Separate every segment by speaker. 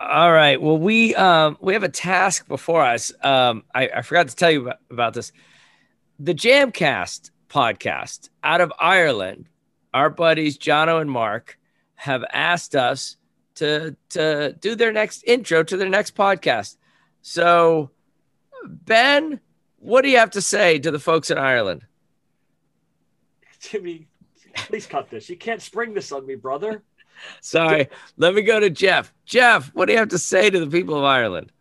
Speaker 1: All right. Well, we um we have a task before us. Um, I, I forgot to tell you about, about this. The Jamcast podcast out of Ireland, our buddies Jono and Mark have asked us to to do their next intro to their next podcast. So, Ben, what do you have to say to the folks in Ireland?
Speaker 2: Jimmy, please cut this. You can't spring this on me, brother.
Speaker 1: Sorry. Let me go to Jeff. Jeff, what do you have to say to the people of Ireland?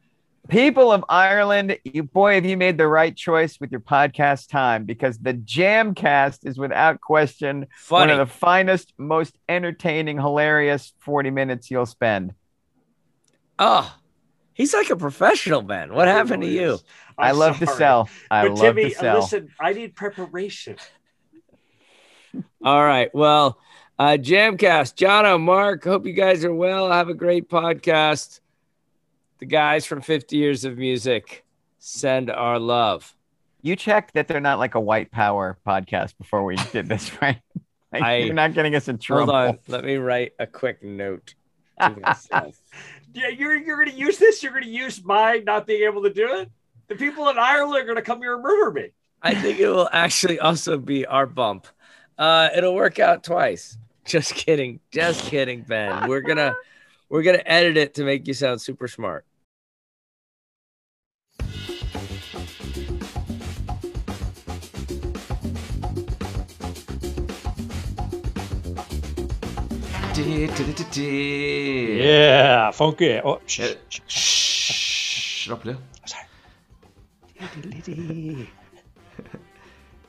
Speaker 3: People of Ireland, you boy, have you made the right choice with your podcast time because the Jamcast is without question
Speaker 1: Funny.
Speaker 3: one of the finest, most entertaining, hilarious 40 minutes you'll spend.
Speaker 1: oh, he's like a professional, Ben. What
Speaker 2: It
Speaker 1: happened to
Speaker 2: really
Speaker 1: you?
Speaker 2: is.
Speaker 3: i
Speaker 2: I'm
Speaker 3: love to
Speaker 2: sorry.
Speaker 3: sell. I
Speaker 2: but
Speaker 3: love
Speaker 2: Timmy,
Speaker 3: to sell.
Speaker 2: listen, I need preparation.
Speaker 1: All right. Well, uh, Jamcast, Jono, Mark, hope you guys are well. Have a great podcast. The guys from 50 Years of Music send our love.
Speaker 3: You checked that they're not like a white power podcast before we did this, right? Like,
Speaker 1: I-
Speaker 3: you're not getting us in
Speaker 1: Hold
Speaker 3: trouble.
Speaker 1: on. Let me write a quick note to myself.
Speaker 2: Yeah, you're you're gonna use this. You're gonna use my not being able to do it. The people in Ireland are gonna come here and murder me.
Speaker 1: I think it will actually also be our bump. Uh, it'll work out twice. Just kidding. Just kidding, Ben. We're gonna we're gonna edit it to make you sound super smart.
Speaker 4: Yeah.
Speaker 5: Yeah, funky. Oh, sh- sh-
Speaker 4: Er, Shh. Shut up, Lou.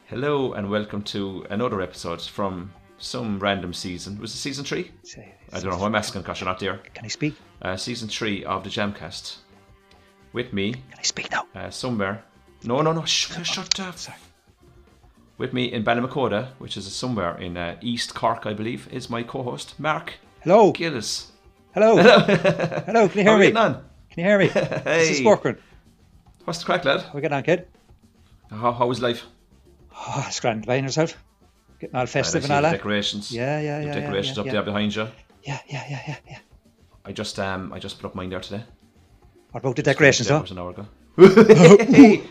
Speaker 4: Hello and welcome to another episode from some random season. Was it season three? I don't know who I'm asking, gosh, I'm not there.
Speaker 5: Can I speak?
Speaker 4: Uh, season three of the Jamcast. With me,
Speaker 5: Can I speak now?
Speaker 4: uh, somewhere. No, no, no, shh, shut up. With me in Ballymacota, which is somewhere in uh, East Cork, I believe, is my co host, Mark
Speaker 5: Hello,
Speaker 4: Gillis.
Speaker 5: hello,
Speaker 4: Hello.
Speaker 5: hello. Can you hear
Speaker 4: How are
Speaker 5: me?
Speaker 4: you getting on?
Speaker 5: Can you hear me? This is
Speaker 4: Hey.
Speaker 5: working.
Speaker 4: What's the crack, lad?
Speaker 5: How we get on, kid?
Speaker 4: How, how was life?
Speaker 5: Oh, it's grand. Buying yourself, getting all
Speaker 4: And I
Speaker 5: festive
Speaker 4: see
Speaker 5: and
Speaker 4: the
Speaker 5: all that.
Speaker 4: decorations.
Speaker 5: Yeah, yeah,
Speaker 4: The
Speaker 5: yeah. yeah,
Speaker 4: decorations
Speaker 5: yeah,
Speaker 4: up
Speaker 5: yeah.
Speaker 4: there behind you.
Speaker 5: Yeah, yeah, yeah, yeah, yeah.
Speaker 4: I just um I just put up mine there today.
Speaker 5: What about the decorations,
Speaker 4: That
Speaker 5: though?
Speaker 4: was an hour ago.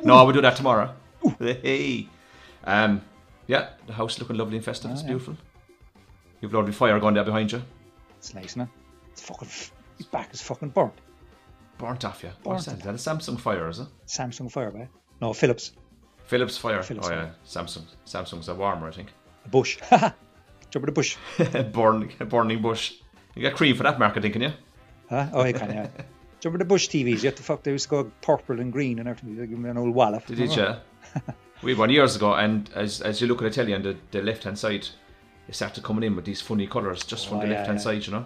Speaker 4: no, I will do that tomorrow. Hey. Um yeah, the house looking lovely and festive. it's
Speaker 5: Ah,
Speaker 4: beautiful. You've lovely fire going there behind you.
Speaker 5: It's nice, man. It's fucking. His back is fucking burnt.
Speaker 4: Burnt off you. What's that?
Speaker 5: Burnt.
Speaker 4: Is that a Samsung fire, is it?
Speaker 5: Samsung Fire, man. No, Philips.
Speaker 4: Philips fire.
Speaker 5: Philips
Speaker 4: oh yeah,
Speaker 5: fire.
Speaker 4: Samsung. Samsung's a warmer, I think.
Speaker 5: A bush. Jump in the bush.
Speaker 4: Burn, burning bush. You got cream for that marketing, can you?
Speaker 5: Huh? Oh, you can, yeah. Jump in the bush TVs. You have to fuck. They used to go purple and green and everything. They give me an old wallop. Oh,
Speaker 4: Did it, yeah. we had one years ago, and as, as you look at the telly on the, the left hand side, it started coming in with these funny colours just from
Speaker 5: Oh,
Speaker 4: the
Speaker 5: yeah,
Speaker 4: left hand
Speaker 5: yeah.
Speaker 4: side, you know.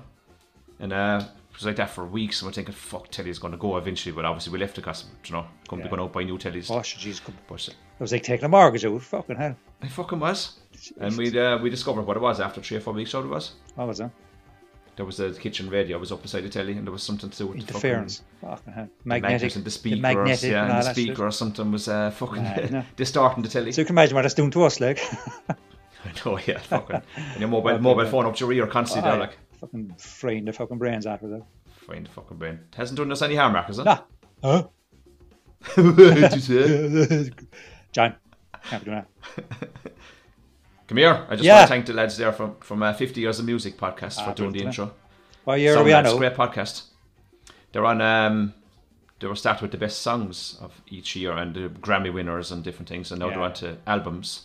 Speaker 4: And uh, it was like that for weeks, and we're thinking, fuck, telly's going to go eventually, but obviously we left the custom, you know, couldn't be
Speaker 5: Yeah.
Speaker 4: going out buy new tellies.
Speaker 5: Oh, jeez, come.
Speaker 4: But uh,
Speaker 5: It was like taking a mortgage out. Fucking hell.
Speaker 4: it fucking was. And we uh, we discovered what it was after three or four weeks, out it was.
Speaker 5: What was uh, that?
Speaker 4: There was a kitchen radio, it was up beside the telly, and there was something to do with
Speaker 5: Interference.
Speaker 4: the fucking.
Speaker 5: Fucking hell.
Speaker 4: Magnetic
Speaker 5: Magnetic.
Speaker 4: and the speakers,
Speaker 5: magnetic
Speaker 4: yeah,
Speaker 5: and
Speaker 4: and,
Speaker 5: all
Speaker 4: the
Speaker 5: that shit.
Speaker 4: speaker or something was uh, fucking
Speaker 5: Nah, no.
Speaker 4: distorting the telly.
Speaker 5: So you can imagine what that's doing to us, like.
Speaker 4: Oh yeah, fucking. And your mobile mobile phone up your ear constantly there,
Speaker 5: Aye.
Speaker 4: like
Speaker 5: fucking fraying the fucking brains after that.
Speaker 4: find the fucking brain. Hasn't done us any harm, Mark, has it?
Speaker 5: Nah. Huh?
Speaker 4: Did you say?
Speaker 5: John, can't be doing that.
Speaker 4: Come here. I just
Speaker 5: Yeah.
Speaker 4: want to thank the lads there from from uh, 50 Years of Music podcast
Speaker 5: Ah,
Speaker 4: for doing the
Speaker 5: brilliant,
Speaker 4: intro.
Speaker 5: What year
Speaker 4: Song
Speaker 5: are we on
Speaker 4: Lads,
Speaker 5: now?
Speaker 4: great podcast. They're on. Um, they were started with the best songs of each year and the Grammy winners and different things, and now they're
Speaker 5: Yeah. Uh-huh.
Speaker 4: on to albums.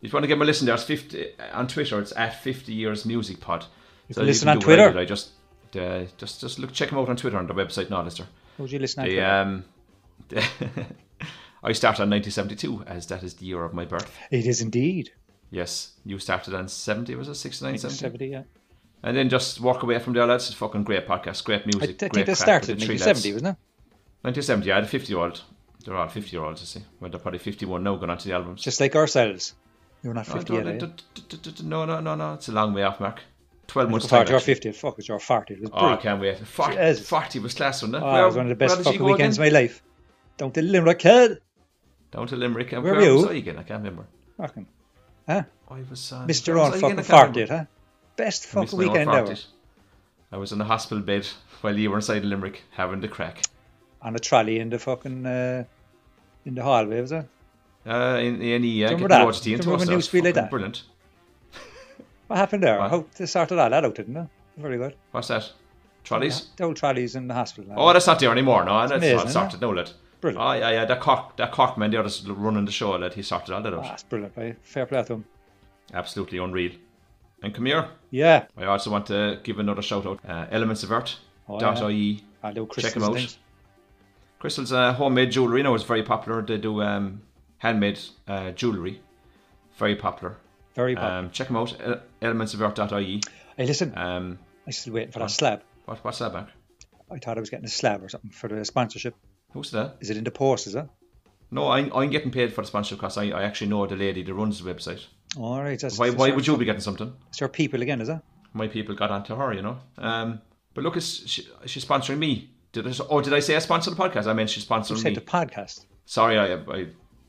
Speaker 4: If you want to give them a listen, there's 50 uh, on Twitter. It's at 50 Years Music Pod. You
Speaker 5: can listen
Speaker 4: do
Speaker 5: on
Speaker 4: what I
Speaker 5: Twitter.
Speaker 4: did, I just, uh, just, just look, check them out on Twitter on their website, now, Lister.
Speaker 5: Who's you listening
Speaker 4: The,
Speaker 5: to?
Speaker 4: um, I started on 1972, as that is the year of my birth.
Speaker 5: It is indeed.
Speaker 4: Yes, you started on 70, was it 69, 70?
Speaker 5: 70, yeah.
Speaker 4: And then just walk away from there, lads. It's fucking great podcast, great
Speaker 5: I
Speaker 4: music.
Speaker 5: th- think
Speaker 4: great
Speaker 5: they
Speaker 4: crack
Speaker 5: started
Speaker 4: with
Speaker 5: in
Speaker 4: the three
Speaker 5: 1970,
Speaker 4: lads.
Speaker 5: wasn't it?
Speaker 4: 1970, I had a 50 year old. They're all 50 year olds, I see. Well, they're probably 51 now going on to the albums.
Speaker 5: Just like ourselves. You're not
Speaker 4: no,
Speaker 5: 50
Speaker 4: Oh, don't-
Speaker 5: yet, eh?
Speaker 4: d- d- d- d- d- no, no, no, no. It's a long way off, Mark. 12
Speaker 5: Look
Speaker 4: months
Speaker 5: at
Speaker 4: time.
Speaker 5: that, You're
Speaker 4: actually.
Speaker 5: 50. Fuck it, you're 40. It was
Speaker 4: Oh, I
Speaker 5: brilliant.
Speaker 4: can't wait. Fart,
Speaker 5: Jesus.
Speaker 4: farty was class, wasn't it?
Speaker 5: Oh, it was one of the best
Speaker 4: did she
Speaker 5: fucking
Speaker 4: go
Speaker 5: weekends of
Speaker 4: again?
Speaker 5: my life. Don't tell Limerick, kid.
Speaker 4: Down to Limerick. And
Speaker 5: Where
Speaker 4: where
Speaker 5: were you?
Speaker 4: was I again? I can't remember.
Speaker 5: Fucking
Speaker 4: I was on.
Speaker 5: Mr.
Speaker 4: where was
Speaker 5: Own fucking
Speaker 4: I again? I can't remember.
Speaker 5: farted, huh? Best
Speaker 4: I missed
Speaker 5: fucking
Speaker 4: my own
Speaker 5: weekend
Speaker 4: fart
Speaker 5: ever.
Speaker 4: date. I was in a hospital bed while you were inside Limerick having the crack.
Speaker 5: on a trolley in the fucking uh, in the hallway, was it?
Speaker 4: Uh, in, in any, uh,
Speaker 5: Remember
Speaker 4: get
Speaker 5: that?
Speaker 4: the watch tea into
Speaker 5: Remember
Speaker 4: us.
Speaker 5: when
Speaker 4: That
Speaker 5: you
Speaker 4: was
Speaker 5: speak like
Speaker 4: fucking
Speaker 5: that?
Speaker 4: Brilliant.
Speaker 5: What happened there?
Speaker 4: What?
Speaker 5: How they sorted all that out, didn't they? Very good.
Speaker 4: What's that? Trolleys?
Speaker 5: Yeah, the old trolleys in the hospital.
Speaker 4: Oh, that's not there anymore. No, that's
Speaker 5: amazing,
Speaker 4: not
Speaker 5: isn't it?
Speaker 4: sorted. No, lad.
Speaker 5: Brilliant.
Speaker 4: Oh, yeah, yeah. That Cork, that Cork man, the other's running the show, lad. He sorted all that out.
Speaker 5: Ah, that's brilliant, right? Fair play to him.
Speaker 4: Absolutely unreal. And come here.
Speaker 5: Yeah.
Speaker 4: I also want to give another shout out. Uh, Elements of Earth.
Speaker 5: Oh,
Speaker 4: dot
Speaker 5: yeah.
Speaker 4: IE.
Speaker 5: I do
Speaker 4: Check
Speaker 5: Christmas
Speaker 4: them out.
Speaker 5: things.
Speaker 4: Crystal's uh, homemade jewelry now is very popular. They do um, handmade uh, jewelry. Very popular.
Speaker 5: Very popular.
Speaker 4: Um, check them out. Ele- Elements of Earth.ie.
Speaker 5: hey, listen,
Speaker 4: Um,
Speaker 5: I'm still waiting for that slab.
Speaker 4: E. what, what's that back?
Speaker 5: I thought I was getting a slab or something for the sponsorship.
Speaker 4: Who's that?
Speaker 5: Is it in the post, is it?
Speaker 4: No, I'm, I'm getting paid for the sponsorship because I, I actually know the lady that runs the website.
Speaker 5: All right. That's,
Speaker 4: Why,
Speaker 5: that's
Speaker 4: why
Speaker 5: your-
Speaker 4: would you be getting something?
Speaker 5: It's your people again, is it?
Speaker 4: my people got onto her, you know. Um, but look, it's, she, she's sponsoring me. Did I, oh, did I say I sponsored the podcast? I meant she's
Speaker 5: You
Speaker 4: sponsoring
Speaker 5: said
Speaker 4: me.
Speaker 5: the podcast.
Speaker 4: Sorry, I, I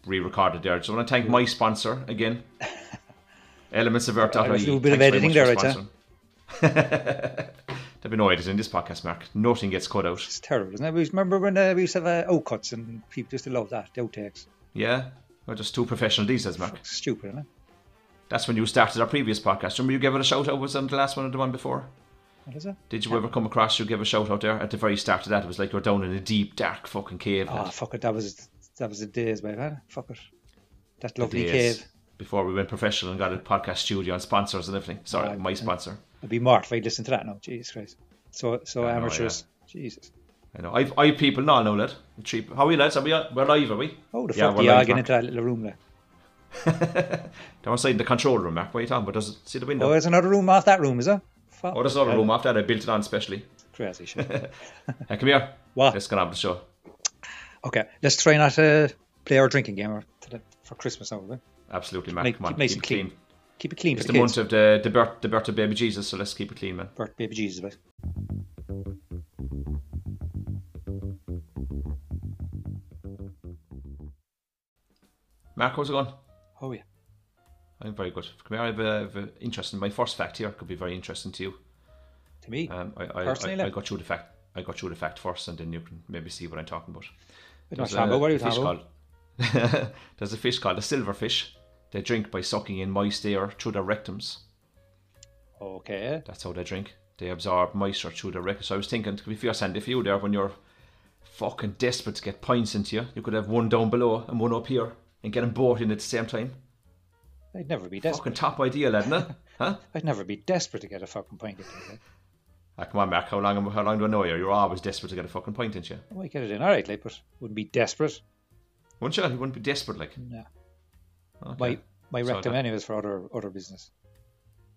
Speaker 4: re-recorded there. So I want to thank my sponsor again, Elements of Earth.
Speaker 5: Right, let's do a bit of editing there, right,
Speaker 4: There'll be no editing this podcast, Mark. Nothing gets cut out.
Speaker 5: It's terrible, isn't it? We remember when uh, we used to have uh, oat cuts and people used to love that, the outtakes.
Speaker 4: Yeah, we're just two professional these days, Mark.
Speaker 5: Stupid, isn't it?
Speaker 4: That's when you started our previous podcast. Remember you gave it a shout out? Was that the last one or the one before?
Speaker 5: What is it?
Speaker 4: Did you ever come across you give a shout out there at the very start of that? It was like you're down in a deep, dark fucking cave.
Speaker 5: Oh, fuck it. That was that was the days, way, man. Fuck it. That lovely
Speaker 4: days
Speaker 5: cave.
Speaker 4: before we went professional and got a podcast studio and sponsors and everything. Sorry,
Speaker 5: Right.
Speaker 4: my sponsor.
Speaker 5: I'd be marked if I listened to that now. Jesus Christ. So so
Speaker 4: I know,
Speaker 5: amateurs. Jesus.
Speaker 4: I know. I've I've people now, no lad. Cheap. How are we lads? Are we we're live, are we?
Speaker 5: Oh, the
Speaker 4: Yeah,
Speaker 5: fuck
Speaker 4: we're
Speaker 5: you
Speaker 4: live,
Speaker 5: are getting
Speaker 4: Mark.
Speaker 5: into that little room there.
Speaker 4: They're inside the control room, Mark. What are you talking about? Does it see the
Speaker 5: Oh,
Speaker 4: window?
Speaker 5: there's another room off that room, is there? Fuck.
Speaker 4: Oh, there's another room after that. I built it on specially.
Speaker 5: Crazy shit.
Speaker 4: Hey, come here.
Speaker 5: What?
Speaker 4: Let's get on with the show.
Speaker 5: okay, let's try not to play our drinking game or- to the- for Christmas now, will we?
Speaker 4: Absolutely, Mark.
Speaker 5: Make-
Speaker 4: come on.
Speaker 5: keep nice and
Speaker 4: it
Speaker 5: clean. Keep it clean
Speaker 4: It's
Speaker 5: for
Speaker 4: the
Speaker 5: the
Speaker 4: month
Speaker 5: kids.
Speaker 4: of the, the birth the birth of baby Jesus, so let's keep it clean, man.
Speaker 5: Birth baby Jesus, right?
Speaker 4: Mark, how's it going?
Speaker 5: Oh, yeah.
Speaker 4: I'm very good. Come here. I have a, I have a interesting. My first fact here could be very interesting to you.
Speaker 5: To me,
Speaker 4: Um, I, I,
Speaker 5: Personally,
Speaker 4: I, I
Speaker 5: look.
Speaker 4: got you the fact. I got you the fact first, and then you can maybe see what I'm talking about.
Speaker 5: What are you talking about? What are you
Speaker 4: fish
Speaker 5: talking about?
Speaker 4: called- There's a fish called a silverfish. They drink by sucking in moist air through their rectums.
Speaker 5: Okay.
Speaker 4: That's how they drink. They absorb moisture through their rectum. So I was thinking, if you're sending if you there when you're fucking desperate to get pints into you, you could have one down below and one up here and get them both in at the same time.
Speaker 5: I'd never be desperate.
Speaker 4: Fucking top idea, lad, isn't it? huh?
Speaker 5: I'd never be desperate to get a fucking pint. in there, right?
Speaker 4: Ah, come on, Mark. How long? How long do I know you? You're always desperate to get a fucking pint into you.
Speaker 5: I might get it in, all right, like, but wouldn't be desperate.
Speaker 4: Wouldn't you? You wouldn't be desperate like.
Speaker 5: No.
Speaker 4: Okay.
Speaker 5: My my
Speaker 4: So
Speaker 5: rectum
Speaker 4: that-
Speaker 5: anyways for other other business.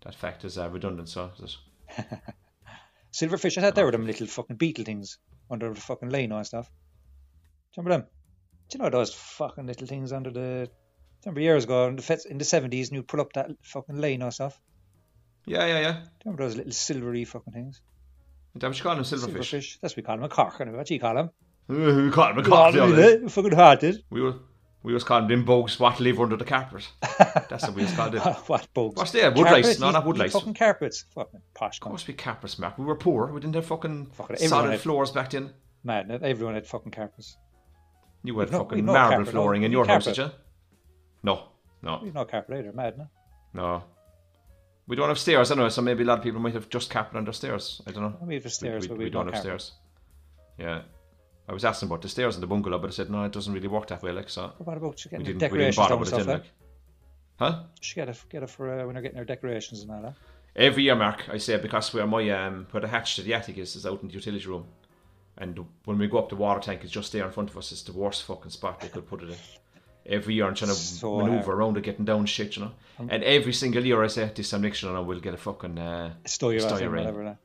Speaker 4: That fact is uh, redundant, so is it?
Speaker 5: Silverfish, I thought they were them little fucking beetle things under the fucking lane and stuff. Do you remember them? Do you know those fucking little things under the? Remember years ago in the fets- in the seventies, and you pull up that fucking lane and stuff.
Speaker 4: Yeah, yeah, yeah.
Speaker 5: Do you remember those little silvery fucking things?
Speaker 4: Is that what you call them,
Speaker 5: Silverfish.
Speaker 4: silverfish?
Speaker 5: That's what we call them a cork. Anyway, what do you call them?
Speaker 4: Uh, we call them a cock,
Speaker 5: Call
Speaker 4: don't
Speaker 5: them,
Speaker 4: we?
Speaker 5: eh? Fucking hearted.
Speaker 4: We were, we was calling them bugs what live under the carpet. That's what we was called. Them. Of
Speaker 5: what bugs?
Speaker 4: uh, What's there? Woodlice?
Speaker 5: Carpets?
Speaker 4: No,
Speaker 5: You-
Speaker 4: not woodlice.
Speaker 5: you Fucking carpets. Fucking posh. cunt.
Speaker 4: course we carpets, Mark. We were poor. We didn't have fucking
Speaker 5: Fucking everyone
Speaker 4: solid
Speaker 5: had-
Speaker 4: floors back then.
Speaker 5: Mad. that Everyone had fucking carpets.
Speaker 4: You had
Speaker 5: We've not-
Speaker 4: fucking
Speaker 5: we've not
Speaker 4: marble
Speaker 5: carpet, no.
Speaker 4: flooring in
Speaker 5: We
Speaker 4: your house,
Speaker 5: carpet.
Speaker 4: did you? No, no,
Speaker 5: We've no carpet either. Mad, no?
Speaker 4: no. We don't have stairs anyway, so maybe a lot of people might have just carpet under stairs. I don't know.
Speaker 5: We have the stairs,
Speaker 4: we,
Speaker 5: but
Speaker 4: we
Speaker 5: we've
Speaker 4: don't
Speaker 5: no
Speaker 4: have
Speaker 5: carpet.
Speaker 4: stairs. Yeah. I was asking about the stairs in the bungalow, but I said, no, it doesn't really work that way, like, so.
Speaker 5: What about you
Speaker 4: We
Speaker 5: getting your
Speaker 4: didn't, we didn't
Speaker 5: decorations
Speaker 4: bother
Speaker 5: done and
Speaker 4: with it
Speaker 5: stuff eh?
Speaker 4: then,
Speaker 5: like?
Speaker 4: like. Huh?
Speaker 5: She get it, get it for uh, when they're getting their decorations and all that.
Speaker 4: Every year, Mark, I say because where my um where the hatch to the attic is is out in the utility room, and when we go up the water tank is just there in front of us. It's the worst fucking spot they could put it in. Every year I'm trying to
Speaker 5: So Um,
Speaker 4: maneuver
Speaker 5: hard.
Speaker 4: around it, getting down shit, you know. And every single year I say this time next year, you know, we'll get a fucking uh,
Speaker 5: Stow your ass in,
Speaker 4: Styrene.
Speaker 5: whatever. That.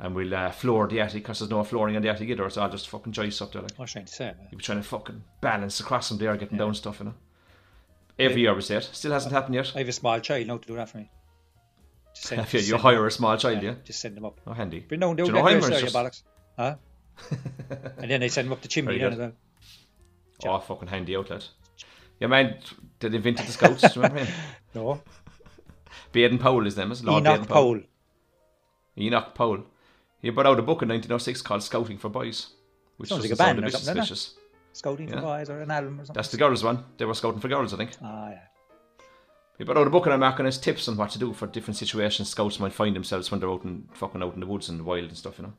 Speaker 4: and we'll uh, floor the attic because there's no flooring in the attic either. It's all just fucking joists up there. Like
Speaker 5: What am I trying to say? man?
Speaker 4: you're trying to fucking balance across them there, getting down stuff, you know. Every year we say it. Still hasn't happened yet.
Speaker 5: I have a small child now to do that for me. Just send,
Speaker 4: If you,
Speaker 5: just
Speaker 4: you
Speaker 5: send them-
Speaker 4: hire a small child,
Speaker 5: yeah,
Speaker 4: yeah.
Speaker 5: Just send them up.
Speaker 4: Oh, handy.
Speaker 5: Bring down the
Speaker 4: Do
Speaker 5: old
Speaker 4: you know how
Speaker 5: decorations
Speaker 4: much
Speaker 5: there, you
Speaker 4: just-
Speaker 5: bollocks. Huh? and then they send them up the chimney.
Speaker 4: Very
Speaker 5: Then
Speaker 4: good.
Speaker 5: as well.
Speaker 4: Oh, fucking handy outlet. Yeah, man, that invented the scouts. do you remember him?
Speaker 5: No.
Speaker 4: Baden Powell is them, is it? Lord
Speaker 5: Enoch
Speaker 4: Baden-Powell.
Speaker 5: Powell.
Speaker 4: Enoch Powell. He brought out a book in 1906 called Scouting for Boys, which
Speaker 5: Sounds
Speaker 4: doesn't
Speaker 5: like a
Speaker 4: sound
Speaker 5: band or
Speaker 4: bit
Speaker 5: something, doesn't it?
Speaker 4: suspicious.
Speaker 5: Scouting for
Speaker 4: Yeah.
Speaker 5: Boys or an album or something.
Speaker 4: That's the girls' one. They were scouting for girls, I think.
Speaker 5: Ah, yeah.
Speaker 4: He brought out a book and I'm marking his tips on what to do for different situations scouts might find themselves when they're out and fucking out in the woods and the wild and stuff, you know.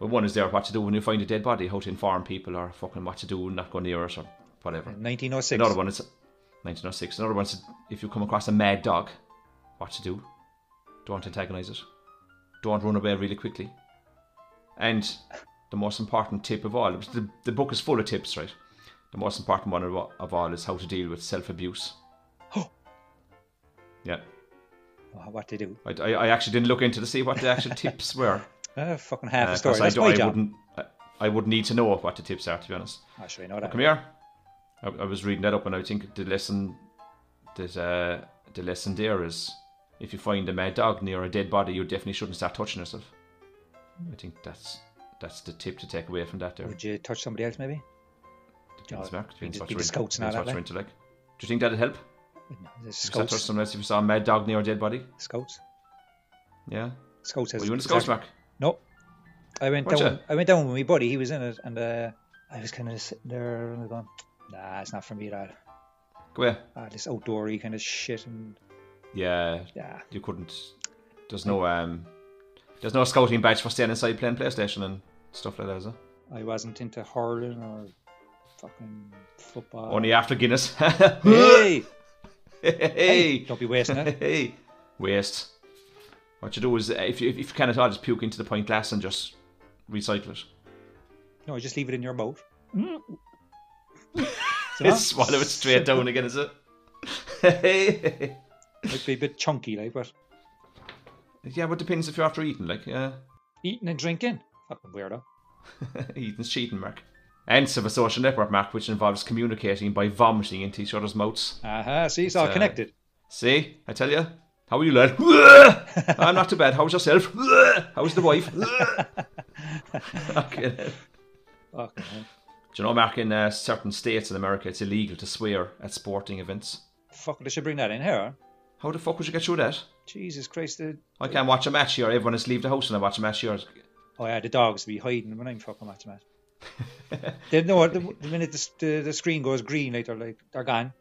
Speaker 4: But one is there what to do when you find a dead body, how to inform people or fucking what to do and not go near it or whatever.
Speaker 5: In 1906.
Speaker 4: Another one is 1906. Another one is if you come across a mad dog, what to do? Don't antagonize it. Don't run away really quickly. And the most important tip of all, the, the book is full of tips, right? The most important one of all- of all is how to deal with self abuse. yeah.
Speaker 5: Oh, what they do.
Speaker 4: I, I, I actually didn't look into to see what the actual tips were.
Speaker 5: Uh, fucking half
Speaker 4: uh,
Speaker 5: the story.
Speaker 4: 'cause
Speaker 5: That's
Speaker 4: I,
Speaker 5: my
Speaker 4: don't- I
Speaker 5: job.
Speaker 4: wouldn't. I, I would need to know what the tips are, to be honest.
Speaker 5: I should know that.
Speaker 4: Come here. I, I was reading that up, and I think the lesson that uh, the lesson there is if you find a mad dog near a dead body, you definitely shouldn't start touching yourself. I think that's that's the tip to take away from that. There,
Speaker 5: Would you touch somebody else, maybe?
Speaker 4: Depends,
Speaker 5: no,
Speaker 4: Mark. Depends
Speaker 5: be-
Speaker 4: what
Speaker 5: be
Speaker 4: you're
Speaker 5: the
Speaker 4: in-
Speaker 5: scouts and all
Speaker 4: depends what
Speaker 5: that,
Speaker 4: you're into, like. Do you think that'd help?
Speaker 5: No, there's
Speaker 4: If you start touching
Speaker 5: Scouts.
Speaker 4: someone else, if you saw a mad dog near a dead body,
Speaker 5: Scouts.
Speaker 4: yeah.
Speaker 5: Scouts has
Speaker 4: Were you in the scouts,
Speaker 5: exact-
Speaker 4: Mark?
Speaker 5: No. I went
Speaker 4: Weren't
Speaker 5: down.
Speaker 4: you?
Speaker 5: I went down with my buddy. He was in it, and uh, I was kind of sitting there and going, "Nah, it's not for me. That
Speaker 4: Go away.
Speaker 5: ah, this outdoory kind of shit." And
Speaker 4: Yeah,
Speaker 5: yeah,
Speaker 4: you couldn't. There's no um, there's no scouting badge for staying inside playing PlayStation and stuff like that, is there?
Speaker 5: I wasn't into hurling or fucking football.
Speaker 4: Only after Guinness.
Speaker 5: Oh. hey,
Speaker 4: hey,
Speaker 5: don't be wasting it.
Speaker 4: hey, waste. What you do is, uh, if you, if you can at all, just puke into the pint glass and just recycle it.
Speaker 5: No, just leave it in your mouth. So
Speaker 4: Just swallow it straight down again, is it?
Speaker 5: Might be a bit chunky, like, but
Speaker 4: yeah, but depends if you're after eating, like, uh, yeah.
Speaker 5: eating and drinking, fucking weirdo.
Speaker 4: Eating's cheating, Mark. Ants have a social network, Mark, which involves communicating by vomiting into each other's mouths.
Speaker 5: Aha, Uh-huh, see, it's all
Speaker 4: uh,
Speaker 5: connected.
Speaker 4: See, I tell you. How are you, lad? I'm not too bad. How's yourself? How's the wife? okay. then.
Speaker 5: Fucking hell.
Speaker 4: Do you know, Mark, in uh, certain states in America, it's illegal to swear at sporting events.
Speaker 5: Fuck, they should bring that in here.
Speaker 4: How the fuck would you get through that?
Speaker 5: Jesus Christ, the
Speaker 4: I can't watch a match here. Everyone has to leave the house and I watch a match here.
Speaker 5: Oh yeah, the dogs be hiding when I'm fucking watching that. they know the, the minute the, s- the the screen goes green, like they're like they're gone.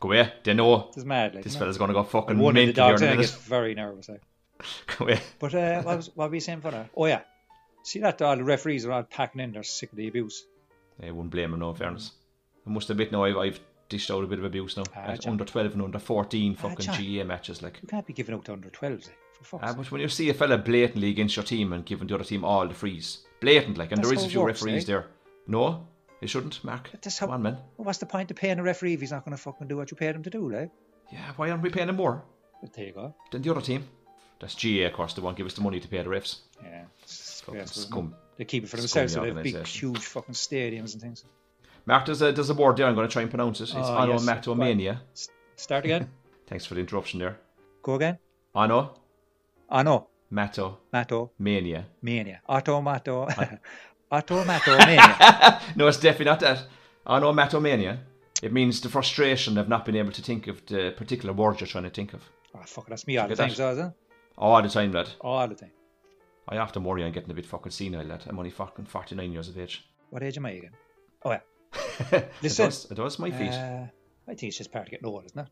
Speaker 4: Go away. They know.
Speaker 5: It's mad. Like
Speaker 4: This
Speaker 5: you know.
Speaker 4: fella's going to go fucking
Speaker 5: one of the
Speaker 4: mental here
Speaker 5: dogs,
Speaker 4: in a
Speaker 5: and I get
Speaker 4: minute.
Speaker 5: very nervous. Like.
Speaker 4: Go away.
Speaker 5: But uh, what was what were you saying for that? Oh yeah, see that all the referees are all packing in. They're sick of the abuse.
Speaker 4: I wouldn't blame him, no, in fairness. I must admit, now I've, I've dished out a bit of abuse now.
Speaker 5: Ah,
Speaker 4: at
Speaker 5: John.
Speaker 4: under 12 and under 14 fucking
Speaker 5: John.
Speaker 4: GA matches, like.
Speaker 5: You can't be giving out to under twelves. Like, for fuck's
Speaker 4: Ah,
Speaker 5: sake.
Speaker 4: but when you see a fella blatantly against your team and giving the other team all the frees, blatant like, and
Speaker 5: That's
Speaker 4: there is
Speaker 5: how
Speaker 4: a
Speaker 5: it
Speaker 4: few
Speaker 5: works,
Speaker 4: referees
Speaker 5: eh?
Speaker 4: there. No, he shouldn't, Mark.
Speaker 5: But that's how-
Speaker 4: Come on, man.
Speaker 5: Well, what's the point of paying a referee if he's not going to fucking do what you paid him to do? Like,
Speaker 4: Yeah, why aren't we paying him more
Speaker 5: but there you go.
Speaker 4: than the other team? That's GA, of course. They won't give us the money to pay the refs.
Speaker 5: Yeah, it's disgraceful,
Speaker 4: Fucking
Speaker 5: isn't it?
Speaker 4: scum.
Speaker 5: They keep it for
Speaker 4: Scummy
Speaker 5: themselves. So they have big,
Speaker 4: organisation.
Speaker 5: huge fucking stadiums and things.
Speaker 4: Mark, there's a, there's a word there. I'm going to try and pronounce it. It's
Speaker 5: Oh, yes.
Speaker 4: onomatopoeia.
Speaker 5: S- Start again.
Speaker 4: Thanks for the interruption there.
Speaker 5: go again. Oh no,
Speaker 4: Onomatopoeia.
Speaker 5: Mato. mania. Automato. Automato mania.
Speaker 4: no, it's definitely not that. Onomatomania. It means the frustration of not being able to think of the particular word you're trying to think of.
Speaker 5: oh, fuck, that's me all the
Speaker 4: Look at
Speaker 5: time,
Speaker 4: that.
Speaker 5: so is it?
Speaker 4: All the time, lad.
Speaker 5: All the time.
Speaker 4: I often worry I'm getting a bit fucking senile, lad. I'm only fucking 49 years of age.
Speaker 5: What age am I again? Oh, yeah.
Speaker 4: it
Speaker 5: Listen.
Speaker 4: does, it does my feet.
Speaker 5: Uh, I think it's just part of getting old, isn't it?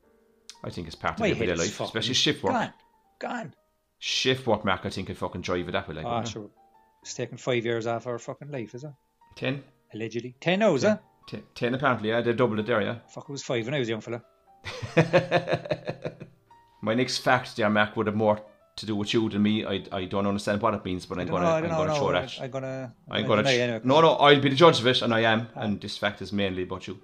Speaker 4: I think it's part of
Speaker 5: My
Speaker 4: everyday
Speaker 5: head is
Speaker 4: life,
Speaker 5: fucking
Speaker 4: especially shift work.
Speaker 5: Gone. Gone.
Speaker 4: Shift work, Mark, I think I fucking drive it that way. Like,
Speaker 5: Ah,
Speaker 4: wouldn't it?
Speaker 5: sure. It's taken five years off our fucking life, is it?
Speaker 4: Ten?
Speaker 5: Allegedly. Ten now, is it?
Speaker 4: T- ten, apparently, yeah. They doubled it there, yeah.
Speaker 5: Fuck, it was five when I was a young fella.
Speaker 4: My next fact there, Mac, would have more to do with you than me. I, I don't understand what it means, but I'm
Speaker 5: I don't
Speaker 4: gonna
Speaker 5: know, I
Speaker 4: I'm
Speaker 5: don't know,
Speaker 4: gonna
Speaker 5: no,
Speaker 4: throw
Speaker 5: I-
Speaker 4: that.
Speaker 5: I'm gonna...
Speaker 4: I'm
Speaker 5: gonna
Speaker 4: gonna
Speaker 5: deny
Speaker 4: ch-
Speaker 5: anyway, Ah. 'cause
Speaker 4: no, no. I'll be the judge of it, and I am. And this fact is mainly about you.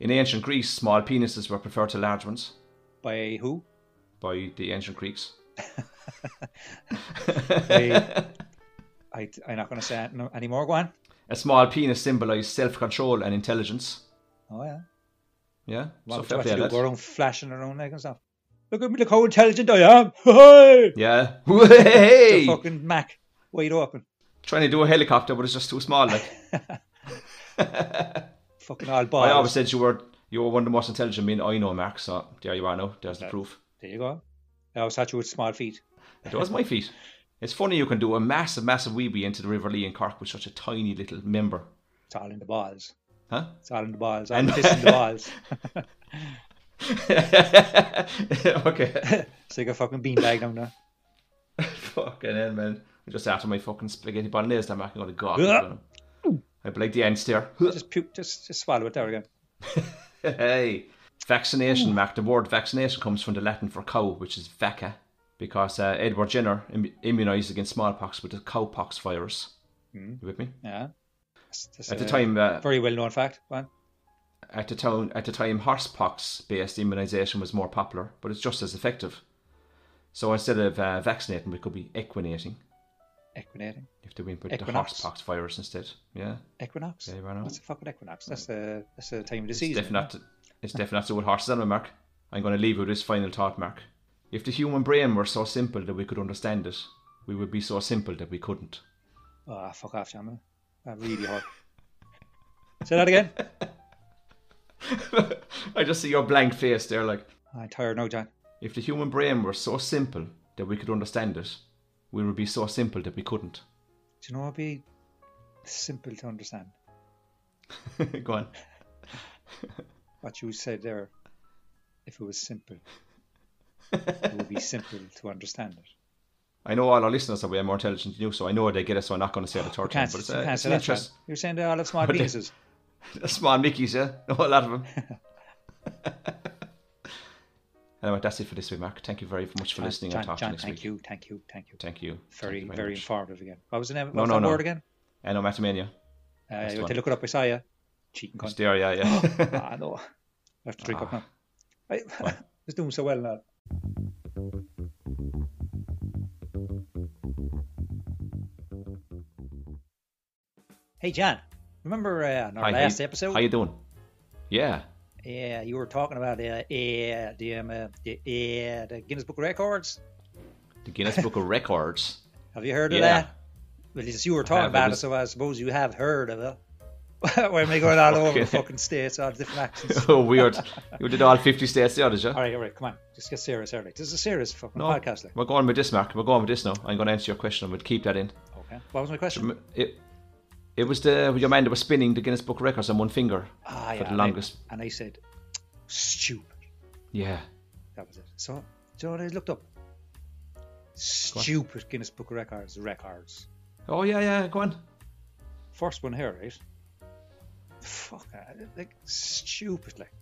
Speaker 4: In ancient Greece, small penises were preferred to large ones
Speaker 5: By who?
Speaker 4: by the ancient Greeks.
Speaker 5: By... I, I'm not going to say it no- anymore, go on.
Speaker 4: A small penis symbolised self-control and intelligence.
Speaker 5: Oh, yeah.
Speaker 4: Yeah,
Speaker 5: What,
Speaker 4: fair
Speaker 5: what
Speaker 4: play,
Speaker 5: you do,
Speaker 4: lad.
Speaker 5: go around flashing around like and stuff. Look at me, look how intelligent I am. Hey!
Speaker 4: Yeah,
Speaker 5: The
Speaker 4: hey,
Speaker 5: fucking Mac, wide open.
Speaker 4: trying to do a helicopter, but it's just too small. Like
Speaker 5: Fucking all
Speaker 4: I always
Speaker 5: balls.
Speaker 4: said, you were you were one of the most intelligent men I know, Mark. So there you are now. There's the proof.
Speaker 5: There you go. I always thought you with small feet.
Speaker 4: It was my feet. It's funny you can do a massive, massive weeby into the River Lee in Cork with such a tiny little member,
Speaker 5: It's all in the balls.
Speaker 4: huh?
Speaker 5: It's all in the balls.
Speaker 4: I
Speaker 5: I'm
Speaker 4: know.
Speaker 5: pissing the balls.
Speaker 4: okay.
Speaker 5: so you got fucking beanbag down there.
Speaker 4: fucking hell, man. I'm just after my fucking spaghetti bolognese. I'm not going to go. off.
Speaker 5: Yeah.
Speaker 4: I'd be like the end stare.
Speaker 5: Just puke. Just just swallow it there again.
Speaker 4: hey. Vaccination, Mac. The word vaccination comes from the Latin for cow, which is vaca, because uh, Edward Jenner Im- immunized against smallpox with the cowpox virus.
Speaker 5: Hmm.
Speaker 4: You with me?
Speaker 5: Yeah. That's- that's
Speaker 4: At the
Speaker 5: a
Speaker 4: time, uh,
Speaker 5: very well known fact. Go on.
Speaker 4: at the time, at the time, horsepox-based immunization was more popular, but it's just as effective. So instead of uh, vaccinating, we could be equinating
Speaker 5: Equinating.
Speaker 4: if they went with the
Speaker 5: Equinox.
Speaker 4: horsepox virus instead. Yeah,
Speaker 5: Equinox.
Speaker 4: yeah, you ran out.
Speaker 5: What's the fucking equinox? That's a that's a time of the
Speaker 4: It's
Speaker 5: season.
Speaker 4: definitely not. It's definitely not so with horses, anyway, Mark. I'm going to leave you with this final thought, Mark. If the human brain were so simple that we could understand it, we would be so simple that we couldn't.
Speaker 5: Oh, fuck off, Shaman. That really hard. Say that again.
Speaker 4: I just see your blank face there, like
Speaker 5: I'm tired now, John.
Speaker 4: if the human brain were so simple that we could understand it, we would be so simple that we couldn't.
Speaker 5: Do you know what would be simple to understand?
Speaker 4: Go on.
Speaker 5: What you said there, if it was simple, it would be simple to understand it.
Speaker 4: I know all our listeners are way more intelligent than you, so I know they get it. So I'm not going to say it a
Speaker 5: You
Speaker 4: third time,
Speaker 5: can't,
Speaker 4: but it's,
Speaker 5: you
Speaker 4: uh,
Speaker 5: can't
Speaker 4: it's
Speaker 5: say
Speaker 4: an
Speaker 5: that, John.
Speaker 4: interest.
Speaker 5: You're saying they're all have smart
Speaker 4: But they-
Speaker 5: penises.
Speaker 4: Small Mickey's, yeah, a whole lot of them. anyway, that's it for this week, Mark. Thank you very much for
Speaker 5: John,
Speaker 4: listening.
Speaker 5: John,
Speaker 4: I'll talk to
Speaker 5: John,
Speaker 4: you next
Speaker 5: thank
Speaker 4: week.
Speaker 5: you, thank you, thank you.
Speaker 4: Thank you.
Speaker 5: Very,
Speaker 4: Thank you
Speaker 5: very,
Speaker 4: much.
Speaker 5: informative again. What was the name? What
Speaker 4: No,
Speaker 5: was
Speaker 4: no,
Speaker 5: that
Speaker 4: no.
Speaker 5: word again?
Speaker 4: I know Matamania.
Speaker 5: Uh,
Speaker 4: That's
Speaker 5: you
Speaker 4: the
Speaker 5: have
Speaker 4: one.
Speaker 5: to look it up. I saw you. Cheating
Speaker 4: It's
Speaker 5: cunt.
Speaker 4: there, yeah, yeah.
Speaker 5: Ah, no. I have to drink up
Speaker 4: Ah.
Speaker 5: now. I I was doing so well now. Hey, John. Remember uh, on our
Speaker 4: Hi, how
Speaker 5: last
Speaker 4: you-
Speaker 5: episode?
Speaker 4: How you doing? Yeah.
Speaker 5: Yeah, you were talking about uh, uh, the, um, uh, the, uh, the Guinness Book of Records.
Speaker 4: The Guinness Book of Records.
Speaker 5: Have you heard of
Speaker 4: Yeah.
Speaker 5: that? Well, it's- you were talking
Speaker 4: have, it
Speaker 5: about it,
Speaker 4: was-
Speaker 5: so I suppose you have heard of it. when we going all over
Speaker 4: Fucking-
Speaker 5: the fucking states, all different accents.
Speaker 4: oh, weird. You did all 50 states the others, yeah?
Speaker 5: all right, all right, come on. Just get serious, early. This is a serious fucking
Speaker 4: No,
Speaker 5: podcast. Like.
Speaker 4: we're going with this, Mark. We're going with this now. I'm going to answer your question and we'll keep that in.
Speaker 5: Okay. What was my question?
Speaker 4: M- It, it was the your man that was spinning the Guinness Book of Records on one finger.
Speaker 5: Ah,
Speaker 4: for
Speaker 5: yeah,
Speaker 4: the
Speaker 5: and I-
Speaker 4: longest.
Speaker 5: And I, said, stupid.
Speaker 4: Yeah.
Speaker 5: That was it. So, do you know what I looked up? Stupid Guinness Book of Records. Records.
Speaker 4: Oh, yeah, yeah, go on.
Speaker 5: First one here, right? Fuck, I- like, stupid, like,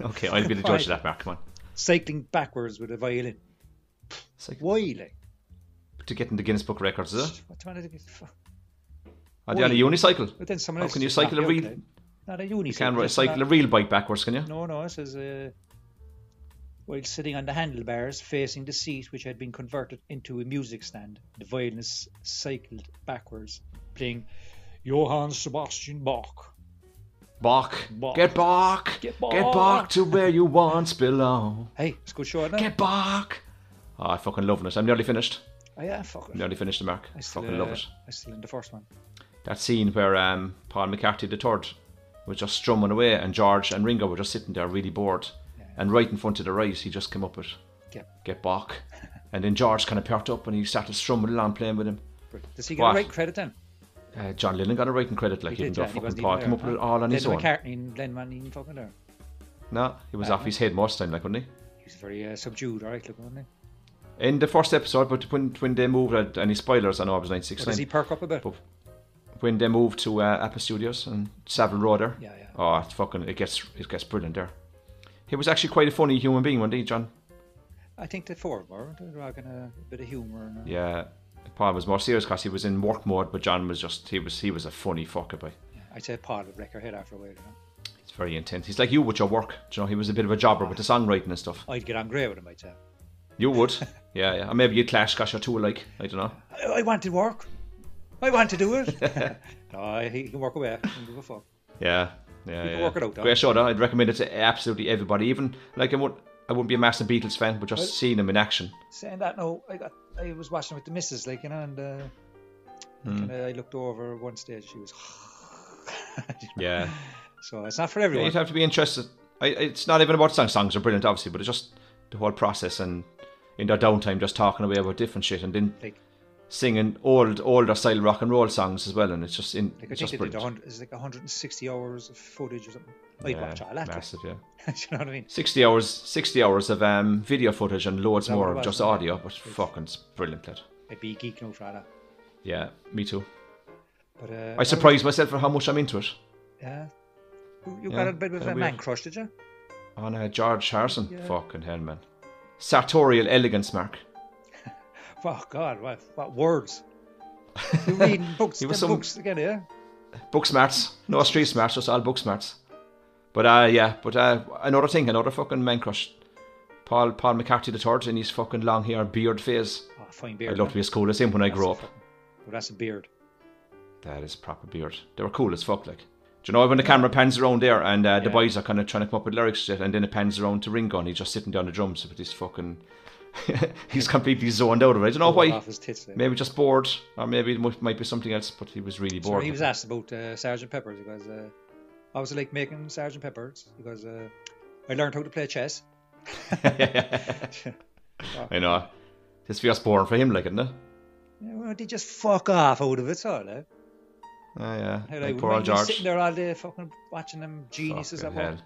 Speaker 4: Okay, I'll be the judge of that, Mark. Come on.
Speaker 5: cycling backwards with a violin.
Speaker 4: It's like,
Speaker 5: Why, like?
Speaker 4: to get in the Guinness Book of Records, is it?
Speaker 5: What do you want to do? Fuck.
Speaker 4: Are they on a
Speaker 5: Why?
Speaker 4: unicycle?
Speaker 5: But then someone
Speaker 4: How
Speaker 5: else
Speaker 4: can you
Speaker 5: just knocked
Speaker 4: cycle a
Speaker 5: me out,
Speaker 4: real...
Speaker 5: like. Not a uni
Speaker 4: You can't ri- cycle a real bike backwards, can you?
Speaker 5: No, no, it says uh, while sitting on the handlebars facing the seat which had been converted into a music stand, the violinist cycled backwards, playing Johann Sebastian Bach.
Speaker 4: Bach.
Speaker 5: Bach.
Speaker 4: Get Bach.
Speaker 5: Get Bach.
Speaker 4: Get Bach to where you once belong.
Speaker 5: Hey, it's a good show, isn't it?
Speaker 4: Get Bach. Oh, I fucking loving it. I'm nearly finished.
Speaker 5: Oh, yeah, fuck
Speaker 4: I'm
Speaker 5: it.
Speaker 4: nearly finished, Mark.
Speaker 5: I
Speaker 4: I
Speaker 5: still,
Speaker 4: fucking
Speaker 5: uh,
Speaker 4: love it.
Speaker 5: I still in the first one.
Speaker 4: That scene where um, Paul McCarthy the third was just strumming away, and George and Ringo were just sitting there really bored. And right in front of the right, he just came up with
Speaker 5: Get-
Speaker 4: Get Bach. and then George kind of perked up and he started strumming along playing with him.
Speaker 5: Brilliant. Does he get
Speaker 4: What?
Speaker 5: a right credit then?
Speaker 4: Uh, John Lennon got a writing credit, like,
Speaker 5: He
Speaker 4: even
Speaker 5: did,
Speaker 4: though
Speaker 5: yeah, he
Speaker 4: fucking
Speaker 5: wasn't
Speaker 4: Paul
Speaker 5: even
Speaker 4: came
Speaker 5: there,
Speaker 4: up with
Speaker 5: no.
Speaker 4: it all on his
Speaker 5: Lennon
Speaker 4: own.
Speaker 5: McCartney and Lennon wasn't even fucking there.
Speaker 4: No, he was off his head most of the time, like, wasn't he?
Speaker 5: He was very uh, subdued, all right, look, wasn't he?
Speaker 4: In the first episode, but when, when they moved, uh, any spoilers, I know I was
Speaker 5: Or does he
Speaker 4: 969.
Speaker 5: perk up a bit?
Speaker 4: But- When they moved to uh, Apple Studios and Savile Row there,
Speaker 5: Yeah, yeah.
Speaker 4: oh, it's fucking, it gets it gets brilliant there. He was actually quite a funny human being, wasn't he, John?
Speaker 5: I think the four of them are. They're all gonna a bit of humour and uh,
Speaker 4: Yeah. Paul was more serious because he was in work mode, but John was just, he was he was a funny fucker, boy.
Speaker 5: I'd say Paul would wreck her head after a while. You know?
Speaker 4: It's very intense. He's like you with your work. Do you know, he was a bit of a jobber with the songwriting and stuff.
Speaker 5: I'd get on grey with him, I'd say.
Speaker 4: You would. yeah, yeah. Or maybe you'd clash because you're two alike. I don't know.
Speaker 5: I, I want to work. I want to do it. no, he he can work away. I don't give a fuck.
Speaker 4: Yeah. Yeah,
Speaker 5: You
Speaker 4: yeah.
Speaker 5: can work it out, though.
Speaker 4: Great show, though. I'd recommend it to absolutely everybody. Even like I would, I wouldn't be a massive Beatles fan, but just seeing him in action.
Speaker 5: Saying that, no, I got. I was watching with the missus, like you know, and uh,
Speaker 4: Hmm.
Speaker 5: and, uh, I looked over at one stage. She was.
Speaker 4: Yeah,
Speaker 5: So it's not for everyone.
Speaker 4: you'd have to be interested. I, it's not even about songs. Songs are brilliant, obviously, but it's just the whole process and in their downtime, just talking away about different shit, and then
Speaker 5: Like
Speaker 4: singing old, older style rock and roll songs as well, and it's just in.
Speaker 5: Like I think
Speaker 4: it's just
Speaker 5: they did
Speaker 4: brilliant.
Speaker 5: 100, it's like 160 hours of footage or something. I'd
Speaker 4: Yeah,
Speaker 5: watch all that. like.
Speaker 4: massive, yeah.
Speaker 5: Do you know what I mean?
Speaker 4: 60 hours 60 hours of um, video footage and loads
Speaker 5: Is that what
Speaker 4: more
Speaker 5: it
Speaker 4: of
Speaker 5: was?
Speaker 4: just
Speaker 5: Okay.
Speaker 4: audio but fucking it's brilliant lad.
Speaker 5: I'd be geeking out for all that.
Speaker 4: yeah me too
Speaker 5: But uh,
Speaker 4: I surprised myself for how much I'm into it
Speaker 5: Yeah. You, you
Speaker 4: Yeah,
Speaker 5: got a bit of
Speaker 4: kinda
Speaker 5: a man
Speaker 4: weird.
Speaker 5: crush, did you?
Speaker 4: on uh, George Harrison
Speaker 5: Yeah.
Speaker 4: fucking hell man sartorial elegance Mark
Speaker 5: Oh God, what, what words? You're reading books,
Speaker 4: He
Speaker 5: them
Speaker 4: was some-
Speaker 5: books again, yeah.
Speaker 4: book smarts no street smarts just all book smarts but uh yeah but uh another thing another fucking man crush Paul Paul McCartney the third in his fucking long hair beard phase
Speaker 5: Oh, fine beard.
Speaker 4: I'd love to be as cool as him when I grow up
Speaker 5: But that's a beard.
Speaker 4: That is proper beard. They were cool as fuck, like. Do you know when the camera pans around there and uh, the
Speaker 5: Yeah.
Speaker 4: boys are kind of trying to come up with lyrics and shit, and then it pans around to Ringo and he's just sitting down the drums with his fucking. he's completely zoned out of it. I don't know
Speaker 5: Pulled
Speaker 4: why.
Speaker 5: Off his tits there.
Speaker 4: Maybe just bored, or maybe it might, might be something else, but he was really bored.
Speaker 5: Sorry, he was asked about uh, Sergeant Pepper's. He goes, uh, "I was like making Sergeant Pepper's." He goes, uh, "I learned how to play chess."
Speaker 4: I know. This feels boring for him, like, isn't it?
Speaker 5: Yeah, well, they just fuck off out of it, all. Eh?
Speaker 4: Ah, yeah.
Speaker 5: Hey,
Speaker 4: like
Speaker 5: Like,
Speaker 4: poor old
Speaker 5: we're
Speaker 4: George.
Speaker 5: sitting there all day, fucking watching them geniuses
Speaker 4: Fucking
Speaker 5: at work.
Speaker 4: hell.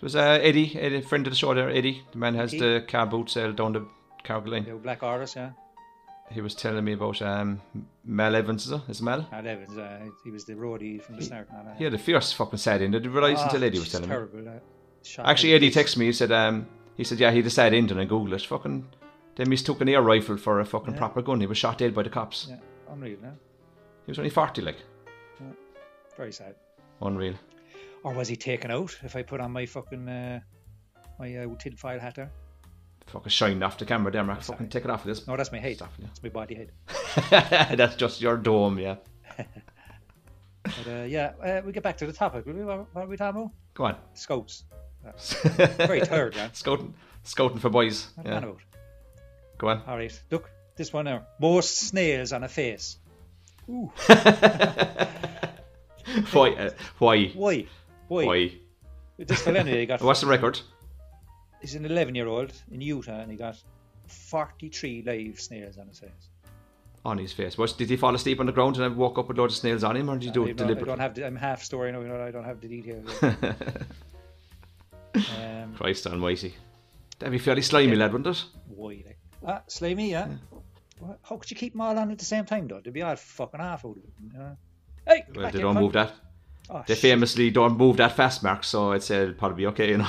Speaker 4: There was uh, Eddie, Eddie, friend of the show there, Eddie. The man has
Speaker 5: Eddie?
Speaker 4: the car boot sale down the Cargill Lane.
Speaker 5: You know, black artists, yeah.
Speaker 4: he was telling me about um, Mel Evans, is it? Is it Mel?
Speaker 5: Al Evans, uh, he was the roadie from the snare. and all that.
Speaker 4: He had a fierce fucking sad end. I didn't realise
Speaker 5: Ah,
Speaker 4: until Eddie was
Speaker 5: she's
Speaker 4: telling me.
Speaker 5: terrible, that. Shot
Speaker 4: Actually,
Speaker 5: in the
Speaker 4: Eddie
Speaker 5: face.
Speaker 4: texted me. He said, um, he said, yeah, he had a sad end, and I googled it. Fucking, they mistook an air rifle for a fucking
Speaker 5: Yeah.
Speaker 4: proper gun. He was shot dead by the cops.
Speaker 5: Yeah, unreal, no?
Speaker 4: He was only forty, like
Speaker 5: Very sad.
Speaker 4: unreal.
Speaker 5: Or was he taken out? If I put on my fucking uh, my uh, tinfoil hat there.
Speaker 4: Fucking shining off the camera there, Mark. Fucking take it off of this.
Speaker 5: No, that's my head.
Speaker 4: Stuff,
Speaker 5: That's my body head.
Speaker 4: yeah. That's just your dome, yeah.
Speaker 5: But uh, yeah, uh, we get back to the topic. Will we? What what are we talking about?
Speaker 4: Go on.
Speaker 5: Scouts.
Speaker 4: Very
Speaker 5: tired, man.
Speaker 4: Scouting, scouting for boys.
Speaker 5: What
Speaker 4: Yeah.
Speaker 5: are we on about?
Speaker 4: Go on.
Speaker 5: All right, look this one now. Most snails on a face. Ooh,
Speaker 4: Why? Uh, why?
Speaker 5: why? Why?
Speaker 4: Why?
Speaker 5: This fella anyway, he got.
Speaker 4: What's the record?
Speaker 5: He's an 11 year old in Utah, and he got 43 live snails on his face.
Speaker 4: on his face. Was did he fall asleep on the ground and I woke up with loads of snails on him, or did he do
Speaker 5: I
Speaker 4: it
Speaker 5: don't, I
Speaker 4: deliberately?
Speaker 5: don't have. The, I'm half story now. You know, I don't have the details. um,
Speaker 4: Christ almighty. That'd be fairly slimy, lad, wouldn't it?
Speaker 5: why? Like, ah, slimy, yeah. What- How could you keep them all on at the same time, though? They'd be all fucking half out of it. You know? Hey, get
Speaker 4: Well,
Speaker 5: back
Speaker 4: they
Speaker 5: here,
Speaker 4: don't
Speaker 5: cunt.
Speaker 4: move that.
Speaker 5: Oh,
Speaker 4: They
Speaker 5: shit.
Speaker 4: famously don't move that fast, Mark, so I'd say it'd probably be okay, you know.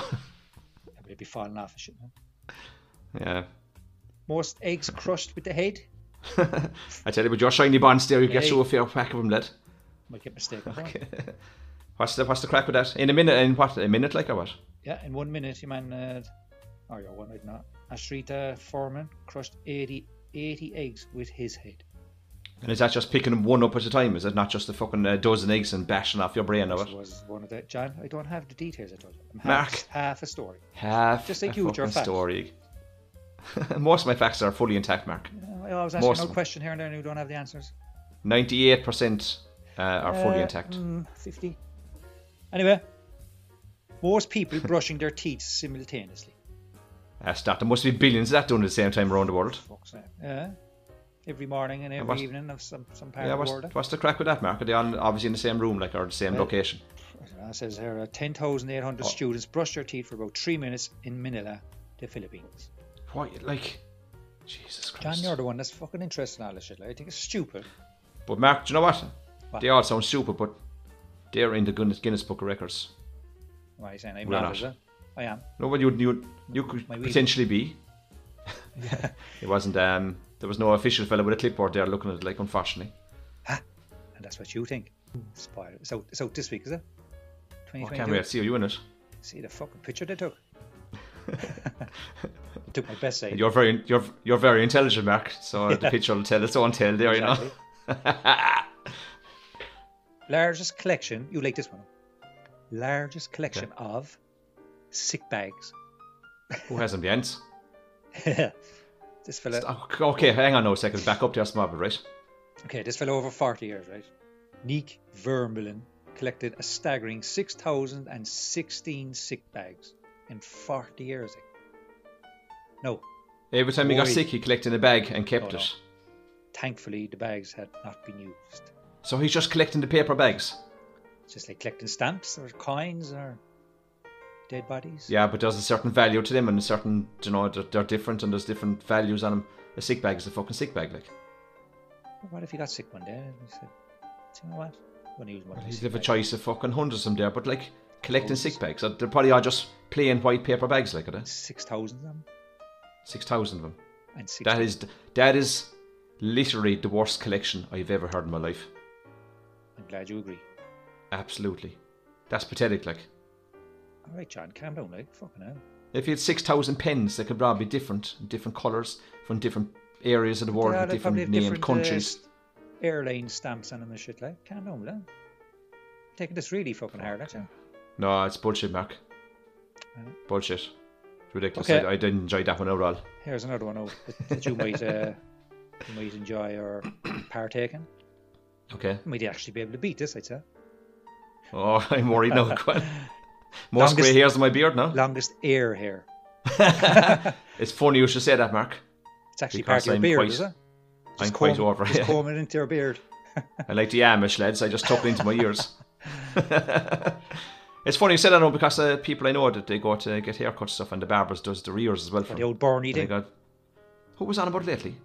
Speaker 5: They'd be falling off and shit. Man.
Speaker 4: yeah.
Speaker 5: Most eggs crushed with the head.
Speaker 4: I tell you, with your shiny bonds there, you get
Speaker 5: Hey.
Speaker 4: through a fair whack of them, lad.
Speaker 5: Might get mistaken. huh?
Speaker 4: What's the, what's the crack with that? In a minute, in what? A minute, like, or what?
Speaker 5: Yeah, in one minute, your man, uh, or your one, I don't know. Ashrita Foreman crushed 80, 80 eggs with his head.
Speaker 4: And is that just picking one up at a time? Is it not just a fucking uh, dozen eggs and bashing off your brain or
Speaker 5: Which
Speaker 4: what?
Speaker 5: was one of the John. I don't have the details. I told you. I'm half,
Speaker 4: Mark.
Speaker 5: half a story.
Speaker 4: Half
Speaker 5: Just like
Speaker 4: a
Speaker 5: you with your
Speaker 4: fucking
Speaker 5: facts.
Speaker 4: story. Most of my facts are fully intact, Mark.
Speaker 5: I always ask you
Speaker 4: Most
Speaker 5: no
Speaker 4: of 'em.
Speaker 5: question here and there, and you don't have the answers.
Speaker 4: 98% uh, are fully
Speaker 5: Uh,
Speaker 4: intact.
Speaker 5: mm, 50. Anyway, most people brushing their teeth simultaneously.
Speaker 4: That's that. Uh, There must be billions of that done at the same time around the world.
Speaker 5: Fuck's sake. Yeah. Every morning and every
Speaker 4: what's-
Speaker 5: evening of some, some part
Speaker 4: Yeah,
Speaker 5: of
Speaker 4: what's,
Speaker 5: the world. eh?
Speaker 4: what's the crack with that, Mark? Are they on, obviously in the same room, like, or the same
Speaker 5: Well-
Speaker 4: location?
Speaker 5: It says here uh, 10,800
Speaker 4: Oh.
Speaker 5: students brush their teeth for about three minutes in Manila, the Philippines.
Speaker 4: Why, like, Jesus
Speaker 5: John,
Speaker 4: Christ.
Speaker 5: you're the one that's fucking interested in all this shit. Like, I think it's stupid.
Speaker 4: But Mark, do you know what?
Speaker 5: What?
Speaker 4: They all sound stupid, but they're in the Guinness, Guinness Book of Records.
Speaker 5: Why are you saying I'm
Speaker 4: We're
Speaker 5: not,
Speaker 4: not.
Speaker 5: is it? I am.
Speaker 4: No, well, you, you, you could
Speaker 5: My wee-
Speaker 4: potentially be. it wasn't, um, there was no official fellow with a clipboard there looking at it, like, unfortunately.
Speaker 5: And that's what you think. Spoiler. It's out, it's out this week, is it?
Speaker 4: Oh, I can't
Speaker 5: 2022.
Speaker 4: wait to see you in it.
Speaker 5: See the fucking picture they took. I took my best side.
Speaker 4: You're very, you're, you're very intelligent, Mark, so the picture will tell its own tale there, you know.
Speaker 5: Exactly. largest collection. You like this one? Largest collection of sick bags.
Speaker 4: Who hasn't been?
Speaker 5: this fella.
Speaker 4: Oh, Okay, hang on now a second. Back up to us, Marvel, right?
Speaker 5: Okay, this fella over forty years, right? Nick Vermeulen collected a staggering six thousand and sixteen sick bags in forty years. No,
Speaker 4: Every time he got
Speaker 5: Oi.
Speaker 4: sick, he collected a bag and kept
Speaker 5: Oh, no.
Speaker 4: it.
Speaker 5: Thankfully, the bags had not been used.
Speaker 4: So he's just collecting the paper bags.
Speaker 5: It's just like collecting stamps or coins or dead bodies.
Speaker 4: Yeah, but there's a certain value to them, and a certain, you know, they're, they're different, and there's different values on them. A sick bag is a fucking sick bag, like.
Speaker 5: What if he got sick one day? And he said, "Do you know what? I'm going to use one of
Speaker 4: He's
Speaker 5: these
Speaker 4: live a
Speaker 5: bags."
Speaker 4: choice of fucking hundreds of them there, but like collecting
Speaker 5: Hundreds.
Speaker 4: sick bags. Uh, They probably are just plain white paper bags, like it.
Speaker 5: Six thousand of them
Speaker 4: Six thousand of them.
Speaker 5: and six.
Speaker 4: That is that is literally the worst collection I've ever heard in my life.
Speaker 5: I'm glad you agree.
Speaker 4: Absolutely, that's pathetic. Like,
Speaker 5: All right, John, calm down, like fucking hell.
Speaker 4: if you had six thousand pens, they could probably be different, different colours from different areas of the world,
Speaker 5: Yeah,
Speaker 4: with
Speaker 5: they probably
Speaker 4: different
Speaker 5: have
Speaker 4: named
Speaker 5: different, uh,
Speaker 4: countries.
Speaker 5: airline stamps on them and shit like. Calm down, lad. Taking this really fucking hard, aren't you?
Speaker 4: No, it's bullshit, Mark.
Speaker 5: Yeah.
Speaker 4: Bullshit. It's ridiculous.
Speaker 5: Okay.
Speaker 4: I, I didn't enjoy that one overall.
Speaker 5: Here's another one oh, that, that you might uh, you might enjoy or partake in.
Speaker 4: Okay.
Speaker 5: You might actually be able to beat this, I'd say.
Speaker 4: Oh, I'm worried now. Gwen. Most
Speaker 5: Uh, Longest-
Speaker 4: grey hairs in my beard now.
Speaker 5: Longest air hair.
Speaker 4: it's funny you should say that, Mark.
Speaker 5: It's actually
Speaker 4: Because
Speaker 5: part of your
Speaker 4: I'm
Speaker 5: beard,
Speaker 4: quite-
Speaker 5: is it?
Speaker 4: I'm
Speaker 5: Just
Speaker 4: quite
Speaker 5: comb-
Speaker 4: over
Speaker 5: Just
Speaker 4: it.
Speaker 5: comb it into your beard.
Speaker 4: I like the Amish lads. I just tuck it into my ears. it's funny you said that now because uh, people I know that they go to get haircuts and stuff, and the barbers does their ears as well.
Speaker 5: Or
Speaker 4: From
Speaker 5: the old barn
Speaker 4: And I
Speaker 5: eating.
Speaker 4: got- who was on about lately?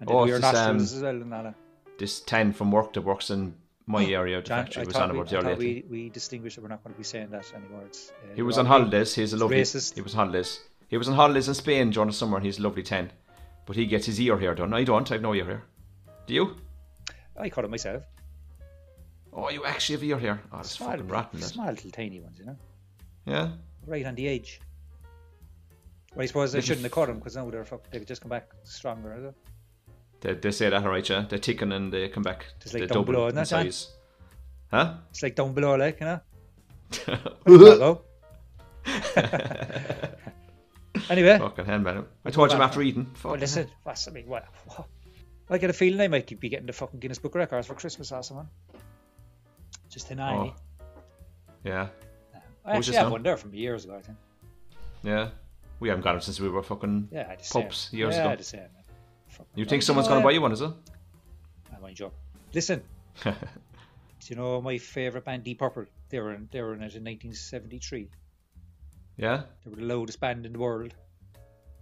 Speaker 5: And then
Speaker 4: Oh,
Speaker 5: your
Speaker 4: it's just,
Speaker 5: nostrils
Speaker 4: um,
Speaker 5: as well and all that.
Speaker 4: This ten from work that works in my area, of the
Speaker 5: Oh, John,
Speaker 4: factory,
Speaker 5: I
Speaker 4: was
Speaker 5: thought,
Speaker 4: on
Speaker 5: we, I
Speaker 4: about the
Speaker 5: thought
Speaker 4: lately.
Speaker 5: we, we distinguished that we're not going to be saying that anymore. It's, uh,
Speaker 4: He
Speaker 5: we're
Speaker 4: was
Speaker 5: all
Speaker 4: on
Speaker 5: being-
Speaker 4: holidays. He's a
Speaker 5: It's
Speaker 4: lovely.
Speaker 5: racist.
Speaker 4: He was on holidays. He was on holidays in Spain during the summer, and he's a lovely ten. But he gets his ear hair done. I don't. I've no ear hair. Do you?
Speaker 5: I caught it myself.
Speaker 4: Oh, you actually have ear hair. Oh, it's
Speaker 5: Small
Speaker 4: fucking
Speaker 5: bit-
Speaker 4: rotten. That.
Speaker 5: Small little tiny ones, you know.
Speaker 4: Yeah.
Speaker 5: right on the edge. Well, I suppose they
Speaker 4: Little
Speaker 5: shouldn't have caught them because now they're fuck, they could just come back stronger. Is it?
Speaker 4: They, they say that, alright, yeah. They ticken and they come back.
Speaker 5: Just like
Speaker 4: they
Speaker 5: down
Speaker 4: double
Speaker 5: below,
Speaker 4: in
Speaker 5: isn't it, Dan?
Speaker 4: size. Huh?
Speaker 5: It's like down below, like you know.
Speaker 4: Fucking
Speaker 5: Bravo. anyway,
Speaker 4: hell, man. I told you I'm
Speaker 5: back.
Speaker 4: after eating. Fuck.
Speaker 5: well, listen, that's I mean, what, what? I get a feeling they might be getting the fucking Guinness Book of Records for Christmas or something. Just an eye.
Speaker 4: Oh,
Speaker 5: I
Speaker 4: yeah, was
Speaker 5: actually
Speaker 4: this
Speaker 5: have
Speaker 4: now?
Speaker 5: one there from years ago. I think.
Speaker 4: yeah. We haven't got them since we were fucking.
Speaker 5: Yeah, I just
Speaker 4: Pops, years
Speaker 5: yeah,
Speaker 4: ago.
Speaker 5: the same. Fucking
Speaker 4: You
Speaker 5: right.
Speaker 4: think someone's
Speaker 5: know,
Speaker 4: going to
Speaker 5: I-
Speaker 4: buy you one, is it?
Speaker 5: I mind you. Listen, do you know my favorite band, Deep Purple? They were in, they were in it in 1973.
Speaker 4: yeah?
Speaker 5: They were the loudest band in the world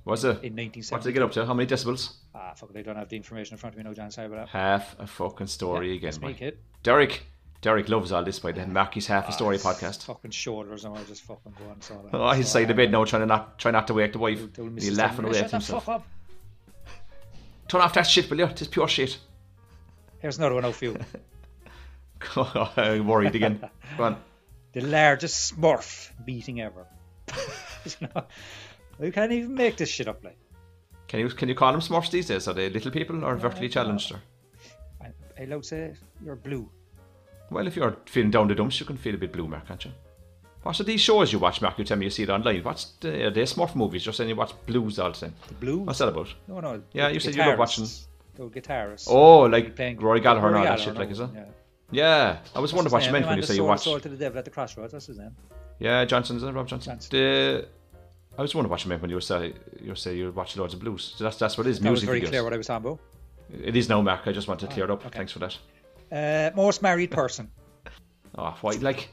Speaker 4: Was it?
Speaker 5: in
Speaker 4: What did they
Speaker 5: 1973.
Speaker 4: get up to? How many decibels?
Speaker 5: Ah, fuck, they don't have the information in front of me now, John. Sorry about that.
Speaker 4: Half a fucking story
Speaker 5: Yeah,
Speaker 4: again,
Speaker 5: that's me,
Speaker 4: boy.
Speaker 5: kid.
Speaker 4: Derek. Derek loves all this by the Marky's Half a Story
Speaker 5: Ah, his
Speaker 4: podcast.
Speaker 5: Fucking shoulders, and I just fucking going. So that-
Speaker 4: Oh, he's
Speaker 5: so
Speaker 4: side
Speaker 5: I-
Speaker 4: of bed now, trying to not try not to wake the wife.
Speaker 5: Don't- don't
Speaker 4: And
Speaker 5: miss
Speaker 4: He's
Speaker 5: his
Speaker 4: laughing
Speaker 5: time.
Speaker 4: away at
Speaker 5: Shut the fuck
Speaker 4: himself.
Speaker 5: up.
Speaker 4: Turn off that shit, will you? It's pure shit.
Speaker 5: Here's another one out for you.
Speaker 4: I'm worried again. Go on.
Speaker 5: The largest Smurf meeting ever. you know, you can't even make this shit up, like.
Speaker 4: Can you can you call them Smurfs these days? Are they little people or vertically challenged? Or?
Speaker 5: I, I allowed to say you're blue.
Speaker 4: Well, if you're feeling down the dumps, you can feel a bit blue, Mark, can't you? What are these shows you watch, Mark? You tell me you see it online. What's the, are they Smurf movies? You're saying you watch blues all the time.
Speaker 5: The blue?
Speaker 4: What's that about?
Speaker 5: No, no.
Speaker 4: Yeah,
Speaker 5: the
Speaker 4: you said you love watching-
Speaker 5: guitarists. The guitarists.
Speaker 4: Oh, like
Speaker 5: Playing-
Speaker 4: Rory Gallagher and all
Speaker 5: Rory
Speaker 4: that
Speaker 5: Gallagher,
Speaker 4: shit, like,
Speaker 5: no,
Speaker 4: is it?
Speaker 5: yeah.
Speaker 4: Yeah. I was wondering
Speaker 5: What's
Speaker 4: what
Speaker 5: his
Speaker 4: you
Speaker 5: name?
Speaker 4: meant
Speaker 5: The
Speaker 4: when
Speaker 5: man
Speaker 4: you
Speaker 5: that
Speaker 4: say you
Speaker 5: sold-
Speaker 4: watch.
Speaker 5: Sold to the devil at the crossroads. That's his name.
Speaker 4: Yeah, Johnson, is it Rob Johnson?
Speaker 5: Johnson.
Speaker 4: The, I was wondering what you meant when you say you say you watch loads of blues. So that's that's what it is.
Speaker 5: That was
Speaker 4: music
Speaker 5: very
Speaker 4: videos.
Speaker 5: clear what I Oh, was talking about.
Speaker 4: It is now, Mark. I just wanted to clear it up. Thanks for that.
Speaker 5: Uh, most married person.
Speaker 4: Oh, why? Like,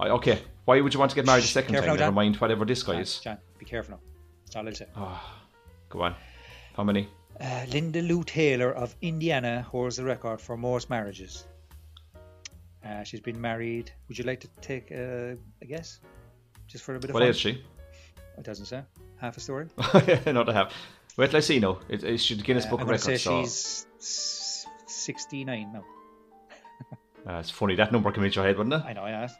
Speaker 4: I, okay. Why would you want to get married a
Speaker 5: Shh,
Speaker 4: second
Speaker 5: careful
Speaker 4: time?
Speaker 5: now,
Speaker 4: Never
Speaker 5: Dan.
Speaker 4: mind whatever this guy
Speaker 5: John,
Speaker 4: is.
Speaker 5: John, be careful now. That's all I'll say.
Speaker 4: Go on. How many?
Speaker 5: Uh, Linda Lou Taylor of Indiana holds the record for most marriages. Uh, she's been married. Would you like to take uh, a guess? Just for a bit of
Speaker 4: What
Speaker 5: fun?
Speaker 4: is she?
Speaker 5: It doesn't say. Half a story.
Speaker 4: Not a half. Wait, let's see now. It, it should Guinness
Speaker 5: Uh,
Speaker 4: Book
Speaker 5: I'm
Speaker 4: of
Speaker 5: going to say
Speaker 4: Records. So,
Speaker 5: she's s- 69 now.
Speaker 4: uh, it's funny that number came into your head, wouldn't it?
Speaker 5: I know, I asked.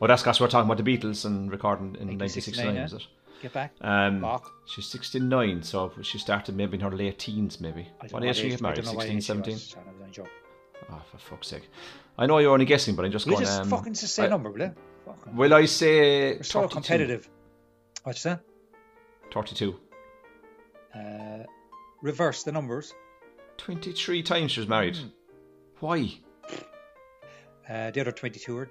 Speaker 4: Oh, that's because we're talking about the Beatles and recording in 1969,
Speaker 5: 1969,
Speaker 4: is it?
Speaker 5: Get back.
Speaker 4: Um,
Speaker 5: Fuck.
Speaker 4: she's 69, so she started maybe in her late teens, maybe.
Speaker 5: I don't
Speaker 4: What
Speaker 5: know
Speaker 4: age did she
Speaker 5: age-
Speaker 4: get
Speaker 5: I
Speaker 4: married?
Speaker 5: don't know what age
Speaker 4: 16,
Speaker 5: she was,
Speaker 4: 17?
Speaker 5: John, I was only joking.
Speaker 4: Oh, for fuck's sake. I know you're only guessing, but I'm just
Speaker 5: Will you
Speaker 4: going.
Speaker 5: just
Speaker 4: um,
Speaker 5: fucking just say
Speaker 4: I-
Speaker 5: a number, will you? Fucking.
Speaker 4: Will I say.
Speaker 5: We're so
Speaker 4: 32?
Speaker 5: competitive. What's that?
Speaker 4: 32.
Speaker 5: Uh, reverse the numbers.
Speaker 4: 23 times she was married.
Speaker 5: Hmm.
Speaker 4: Why?
Speaker 5: Uh, the other 22 are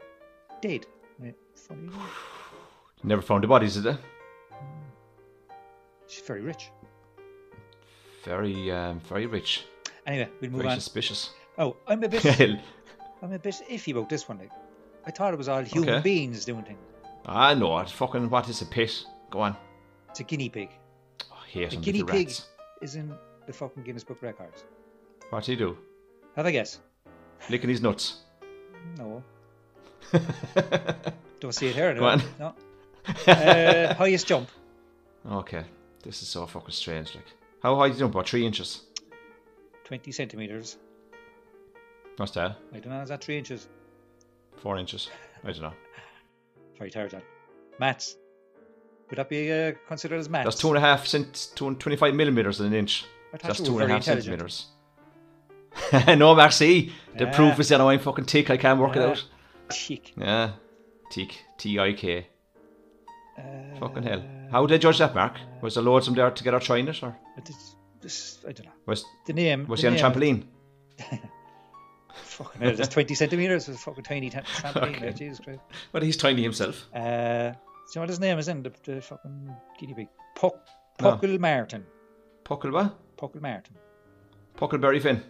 Speaker 5: dead. Uh, Yeah, Funny. isn't it?
Speaker 4: Never found the bodies, did they?
Speaker 5: She's very rich.
Speaker 4: Very, um, very rich.
Speaker 5: Anyway, we'll move
Speaker 4: Very
Speaker 5: on.
Speaker 4: suspicious.
Speaker 5: Oh, I'm a bit, I'm a bit iffy about this one. Like, I thought it was all human
Speaker 4: Okay.
Speaker 5: beings doing things.
Speaker 4: I know it. Fucking what is a pit? Go on.
Speaker 5: It's a guinea pig.
Speaker 4: Oh, here's
Speaker 5: A
Speaker 4: some
Speaker 5: guinea
Speaker 4: little
Speaker 5: pig
Speaker 4: rats.
Speaker 5: is in the fucking Guinness Book Records.
Speaker 4: What do you do?
Speaker 5: Have a guess?
Speaker 4: Licking his nuts.
Speaker 5: No,
Speaker 4: okay.
Speaker 5: don't see it here.
Speaker 4: Go
Speaker 5: anyway. No. Uh, highest jump.
Speaker 4: This is so fucking strange. Like, how high do you jump? About three inches.
Speaker 5: 20 centimeters.
Speaker 4: Not that.
Speaker 5: I don't know, is that three inches?
Speaker 4: Four inches. I don't know.
Speaker 5: Very tired, lad. Mats. Would that be uh, considered as mats?
Speaker 4: That's two and a half cent, two and twenty-five millimeters in an inch.
Speaker 5: I thought
Speaker 4: That's
Speaker 5: you
Speaker 4: two
Speaker 5: were
Speaker 4: and a
Speaker 5: very
Speaker 4: half
Speaker 5: intelligent.
Speaker 4: centimeters. no, merci. The
Speaker 5: Yeah.
Speaker 4: proof is that I'm fucking tick. I can't work
Speaker 5: Yeah.
Speaker 4: it out.
Speaker 5: Cheek.
Speaker 4: Yeah, tick. T I K.
Speaker 5: Uh,
Speaker 4: Fucking hell. How did they judge that, Mark? Was there loads of them there together trying it, or
Speaker 5: but This, this, I don't know.
Speaker 4: was
Speaker 5: The name.
Speaker 4: was
Speaker 5: the
Speaker 4: he on a
Speaker 5: name-
Speaker 4: trampoline?
Speaker 5: Fucking hell, that's 20 centimeters. It's a fucking tiny t- trampoline.
Speaker 4: Okay.
Speaker 5: okay. Jesus Christ.
Speaker 4: Well, he's tiny himself.
Speaker 5: Uh, do you know what his name is in? The, the fucking guinea pig. Puck,
Speaker 4: No.
Speaker 5: Puckle Martin.
Speaker 4: Puckleba,
Speaker 5: Puckle Martin.
Speaker 4: Puckleberry Finn.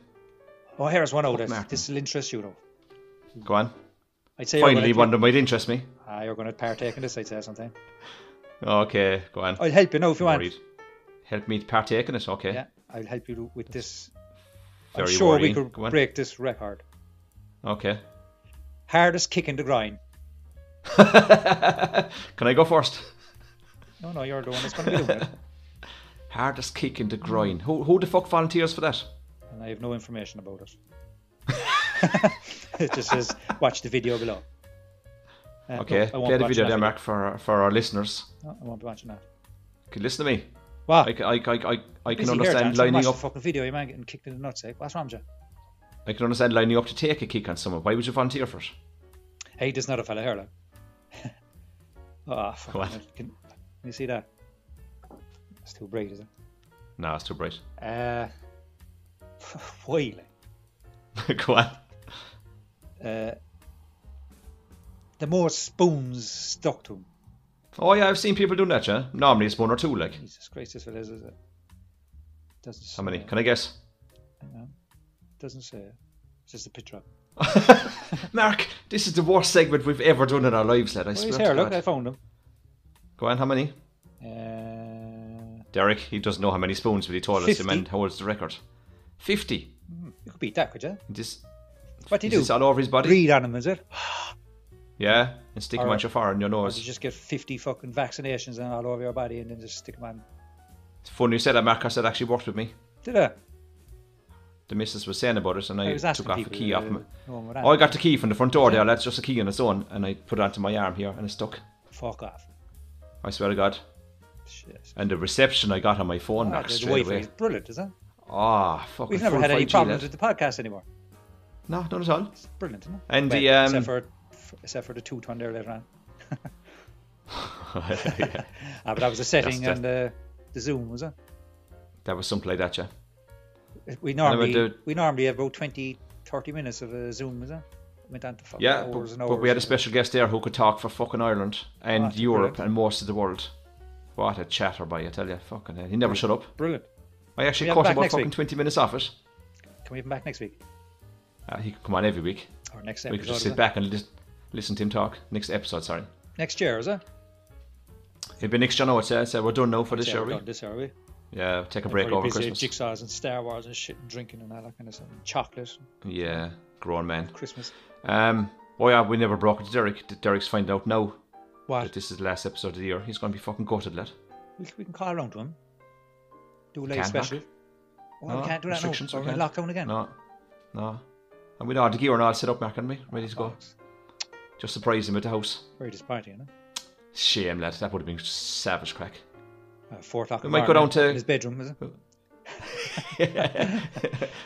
Speaker 5: Oh, here's one out
Speaker 4: Puck
Speaker 5: of
Speaker 4: Martin.
Speaker 5: This will interest you, though.
Speaker 4: Go on.
Speaker 5: I'd say
Speaker 4: Finally,
Speaker 5: you're gonna,
Speaker 4: one of them might interest me.
Speaker 5: ah, you're going to partake in this, I'd say, sometime.
Speaker 4: Okay, go on.
Speaker 5: I'll help you now if you want.
Speaker 4: Worried. Help me to partake in it. Okay.
Speaker 5: Yeah, I'll help you with this. I'm
Speaker 4: Very
Speaker 5: sure
Speaker 4: worrying.
Speaker 5: we
Speaker 4: Go on.
Speaker 5: could break this record.
Speaker 4: Okay.
Speaker 5: Hardest kick in the groin.
Speaker 4: Can I go first?
Speaker 5: No, no, you're the one that's going to be doing it.
Speaker 4: Hardest kick in the groin. Who who the fuck volunteers for that?
Speaker 5: And I have no information about it. it just says, watch the video below. Uh, no,
Speaker 4: Okay.
Speaker 5: I won't
Speaker 4: Play
Speaker 5: be
Speaker 4: the video,
Speaker 5: watching
Speaker 4: there,
Speaker 5: that
Speaker 4: Mark, for for our listeners.
Speaker 5: No, I won't be watching that.
Speaker 4: Okay, listen to me.
Speaker 5: Wow.
Speaker 4: I, c- I, c- I, c- I
Speaker 5: Busy here,
Speaker 4: can
Speaker 5: Dan,
Speaker 4: understand
Speaker 5: trying to watch
Speaker 4: lining
Speaker 5: the
Speaker 4: up.
Speaker 5: fucking video, you man getting kicked in the nuts. Eh? What's wrong, with you?
Speaker 4: I can understand lining up to take a kick on someone. Why would you volunteer for it?
Speaker 5: Hey, there's not a fella here, like. oh, fuck.
Speaker 4: What?
Speaker 5: Can, can you see that? It's too bright, is it?
Speaker 4: No, it's too bright.
Speaker 5: Uh, why, like?
Speaker 4: go on.
Speaker 5: uh, the more spoons stuck to him.
Speaker 4: Oh yeah, I've seen people doing that. Yeah, normally it's one or two. Like
Speaker 5: Jesus Christ, this fella is is it? Doesn't
Speaker 4: how many?
Speaker 5: say.
Speaker 4: Can I guess?
Speaker 5: Hang on. Doesn't say. it. It's just a picture. of him.
Speaker 4: Mark, this is the worst segment we've ever done in our lives, lad. I
Speaker 5: Oh,
Speaker 4: swear
Speaker 5: he's
Speaker 4: to
Speaker 5: here. Look,
Speaker 4: God.
Speaker 5: I found him.
Speaker 4: Go on, how many?
Speaker 5: Uh,
Speaker 4: Derek, he doesn't know how many spoons, but he told us
Speaker 5: 50.
Speaker 4: the man holds the record. Fifty.
Speaker 5: you could beat that, could you?
Speaker 4: This
Speaker 5: What do
Speaker 4: is
Speaker 5: you
Speaker 4: this
Speaker 5: do?
Speaker 4: all over his body.
Speaker 5: Breed on him, is it?
Speaker 4: Yeah, and stick him
Speaker 5: Or-
Speaker 4: on your forehead and your
Speaker 5: Or do you
Speaker 4: nose.
Speaker 5: just get 50 fucking vaccinations and all over your body and then just stick them on?
Speaker 4: It's funny you said that, Mark. I said actually worked with me.
Speaker 5: Did I?
Speaker 4: The missus was saying about it, and
Speaker 5: I
Speaker 4: I,
Speaker 5: was asking
Speaker 4: took off a
Speaker 5: people.
Speaker 4: key
Speaker 5: uh,
Speaker 4: off him.
Speaker 5: no one would
Speaker 4: Oh, I
Speaker 5: answer.
Speaker 4: got the key from the front door there. That's just a key on its own, and I put it onto my arm here, and it stuck.
Speaker 5: Fuck off.
Speaker 4: I swear to God.
Speaker 5: Shit.
Speaker 4: And the reception I got on my phone,
Speaker 5: Ah,
Speaker 4: Mark,
Speaker 5: the
Speaker 4: straight
Speaker 5: Wi-Fi is
Speaker 4: away.
Speaker 5: brilliant, is it?
Speaker 4: Ah, fucking
Speaker 5: We've never
Speaker 4: full
Speaker 5: had any
Speaker 4: 5G
Speaker 5: problems
Speaker 4: there.
Speaker 5: with the podcast anymore.
Speaker 4: No, not at all.
Speaker 5: It's brilliant, isn't it?
Speaker 4: And
Speaker 5: Well,
Speaker 4: the um,
Speaker 5: except for except for the two ton there later on.
Speaker 4: yeah,
Speaker 5: Ah, but that was a setting
Speaker 4: That's-
Speaker 5: and uh, the Zoom was it?
Speaker 4: that was something like that, yeah.
Speaker 5: We
Speaker 4: about
Speaker 5: normally
Speaker 4: the-
Speaker 5: we normally have about 20, 30 minutes of a Zoom, was it? Went on to fucking
Speaker 4: Yeah,
Speaker 5: hours
Speaker 4: but,
Speaker 5: and
Speaker 4: but
Speaker 5: hours.
Speaker 4: we
Speaker 5: and
Speaker 4: had a
Speaker 5: hours.
Speaker 4: special guest there who could talk for fucking Ireland and
Speaker 5: that's
Speaker 4: Europe
Speaker 5: brilliant.
Speaker 4: and most of the world. What a chatterboy, I tell you, fucking hell. He never shut up.
Speaker 5: Brilliant.
Speaker 4: I actually
Speaker 5: We have
Speaker 4: caught
Speaker 5: back
Speaker 4: about
Speaker 5: next
Speaker 4: fucking
Speaker 5: week.
Speaker 4: 20 minutes off it.
Speaker 5: Can we have him back next week
Speaker 4: Uh, he could come on every week.
Speaker 5: or next
Speaker 4: we could
Speaker 5: episode?
Speaker 4: just
Speaker 5: is
Speaker 4: sit
Speaker 5: it?
Speaker 4: back and lis- listen to him talk. Next episode, sorry.
Speaker 5: Next year, is it?
Speaker 4: It'd be next John said, said uh, we're done now for this
Speaker 5: Yeah,
Speaker 4: year,
Speaker 5: we're
Speaker 4: we?
Speaker 5: done This year, are we?
Speaker 4: Yeah, take a break
Speaker 5: Probably
Speaker 4: over
Speaker 5: busy with
Speaker 4: Christmas.
Speaker 5: Jigsaws and Star Wars and shit, and drinking and all that kind of stuff. And chocolate,
Speaker 4: Yeah, grown man.
Speaker 5: and Christmas.
Speaker 4: Um, oh yeah, we never broke it to Derek. D- Derek's finding out now that
Speaker 5: What?
Speaker 4: this is the last episode of the year. He's going to be fucking gutted, lad.
Speaker 5: We, we can call around to him. Do a live
Speaker 4: Can't, Mark.
Speaker 5: special. Oh,
Speaker 4: No,
Speaker 5: we can't do that now.
Speaker 4: restrictions, we
Speaker 5: We're in
Speaker 4: can't.
Speaker 5: lockdown again.
Speaker 4: No, no. And we'd all the gear and all set up, Mark, and we ready to go.
Speaker 5: Oh,
Speaker 4: Just surprise him at the house.
Speaker 5: Very disappointing, isn't
Speaker 4: Shame, lad. That would have been savage crack.
Speaker 5: it? Uh, four o'clock.
Speaker 4: We
Speaker 5: in the
Speaker 4: might go
Speaker 5: morning,
Speaker 4: down to-
Speaker 5: in his bedroom, is it?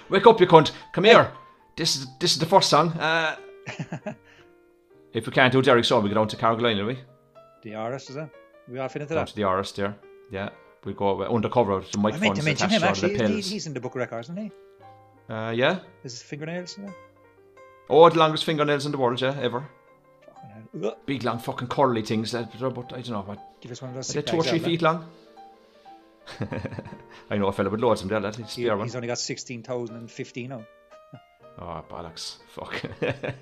Speaker 4: Wake up, you cunt! Come here. This is this is the first song. Uh, if we can't do Derek's song, we go down to Carolina, we
Speaker 5: The RS, is it? We all fit into
Speaker 4: down
Speaker 5: that.
Speaker 4: to the RS there. Yeah, we go uh, undercover to
Speaker 5: I meant
Speaker 4: microphones
Speaker 5: to mention him
Speaker 4: attached to all the
Speaker 5: actually. He,
Speaker 4: pills.
Speaker 5: he's in the book of records, isn't he?
Speaker 4: Uh, yeah.
Speaker 5: Is his fingernails in there?
Speaker 4: Oh, the longest fingernails in the world, yeah, ever.
Speaker 5: Fucking hell. Ugh.
Speaker 4: Big long fucking curly things. That, but I don't know what.
Speaker 5: Give us one of those.
Speaker 4: Are
Speaker 5: sick
Speaker 4: they two or
Speaker 5: bags
Speaker 4: three
Speaker 5: out, lad.
Speaker 4: feet long? I know a fella with loads of them. Let me
Speaker 5: He-
Speaker 4: spare one.
Speaker 5: he's only got 16,015 now.
Speaker 4: Oh, bollocks. Fuck.
Speaker 5: Go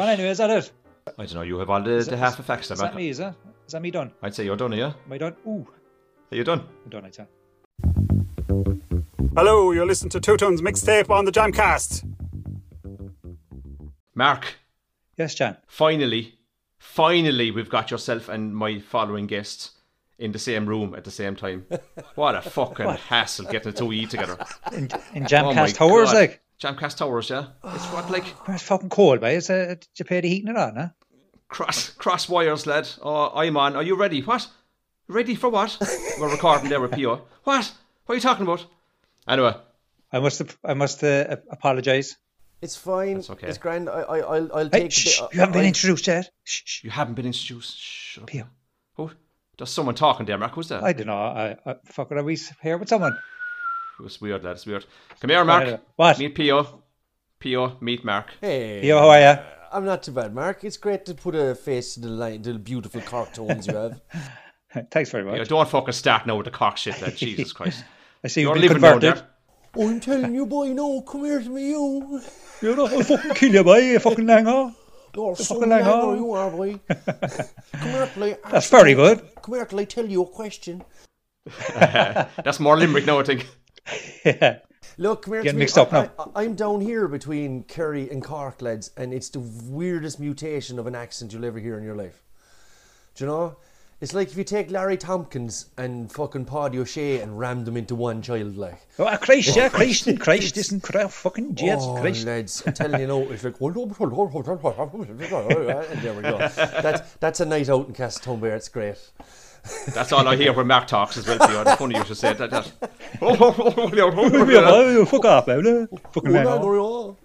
Speaker 5: on anyway, is that it?
Speaker 4: I don't know. You have all the,
Speaker 5: Is
Speaker 4: the
Speaker 5: that-
Speaker 4: half the facts.
Speaker 5: Is
Speaker 4: now,
Speaker 5: that
Speaker 4: Malcolm.
Speaker 5: me, is that? Is that me done?
Speaker 4: I'd say you're done, yeah?
Speaker 5: Am I done? Ooh,
Speaker 4: You're done.
Speaker 5: I'm done, I tell.
Speaker 6: Hello, you're listening to Two Tones Mixtape on the Jamcast.
Speaker 4: Mark,
Speaker 5: Yes, Jan.
Speaker 4: finally, finally, we've got yourself and my following guests in the same room at the same time. What a fucking hassle getting the two of you together.
Speaker 5: In, in
Speaker 4: Oh my
Speaker 5: Jamcast Towers,
Speaker 4: God.
Speaker 5: like,
Speaker 4: Jamcast Towers, yeah? It's what, like,
Speaker 5: it's fucking cold, mate. It's, uh, did you pay the heating or not, huh?
Speaker 4: cross cross wires, lad. Oh, I'm on. Are you ready? What? Ready for what? We're recording there with PO. What? What are you talking about? Anyway,
Speaker 5: I must, ap- I must uh, apologise.
Speaker 7: It's fine.
Speaker 4: That's okay.
Speaker 7: It's grand. I, I, I'll, I'll take.
Speaker 5: Hey,
Speaker 7: the
Speaker 5: shh,
Speaker 7: bit-
Speaker 5: you haven't been
Speaker 7: I-
Speaker 5: introduced yet. Shh, shh.
Speaker 4: you haven't been introduced. Shut up.
Speaker 5: PO.
Speaker 4: Oh, there's someone talking there, Mark. Who's that?
Speaker 5: I don't know. I, I, fuck, are we here with someone?
Speaker 4: It was weird, lad. It's weird. Come here, Mark.
Speaker 5: Alright, what?
Speaker 4: Meet PO. PO, meet Mark.
Speaker 7: Hey,
Speaker 5: Yo, how are ya?
Speaker 7: I'm not too bad, Mark. It's great to put a face to the line, to the beautiful cork tones you have.
Speaker 5: Thanks very much.
Speaker 4: Yeah, don't fucking start now with the cock shit, lad. Jesus Christ.
Speaker 5: I see
Speaker 4: You're
Speaker 5: you've been
Speaker 4: living down
Speaker 5: converted.
Speaker 4: there.
Speaker 7: oh, I'm telling you, boy, no, come here to me, you.
Speaker 5: You know, I'll fucking kill you, boy. You fucking lango.
Speaker 7: You're so
Speaker 5: fucking like,
Speaker 7: langer
Speaker 5: oh.
Speaker 7: you are, boy. come here till I
Speaker 5: That's
Speaker 7: ask you-
Speaker 5: very good.
Speaker 7: Come here till I tell you a question.
Speaker 4: That's more Limerick now, I think.
Speaker 5: Yeah.
Speaker 7: Look, come here
Speaker 5: Getting
Speaker 7: to me.
Speaker 5: mixed up
Speaker 7: I,
Speaker 5: now.
Speaker 7: I, I'm down here between Kerry and Cork, lads, and it's the weirdest mutation of an accent you'll ever hear in your life. Do you know? It's like if you take Larry Tompkins and fucking Paddy O'Shea and ram them into one child, like.
Speaker 5: Oh, Christ, yeah, Christ, and Christ, this and Christ, fucking Jesus
Speaker 7: oh,
Speaker 5: Christ.
Speaker 7: lads, I'm telling you, now, it's like, and there we go. That's, that's a night out in Castleton Bear, it's great.
Speaker 4: That's all I hear when Mark talks as well, PO. That's funny you should say that. that. Oh,
Speaker 5: Yeah, boy, you fuck off, man. eh? Fucking
Speaker 7: Oh, no,
Speaker 5: lango.
Speaker 7: no, no.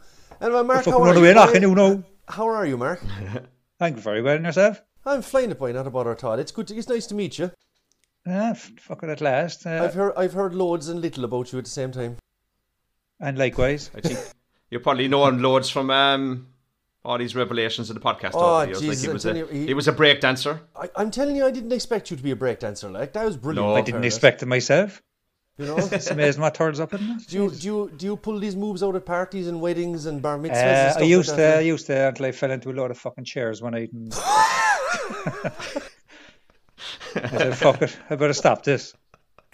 Speaker 7: Anyway, Mark,
Speaker 5: Fucking
Speaker 7: how
Speaker 5: run
Speaker 7: are
Speaker 5: away,
Speaker 7: you?
Speaker 5: knocking,
Speaker 7: boy?
Speaker 5: you know.
Speaker 7: How are you, Mark?
Speaker 5: Thank you very well, and yourself.
Speaker 7: I'm flying it, boy, not about our Todd. It's good. To, it's nice to meet you.
Speaker 5: Ah, f- fucking at last. Uh,
Speaker 7: I've heard I've heard loads and little about you at the same time.
Speaker 5: and likewise.
Speaker 4: I think you probably know him loads from um, all these revelations in the podcast.
Speaker 7: Oh,
Speaker 4: over the years.
Speaker 7: Jesus,
Speaker 4: like he, was
Speaker 7: I'm
Speaker 4: a,
Speaker 7: telling you, he-
Speaker 4: he... was a break dancer.
Speaker 7: I, I'm telling you, I didn't expect you to be a breakdancer. Like that was brilliant.
Speaker 4: No.
Speaker 7: in
Speaker 5: I didn't
Speaker 7: fairness,
Speaker 5: expect it myself.
Speaker 7: You know,
Speaker 5: It's amazing what turns up in
Speaker 7: do you do you do you pull these moves out at parties and weddings and bar mitzvahs? and
Speaker 5: Uh,
Speaker 7: stuff
Speaker 5: I used
Speaker 7: like
Speaker 5: to, I
Speaker 7: that,
Speaker 5: used to until I fell into a lot of fucking chairs one night. And I said, "Fuck it, I better stop this."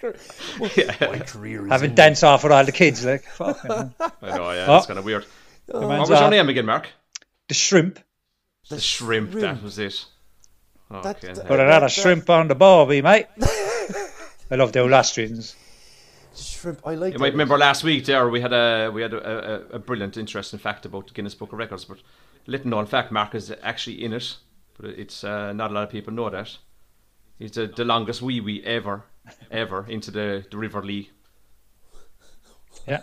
Speaker 7: My career is
Speaker 5: Having
Speaker 7: in-
Speaker 5: dance off with all the kids, like fuck. it, man.
Speaker 4: I know, yeah,
Speaker 5: Oh.
Speaker 4: that's kind of weird.
Speaker 5: The
Speaker 4: What
Speaker 5: man's
Speaker 4: was your
Speaker 5: off.
Speaker 4: name again, Mark?
Speaker 5: The shrimp,
Speaker 4: The, shrimp,
Speaker 7: shrimp.
Speaker 4: That was it.
Speaker 7: That-
Speaker 4: Okay.
Speaker 7: that-
Speaker 5: but another shrimp on the barbie, mate. I love the Olastrians.
Speaker 7: shrimp. I like.
Speaker 4: You
Speaker 7: that.
Speaker 4: might remember last week there we had a we had a, a, a brilliant interesting fact about the Guinness Book of Records, but little known fact Mark is actually in it, but it's uh, not a lot of people know that. He's the, the longest wee wee ever, ever into the, the River Lee.
Speaker 5: Yeah,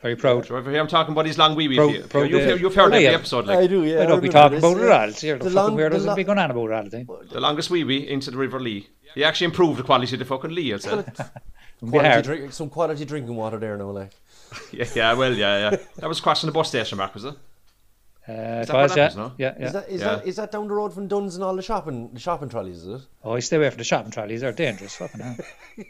Speaker 5: very proud.
Speaker 4: Do you ever hear him talking about his long wee wee?
Speaker 5: Pro-
Speaker 4: you,
Speaker 5: pro-
Speaker 4: you've,
Speaker 5: yeah.
Speaker 4: you've heard
Speaker 5: Oh,
Speaker 4: every
Speaker 5: yeah.
Speaker 4: episode,
Speaker 7: I
Speaker 4: like
Speaker 7: do. Yeah.
Speaker 5: I don't be
Speaker 7: remember
Speaker 5: talking
Speaker 7: this,
Speaker 5: about it
Speaker 7: yeah.
Speaker 5: all. See, the,
Speaker 7: The
Speaker 5: fucking
Speaker 7: long- the
Speaker 5: weirdos will
Speaker 7: lo-
Speaker 5: be going on about it all. They
Speaker 4: the longest wee wee into the River Lee. He actually improved the quality of the fucking Lee, I'd say.
Speaker 5: Be
Speaker 7: Quality
Speaker 5: hard.
Speaker 7: drink, some quality drinking water there, no like.
Speaker 4: yeah, yeah, well, yeah, yeah. That was crossing the bus station, Mark, was it?
Speaker 5: Uh,
Speaker 4: Is
Speaker 5: guys,
Speaker 4: that what
Speaker 5: yeah,
Speaker 4: happens, no?
Speaker 5: yeah, yeah.
Speaker 7: Is that is
Speaker 4: Yeah.
Speaker 7: that is that down the road from Dunn's and all the shopping the shopping trolleys? Is it?
Speaker 5: Oh, you stay away from the shopping trolleys. They're dangerous. Fucking hell.
Speaker 7: God,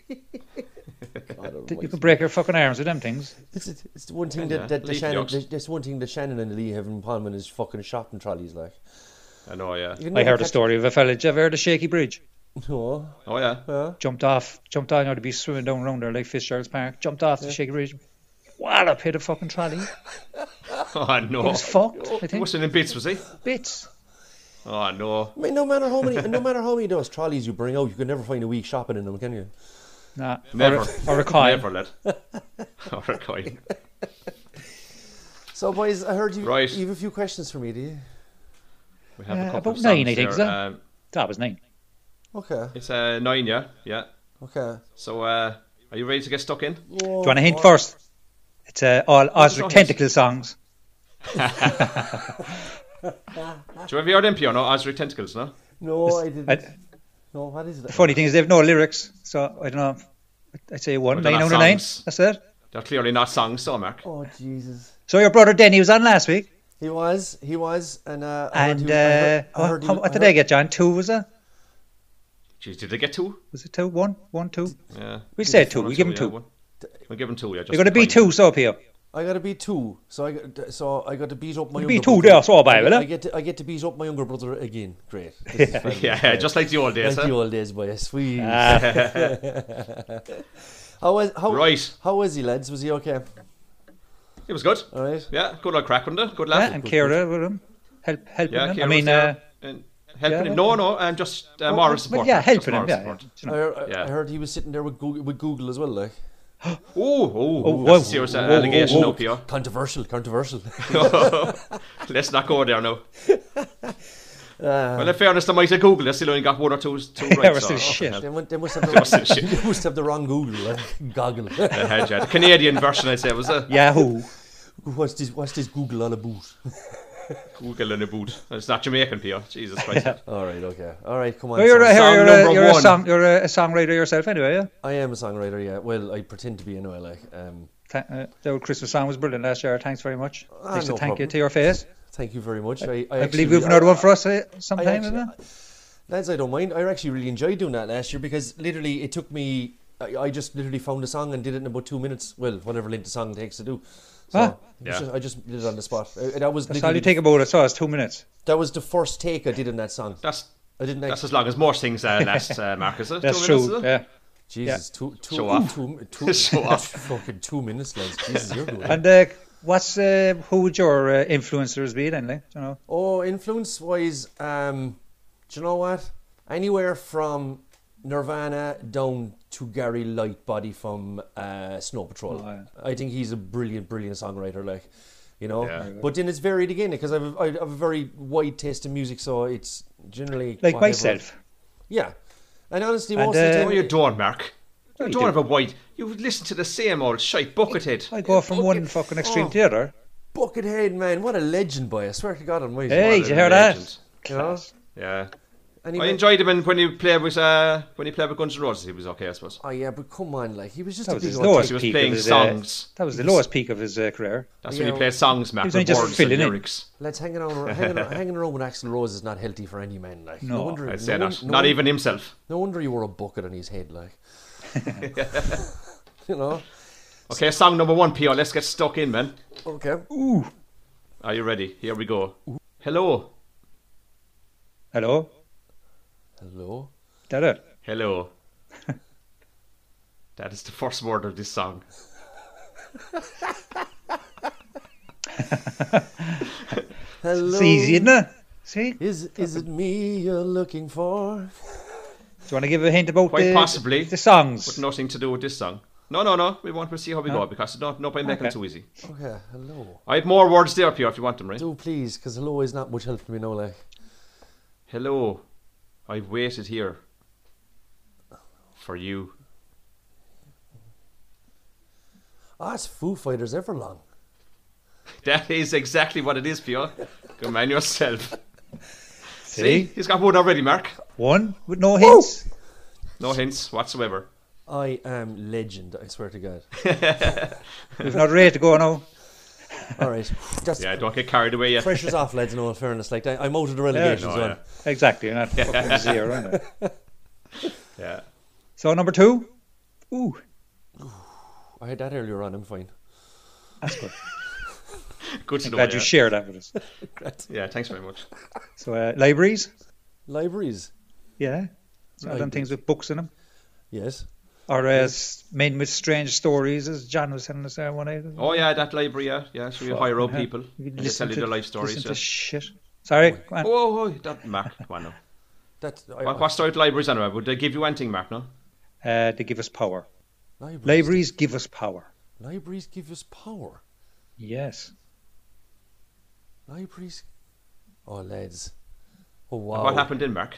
Speaker 7: I don't
Speaker 5: You
Speaker 7: like
Speaker 5: can break your fucking arms with them things.
Speaker 7: It's, it's, it's the one thing
Speaker 4: Yeah,
Speaker 7: that, that the
Speaker 4: leaf
Speaker 7: Shannon,
Speaker 4: yolks.
Speaker 7: the, that's one thing that Shannon and Lee have in common is fucking shopping trolleys. Like,
Speaker 4: I know, yeah.
Speaker 7: You can
Speaker 5: I
Speaker 7: never
Speaker 5: heard a
Speaker 7: catch-
Speaker 5: story of a fella. Did you ever heard of Shaky Bridge?
Speaker 7: No.
Speaker 4: Oh, yeah.
Speaker 5: Jumped off, jumped on, you know, to be swimming down around there like Fitzgerald's Park. Jumped off the Shaky Bridge. Wallop hit a fucking trolley. He
Speaker 4: Oh, no.
Speaker 5: was fucked, I
Speaker 4: He
Speaker 5: think.
Speaker 4: wasn't in bits, was he?
Speaker 5: Bits.
Speaker 4: Oh, no.
Speaker 7: I mean, no matter how many, no matter how many of those trolleys you bring out, you can never find a week shopping in them, can you?
Speaker 5: Nah.
Speaker 4: Never.
Speaker 5: Or a, or a coin.
Speaker 4: Never, lad. or a coin.
Speaker 7: So, boys, I heard you.
Speaker 4: Right.
Speaker 7: You have a few questions for me, do you?
Speaker 4: We have a
Speaker 5: Uh,
Speaker 4: couple
Speaker 5: about
Speaker 4: of
Speaker 5: nine,
Speaker 4: songs
Speaker 5: I think, is
Speaker 4: there.
Speaker 5: that?
Speaker 4: Um,
Speaker 5: That was nine.
Speaker 7: Okay.
Speaker 4: it's uh, nine, yeah, yeah.
Speaker 7: Okay.
Speaker 4: So, uh, are you ready to get stuck in?
Speaker 7: Oh,
Speaker 5: Do you want a hint first? It's uh, all Osric
Speaker 4: songs?
Speaker 5: Tentacle songs.
Speaker 4: Do you ever hear them, Pio? No, Osric Tentacles, no?
Speaker 7: No, I didn't.
Speaker 5: I,
Speaker 7: no, what is it?
Speaker 5: funny thing is, they have no lyrics, so I don't know. I'd say one,
Speaker 4: Well, they're
Speaker 5: nine
Speaker 4: not
Speaker 5: out of nine.
Speaker 4: songs.
Speaker 5: That's it.
Speaker 4: They're clearly not songs, so, Mark.
Speaker 7: Oh Jesus.
Speaker 5: So your brother Denny was on last week,
Speaker 7: He was. He was. And uh, I heard
Speaker 5: and
Speaker 7: he was- I
Speaker 5: uh,
Speaker 7: heard- I heard
Speaker 5: what,
Speaker 7: he
Speaker 5: how-
Speaker 7: was-
Speaker 5: what
Speaker 7: I
Speaker 5: did
Speaker 7: heard-
Speaker 5: I get, John? Two was it?
Speaker 4: Jeez, did they get two?
Speaker 5: Was it two? One? One, two?
Speaker 4: Yeah.
Speaker 5: We said two.
Speaker 4: One or
Speaker 5: We give them
Speaker 4: yeah,
Speaker 5: two.
Speaker 4: one. We give them two. Yeah. just
Speaker 5: You're going to
Speaker 4: combine
Speaker 5: beat two, so up here.
Speaker 7: I got to beat two, so I got so I got to beat up my
Speaker 5: You
Speaker 7: younger
Speaker 5: beat two
Speaker 7: brother.
Speaker 5: there, so by, will
Speaker 7: I
Speaker 5: it?
Speaker 7: get to, I get to beat up my younger brother again. Great. This is
Speaker 4: them.
Speaker 7: fabulous.
Speaker 4: Yeah, just like the old days.
Speaker 7: Thank
Speaker 4: Huh?
Speaker 7: you all days, boys. We
Speaker 5: Ah.
Speaker 4: right.
Speaker 7: how was how
Speaker 4: It
Speaker 7: how was he, lads? Was he okay?
Speaker 4: was good.
Speaker 7: All right.
Speaker 4: Yeah, good luck, crack under. Good
Speaker 5: Yeah,
Speaker 4: lad.
Speaker 5: and Kira with him. Help, helping
Speaker 4: Yeah,
Speaker 5: him. I
Speaker 4: Ciara's
Speaker 5: mean,
Speaker 4: there
Speaker 5: uh,
Speaker 4: and helping
Speaker 5: yeah.
Speaker 4: him. No, no, and just uh,
Speaker 5: well,
Speaker 4: moral
Speaker 5: well,
Speaker 4: support.
Speaker 5: yeah,
Speaker 4: man, just
Speaker 5: helping him. Yeah,
Speaker 4: moral support.
Speaker 5: yeah. You
Speaker 7: I,
Speaker 5: know.
Speaker 7: heard, I-
Speaker 4: Yeah.
Speaker 7: I heard he was sitting there with Google, with Google as well, like
Speaker 4: Oh, oh,
Speaker 5: Oh,
Speaker 4: that's
Speaker 5: whoa,
Speaker 4: a serious
Speaker 5: whoa, whoa,
Speaker 4: allegation
Speaker 5: whoa.
Speaker 4: up here.
Speaker 7: controversial, controversial.
Speaker 4: Let's not go there now.
Speaker 5: Ah.
Speaker 4: well, in fairness, I might have Googled. I still only got one or two, two
Speaker 5: Yeah,
Speaker 4: right.
Speaker 5: we're still shit.
Speaker 7: they, must, they must have the wrong,
Speaker 4: shit.
Speaker 7: they must have the wrong Google, like, goggle.
Speaker 4: The Canadian version, I'd say, was a
Speaker 5: Yahoo.
Speaker 7: what's this? What's this Google all about?
Speaker 4: Google in a boot. It's not Jamaican, Pierre. Jesus Christ.
Speaker 7: All right, okay, all right, come on.
Speaker 5: Well, you're,
Speaker 7: son.
Speaker 5: a,
Speaker 4: Song
Speaker 5: you're, a,
Speaker 4: number
Speaker 5: you're, a
Speaker 4: one.
Speaker 5: song, you're a, a songwriter yourself, anyway, yeah?
Speaker 7: I am a songwriter, yeah. Well, I pretend to be anyway. Like, um,
Speaker 5: Th- uh, the old Christmas song was brilliant last year. Thanks very much.
Speaker 7: Ah,
Speaker 5: Thanks
Speaker 7: no
Speaker 5: to thank you
Speaker 7: problem.
Speaker 5: to your face.
Speaker 7: thank you very much. I, I,
Speaker 5: I
Speaker 7: actually-
Speaker 5: believe we have another one for us eh, sometime,
Speaker 7: actually-
Speaker 5: isn't it?
Speaker 7: Lads, I don't mind. I actually really enjoyed doing that last year because literally it took me. I, I just literally found the song and did it in about two minutes. Well, whatever length the song takes to do. So
Speaker 5: Huh?
Speaker 7: it was
Speaker 4: Yeah.
Speaker 7: just- I just did it on the spot. Uh, That was
Speaker 5: That's all
Speaker 7: literally,
Speaker 5: you take about it. So it's two minutes.
Speaker 7: that was the first take I did in that song.
Speaker 4: That's
Speaker 7: I didn't.
Speaker 4: that's
Speaker 7: Actually,
Speaker 4: as long as most things uh, last, uh, Marcus. Uh,
Speaker 5: That's
Speaker 4: two
Speaker 5: true.
Speaker 4: minutes, is it?
Speaker 5: yeah.
Speaker 7: Jesus, two, two,
Speaker 4: Show off.
Speaker 7: two- two-
Speaker 4: Show off.
Speaker 7: fucking two minutes, lads. Jesus, you're good.
Speaker 5: And uh, what's uh, who would your uh, influencers be then? Like, you know,
Speaker 7: Oh, influence wise, um, do you know what? Anywhere from Nirvana down to Gary Lightbody from uh, Snow Patrol.
Speaker 5: Oh, yeah.
Speaker 7: I think he's a brilliant, brilliant songwriter. Like, you know.
Speaker 4: Yeah. Very
Speaker 7: But then it's varied again because I've a- I have a very wide taste in music, so it's generally
Speaker 5: like
Speaker 7: whatever.
Speaker 5: myself.
Speaker 7: Yeah, and honestly,
Speaker 5: And,
Speaker 7: most of
Speaker 5: uh,
Speaker 7: the
Speaker 4: No,
Speaker 7: time,
Speaker 4: you don't, Mark. You
Speaker 5: you
Speaker 4: don't
Speaker 5: do.
Speaker 4: have a white. You listen to the same old shite buckethead.
Speaker 5: I go from one
Speaker 4: Oh.
Speaker 5: fucking extreme to the other.
Speaker 7: Buckethead man, what a legend, boy! I swear to God, on my
Speaker 5: Hey, did
Speaker 4: What
Speaker 5: you
Speaker 4: a
Speaker 5: hear that?
Speaker 4: legend.
Speaker 7: you know?
Speaker 4: Yeah.
Speaker 7: And he
Speaker 4: I
Speaker 7: made-
Speaker 4: enjoyed him in- when he played with uh, when he played with Guns N' Roses. He was okay, I suppose.
Speaker 7: Oh yeah, but come on, like he was just
Speaker 5: That
Speaker 7: a
Speaker 5: was
Speaker 7: big
Speaker 5: his
Speaker 7: old
Speaker 5: lowest
Speaker 4: He was
Speaker 5: peak
Speaker 4: playing
Speaker 5: of his,
Speaker 4: songs.
Speaker 5: Uh, that was the lowest peak of his uh, career.
Speaker 4: That's
Speaker 7: Yeah,
Speaker 4: when he
Speaker 7: well-
Speaker 4: played songs, Mark.
Speaker 5: He was
Speaker 4: with
Speaker 5: only just
Speaker 4: words and
Speaker 5: filling in.
Speaker 4: lyrics.
Speaker 7: Let's hanging around, hanging, around, hanging around with Axel Rose is not healthy for any man. Like no,
Speaker 5: No,
Speaker 7: wonder,
Speaker 4: I'd say
Speaker 7: no,
Speaker 4: not.
Speaker 7: won- no
Speaker 4: not
Speaker 7: won-
Speaker 4: even himself.
Speaker 7: No wonder he wore a bucket on his head, like. you know.
Speaker 4: Okay, song number one, Pio. Let's get stuck in, man.
Speaker 7: Okay.
Speaker 4: Are you ready? Here we go. Hello.
Speaker 5: Hello,
Speaker 7: Hello.
Speaker 5: that it?
Speaker 4: Hello. that is the first word of this song.
Speaker 7: Hello.
Speaker 5: It's easy, isn't it? See, do you
Speaker 7: Is is it me you're looking for?
Speaker 5: want to give a hint about
Speaker 4: Quite
Speaker 5: the,
Speaker 4: possibly,
Speaker 5: the
Speaker 4: but
Speaker 5: songs?
Speaker 4: nothing to do with this song. No, no, no. We want to see how we go because not not by making it
Speaker 5: Okay.
Speaker 4: too easy.
Speaker 7: Okay. Hello.
Speaker 4: I have more words there, Pio, if you want them, right?
Speaker 7: Do please, because hello is not much help to me now. Like.
Speaker 4: Hello. I've waited here for you.
Speaker 7: Ah, it's Foo Fighters Everlong.
Speaker 4: That is exactly what it is, Pio. Good man yourself.
Speaker 5: See,
Speaker 4: He's got one already, Mark.
Speaker 5: one with no hints.
Speaker 4: No hints whatsoever.
Speaker 7: I am legend. I swear to God.
Speaker 5: We've not ready to go now.
Speaker 7: All right. That's
Speaker 4: Yeah, don't get carried away yet.
Speaker 7: pressure's off, lads. In all fairness, like I- I'm out of the relegation
Speaker 4: no,
Speaker 7: zone.
Speaker 4: yeah.
Speaker 5: Exactly, you're not fucking zero, aren't you?
Speaker 4: Yeah.
Speaker 5: So number two. Ooh,
Speaker 7: I had that earlier on. I'm fine.
Speaker 5: that's good.
Speaker 4: Good to know.
Speaker 5: Glad
Speaker 4: yeah.
Speaker 5: you shared that with us.
Speaker 4: yeah, thanks very much.
Speaker 5: So uh, libraries,
Speaker 7: Libraries.
Speaker 5: yeah, some of them things with books in them.
Speaker 7: Yes.
Speaker 5: Or uh, s- men with strange stories, as John was telling us there one night.
Speaker 4: Oh yeah, that library, yeah, yeah. So you hire out
Speaker 5: Yeah.
Speaker 4: people,
Speaker 5: You could
Speaker 4: they tell you their life stories.
Speaker 5: listen to
Speaker 4: Yeah.
Speaker 5: shit. Sorry, go on.
Speaker 4: oh, oh, oh, that Mark, come on now.
Speaker 7: That I,
Speaker 4: What, what story to libraries anyway? Would they give you anything, Mark? No. Oh.
Speaker 5: Uh, they give us power.
Speaker 7: libraries.
Speaker 5: Libraries give us power.
Speaker 7: Libraries give us power.
Speaker 5: Yes.
Speaker 7: Libraries. Oh, lads. Oh wow.
Speaker 4: What happened in Mark?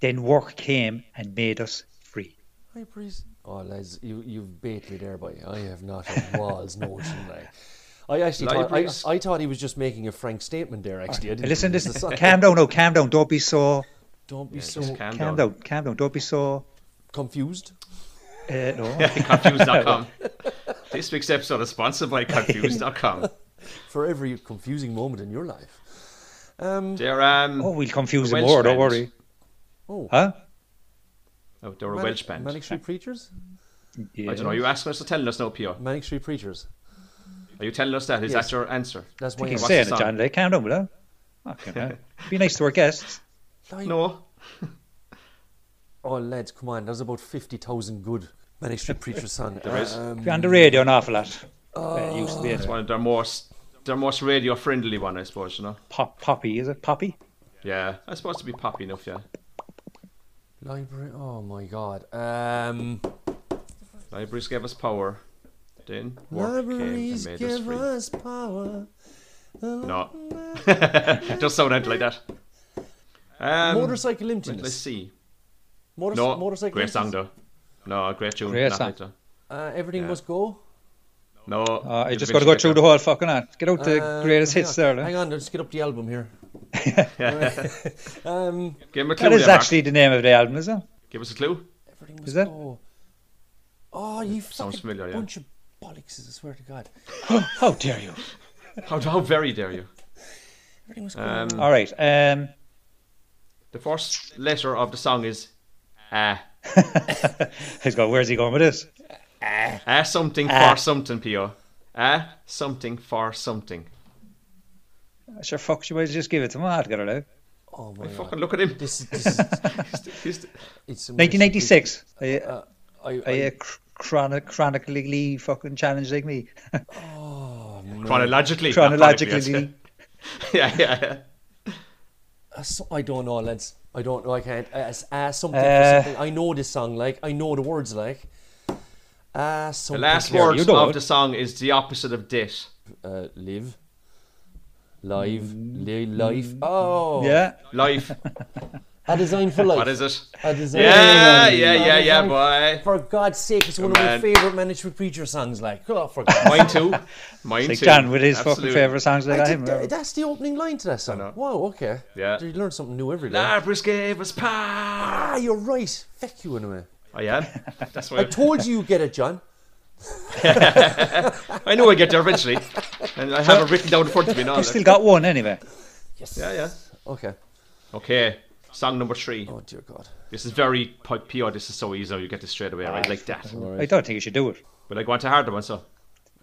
Speaker 5: Then work came and made us free.
Speaker 7: Libraries. Oh, lads, you you've baited me there, boy. I have not a walls notion, like. I actually thought I,
Speaker 4: Libraries-
Speaker 7: I thought he was just making a frank statement there. Actually, I didn't
Speaker 5: Listen,
Speaker 7: think it was
Speaker 5: listen.
Speaker 7: the song.
Speaker 5: calm down, no, calm down. Don't be so.
Speaker 7: Don't be so
Speaker 4: Just calm,
Speaker 5: Calm
Speaker 4: down.
Speaker 5: down, calm down. Don't be so.
Speaker 7: confused.
Speaker 5: Uh, no.
Speaker 4: Confused.com. this week's episode is sponsored by Confused.com.
Speaker 7: For every confusing moment in your life. Um.
Speaker 4: They're um,
Speaker 5: Oh, we'll confuse
Speaker 4: The
Speaker 5: them
Speaker 4: Welsh
Speaker 5: more. Don't
Speaker 4: friends.
Speaker 5: worry.
Speaker 7: Oh.
Speaker 5: Huh?
Speaker 4: No, they were a
Speaker 7: Manic-
Speaker 4: Welsh band.
Speaker 7: Manic Street Preachers?
Speaker 4: I don't know. Are you asking us or telling us now, Pio?
Speaker 7: Manic Street Preachers.
Speaker 4: Are you telling us that? Is
Speaker 7: Yes.
Speaker 4: that your answer?
Speaker 7: That's my
Speaker 5: Think he's
Speaker 4: What's
Speaker 7: answer.
Speaker 4: the
Speaker 5: saying it,
Speaker 4: song?
Speaker 5: John. They can't do that. Fucking hell. Be nice to our guests.
Speaker 4: No.
Speaker 7: Oh, lads, come on. There's about 50,000 good Manic Street Preachers Uh, songs.
Speaker 4: There is.
Speaker 5: Be on the radio an awful lot.
Speaker 7: Oh.
Speaker 5: Uh, it used to be
Speaker 4: It's
Speaker 5: anyway.
Speaker 4: one of their most their most radio friendly one, I suppose, you know?
Speaker 5: Pop, poppy, is it? Poppy?
Speaker 4: Yeah. That's supposed to be poppy enough, yeah.
Speaker 7: Library. Oh, my God. Um,
Speaker 4: Libraries gave us power. Then work
Speaker 7: libraries
Speaker 4: came and made us
Speaker 7: give
Speaker 4: free.
Speaker 7: us power.
Speaker 4: No. Just sounded like that. Um,
Speaker 7: Motorcycle
Speaker 4: let's
Speaker 7: emptiness.
Speaker 4: see.
Speaker 7: Motor-
Speaker 4: No,
Speaker 7: motorcycle
Speaker 4: great song
Speaker 7: emptiness.
Speaker 4: though. No, great tune.
Speaker 5: Great
Speaker 4: not
Speaker 5: song.
Speaker 4: like that.
Speaker 7: Uh, everything
Speaker 4: Yeah.
Speaker 7: must go.
Speaker 4: No.
Speaker 5: Uh, I
Speaker 4: you've
Speaker 5: just
Speaker 4: been
Speaker 5: got to go
Speaker 4: straight
Speaker 5: through the
Speaker 4: there.
Speaker 5: whole fucking ad. Get out the
Speaker 7: Uh,
Speaker 5: greatest
Speaker 7: hang
Speaker 5: hits
Speaker 7: on,
Speaker 5: there. eh?
Speaker 7: Hang
Speaker 5: Like.
Speaker 7: on, let's get up the album here. um,
Speaker 4: Give him a clue.
Speaker 5: That is
Speaker 4: there, Mark.
Speaker 5: actually the name of the album, is it?
Speaker 4: Give us a clue.
Speaker 7: everything must
Speaker 5: Is that-
Speaker 7: go. Oh, you fucking
Speaker 4: familiar, yeah.
Speaker 7: bunch of bollocks! I swear to God,
Speaker 5: How dare you?
Speaker 4: How, how very dare you?
Speaker 7: everything must go.
Speaker 4: Um,
Speaker 5: All right. Um,
Speaker 4: the first letter of the song is ah.
Speaker 5: he's going, where's he going with this?
Speaker 4: Ah something for something, Pio. Ah something for something.
Speaker 5: I Sure, fuck, you might as well just give it to my heart, get it out.
Speaker 7: oh my God,
Speaker 4: Fucking look at him.
Speaker 7: this is, this is
Speaker 4: He's-
Speaker 7: it's
Speaker 5: 1996. I,
Speaker 7: Uh, I, I,
Speaker 5: I, uh, cr- chronic, chronically fucking challenged like me.
Speaker 4: chronologically.
Speaker 5: Chronologically.
Speaker 4: not chronically, that's it. yeah, yeah, yeah.
Speaker 7: uh, so- I don't know, lads. I don't know. I can't. Uh, it's, uh, something,
Speaker 5: Uh,
Speaker 7: for something. I know this song. Like I know the words. Like uh,
Speaker 4: The
Speaker 7: something.
Speaker 4: last
Speaker 7: for-
Speaker 4: words
Speaker 5: you know
Speaker 4: of
Speaker 5: it.
Speaker 4: the song is the opposite of this.
Speaker 7: Uh, live. Live.
Speaker 4: Mm-hmm.
Speaker 7: Li- life. Oh.
Speaker 5: Yeah.
Speaker 4: Life.
Speaker 7: A design for life.
Speaker 4: what is it?
Speaker 7: A design
Speaker 4: Yeah,
Speaker 7: for life.
Speaker 4: yeah,
Speaker 7: A
Speaker 4: yeah, yeah,
Speaker 7: Design-
Speaker 4: boy.
Speaker 7: For God's sake, it's one
Speaker 4: Man.
Speaker 7: of my favorite managed preacher songs. Like, oh, for God's
Speaker 4: Mine too. Mine
Speaker 5: Like
Speaker 4: too.
Speaker 5: John with his
Speaker 4: Absolutely.
Speaker 5: fucking favourite songs like
Speaker 7: I
Speaker 5: that.
Speaker 7: did- th- that's the opening line to that song.
Speaker 4: know.
Speaker 7: Wow, okay.
Speaker 4: Yeah.
Speaker 7: You learn something new every day.
Speaker 4: Libraries gave us power.
Speaker 7: Ah, you're right. Fuck you, anyway.
Speaker 4: I am. That's
Speaker 7: I
Speaker 4: why
Speaker 7: told you you'd get it, John.
Speaker 4: I know I get there eventually, and I have it written down in front of me now.
Speaker 5: I still got one anyway.
Speaker 4: Yeah, yeah.
Speaker 7: Okay.
Speaker 4: Okay, song number three.
Speaker 7: Oh, dear God.
Speaker 4: This is very pi- pure. This is so easy. You get this straight away. Right, like that.
Speaker 5: I don't think you should do it.
Speaker 4: But I go on to harder one. So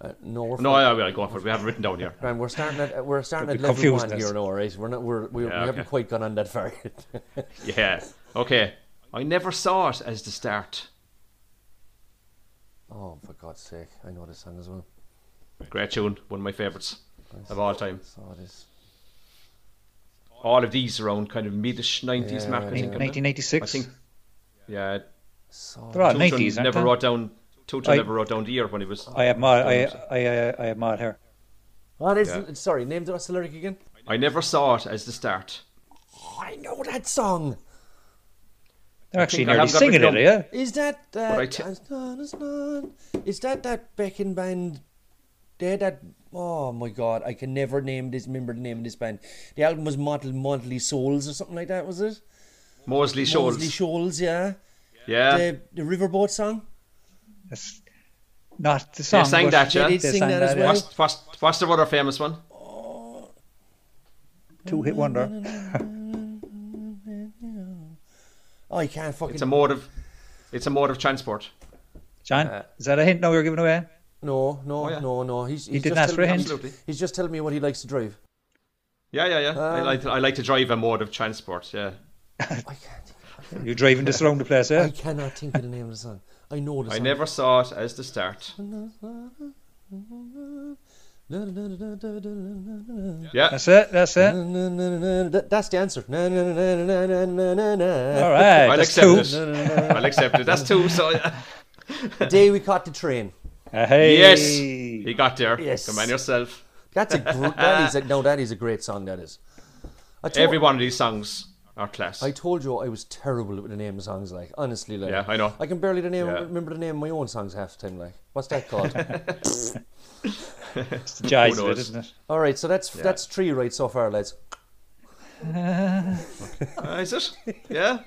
Speaker 7: Uh, no, we're
Speaker 4: no,
Speaker 7: fine.
Speaker 4: I will go for it. We have it written down here.
Speaker 7: Brian, we're starting at uh, we're starting at
Speaker 5: Don't be
Speaker 7: level
Speaker 5: confused
Speaker 7: one
Speaker 5: now.
Speaker 7: here now, all right? We're not we're, we,
Speaker 4: Yeah,
Speaker 7: we haven't
Speaker 4: okay.
Speaker 7: quite gone on that far. yet.
Speaker 4: Yeah. Okay. I never saw it as the start.
Speaker 7: oh, for God's sake! I know this song as well.
Speaker 4: Great tune. One of my favorites of all time.
Speaker 7: Saw this.
Speaker 4: All of these around kind of midish nineties
Speaker 7: Yeah,
Speaker 4: mark. I think. aren't they?
Speaker 5: 1986.
Speaker 4: I think. Yeah.
Speaker 7: Saw
Speaker 5: They're all
Speaker 4: Tutun
Speaker 5: 90s, aren't
Speaker 4: never
Speaker 5: they?
Speaker 4: wrote down. Tutun
Speaker 5: I-
Speaker 4: never wrote down the year when he was.
Speaker 5: I have mod, I, I, I, I have mod here.
Speaker 7: What is?
Speaker 4: Yeah.
Speaker 7: it? Sorry, name the what's the lyric again.
Speaker 4: I never saw it as the start.
Speaker 7: Oh, I know that song.
Speaker 5: They're actually
Speaker 4: think I
Speaker 5: nearly
Speaker 4: have got
Speaker 5: singing it,
Speaker 4: written
Speaker 5: yeah?
Speaker 7: Is that that?
Speaker 4: I t-
Speaker 7: as long as long- is that that Beckin band? They that. Oh my God! I can never name this. Remember the name of this band? The album was Motley Motley Souls or something like that. Was it?
Speaker 4: Mosley Shoals.
Speaker 7: Motley Shoals, yeah.
Speaker 4: yeah.
Speaker 7: The the Riverboat song.
Speaker 5: That's not the song.
Speaker 4: sang
Speaker 5: but
Speaker 4: that, yeah? They
Speaker 7: did sing
Speaker 5: sang
Speaker 7: that as
Speaker 5: yeah.
Speaker 7: well.
Speaker 4: What's, what's, what's the other famous one?
Speaker 5: Two hit wonder.
Speaker 7: Oh, I can't fucking.
Speaker 4: It's a mode of, it's a mode of transport.
Speaker 5: John, is that a hint now you're giving away?
Speaker 7: no, no,
Speaker 4: Oh, yeah.
Speaker 7: no, no. He's, he's
Speaker 5: didn't
Speaker 7: just
Speaker 5: ask
Speaker 7: telling
Speaker 5: for a
Speaker 7: me-
Speaker 5: hint.
Speaker 4: Absolutely.
Speaker 7: He's just telling me what he likes to drive.
Speaker 4: Yeah, yeah, yeah.
Speaker 7: Ah.
Speaker 4: I, like, I like to drive a mode of transport. Yeah.
Speaker 7: I can't.
Speaker 5: You're driving this around the place, yeah?
Speaker 7: I cannot think of the name of the song. I know the
Speaker 4: I
Speaker 7: song.
Speaker 4: never saw it as the start. Yeah.
Speaker 5: That's it, that's it.
Speaker 7: That- That's the answer. Na- na- na- na- na- na- na- na.
Speaker 4: Oh.
Speaker 5: All right,
Speaker 4: I'll
Speaker 5: that's
Speaker 4: accept
Speaker 5: two.
Speaker 4: it. I'll accept it. That's two. So yeah.
Speaker 7: The day we caught the train.
Speaker 5: Uh, hey.
Speaker 4: yes, he got there.
Speaker 7: Yes.
Speaker 4: Come on yourself.
Speaker 7: That's a gr- that is a, no, that is a great song. That is. I told,
Speaker 4: Every one of these songs are class.
Speaker 7: I told you I was terrible with the name of songs. Like honestly, like
Speaker 4: Yeah, I know.
Speaker 7: I can barely the name
Speaker 4: Yeah.
Speaker 7: remember the name of my own songs half the time. Like what's that called?
Speaker 5: It's the jazz
Speaker 4: Who
Speaker 5: of it,
Speaker 4: knows?
Speaker 5: isn't it?
Speaker 7: All right, so that's that's three right so far, lads.
Speaker 5: Ah,
Speaker 4: Uh, is it? Yeah.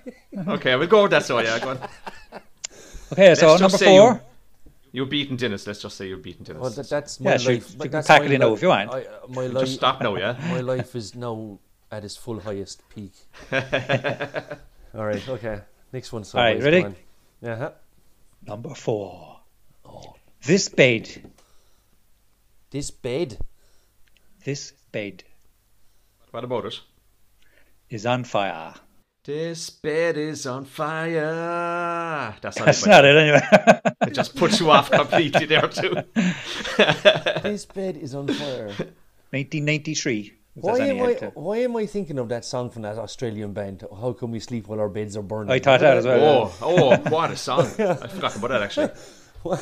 Speaker 4: Okay, we'll go with that. So yeah, go on.
Speaker 5: Okay, so
Speaker 4: just
Speaker 5: number
Speaker 4: say
Speaker 5: four.
Speaker 4: you- You're beaten Dennis. Let's just say you're beaten Dennis.
Speaker 7: Well, Oh, that, that's my
Speaker 5: Yeah,
Speaker 7: life.
Speaker 5: sure,
Speaker 7: but
Speaker 5: you can
Speaker 7: that's
Speaker 5: tackle
Speaker 7: my
Speaker 5: it now
Speaker 7: li-
Speaker 5: if you want.
Speaker 7: I, uh, my
Speaker 4: Just
Speaker 7: life,
Speaker 4: stop now, yeah.
Speaker 7: my life is now at its full highest peak. All right, okay. Next one.
Speaker 5: right, ready?
Speaker 7: Yeah. Uh-huh.
Speaker 5: Number four. This bed.
Speaker 7: This bed.
Speaker 5: This bed
Speaker 4: What about it?
Speaker 5: is on fire.
Speaker 4: This bed is on fire. That's not,
Speaker 5: That's
Speaker 4: it, but
Speaker 5: not it, anyway.
Speaker 4: it just puts you off completely there too.
Speaker 7: This bed is on fire.
Speaker 5: 1993. if
Speaker 7: why,
Speaker 5: that's any
Speaker 7: am I,
Speaker 5: help to-
Speaker 7: why am I thinking of that song from that Australian band? How can we sleep while our beds are burning?
Speaker 5: I thought that as well.
Speaker 4: Oh, oh, what a song! I forgot about that actually.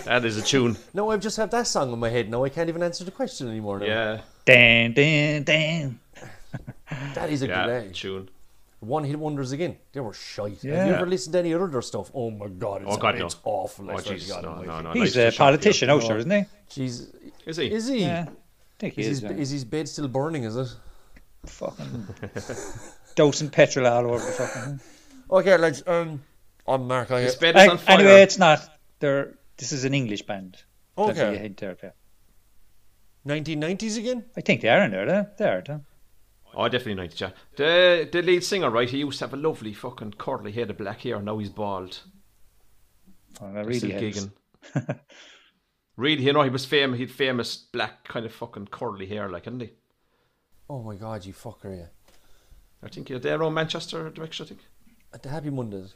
Speaker 4: That is a tune.
Speaker 7: No, I've just had that song in my head. Now I can't even answer the question anymore. now.
Speaker 4: Yeah,
Speaker 5: Dan, dan, dan.
Speaker 7: That is a
Speaker 4: yeah,
Speaker 7: good age.
Speaker 4: tune.
Speaker 7: One hit wonders again. They were shite. Have you
Speaker 5: Yeah.
Speaker 7: ever listened to any other stuff? Oh my god, it's,
Speaker 4: Oh God, no.
Speaker 7: it's awful. I
Speaker 4: Oh
Speaker 7: swear to
Speaker 4: Jesus,
Speaker 7: God,
Speaker 4: no,
Speaker 7: my
Speaker 4: no, no.
Speaker 5: He's
Speaker 4: no,
Speaker 5: a
Speaker 4: too sharp,
Speaker 5: politician,
Speaker 4: yeah.
Speaker 5: out sure, isn't he?
Speaker 7: Jeez,
Speaker 4: Is he?
Speaker 7: is he?
Speaker 5: Yeah. I think he
Speaker 7: Is,
Speaker 5: is.
Speaker 7: his,
Speaker 5: yeah.
Speaker 7: is his bed still burning? Is it?
Speaker 5: fucking dosing petrol all over the fucking.
Speaker 7: Okay, lads. Um, I'm Mark. I
Speaker 4: His
Speaker 7: get.
Speaker 4: bed is on
Speaker 5: Right,
Speaker 4: fire.
Speaker 5: Anyway, it's not. They're, this is an English band. That's what you
Speaker 7: Okay,
Speaker 5: had there, yeah.
Speaker 7: 1990s again.
Speaker 5: I think they are in there. They, they are. Don't?
Speaker 4: Oh, definitely 90 Jack. The the lead singer, right? He used to have a lovely fucking curly head of black hair. Now he's bald.
Speaker 5: Oh, that really
Speaker 4: Still
Speaker 5: helps.
Speaker 4: gigging. really, you know, he was famous. He'd famous black kind of fucking curly hair, like, didn't he?
Speaker 7: Oh my god, you fucker! Yeah.
Speaker 4: I think you're there around Manchester direction. I think.
Speaker 7: At the Happy Mondays.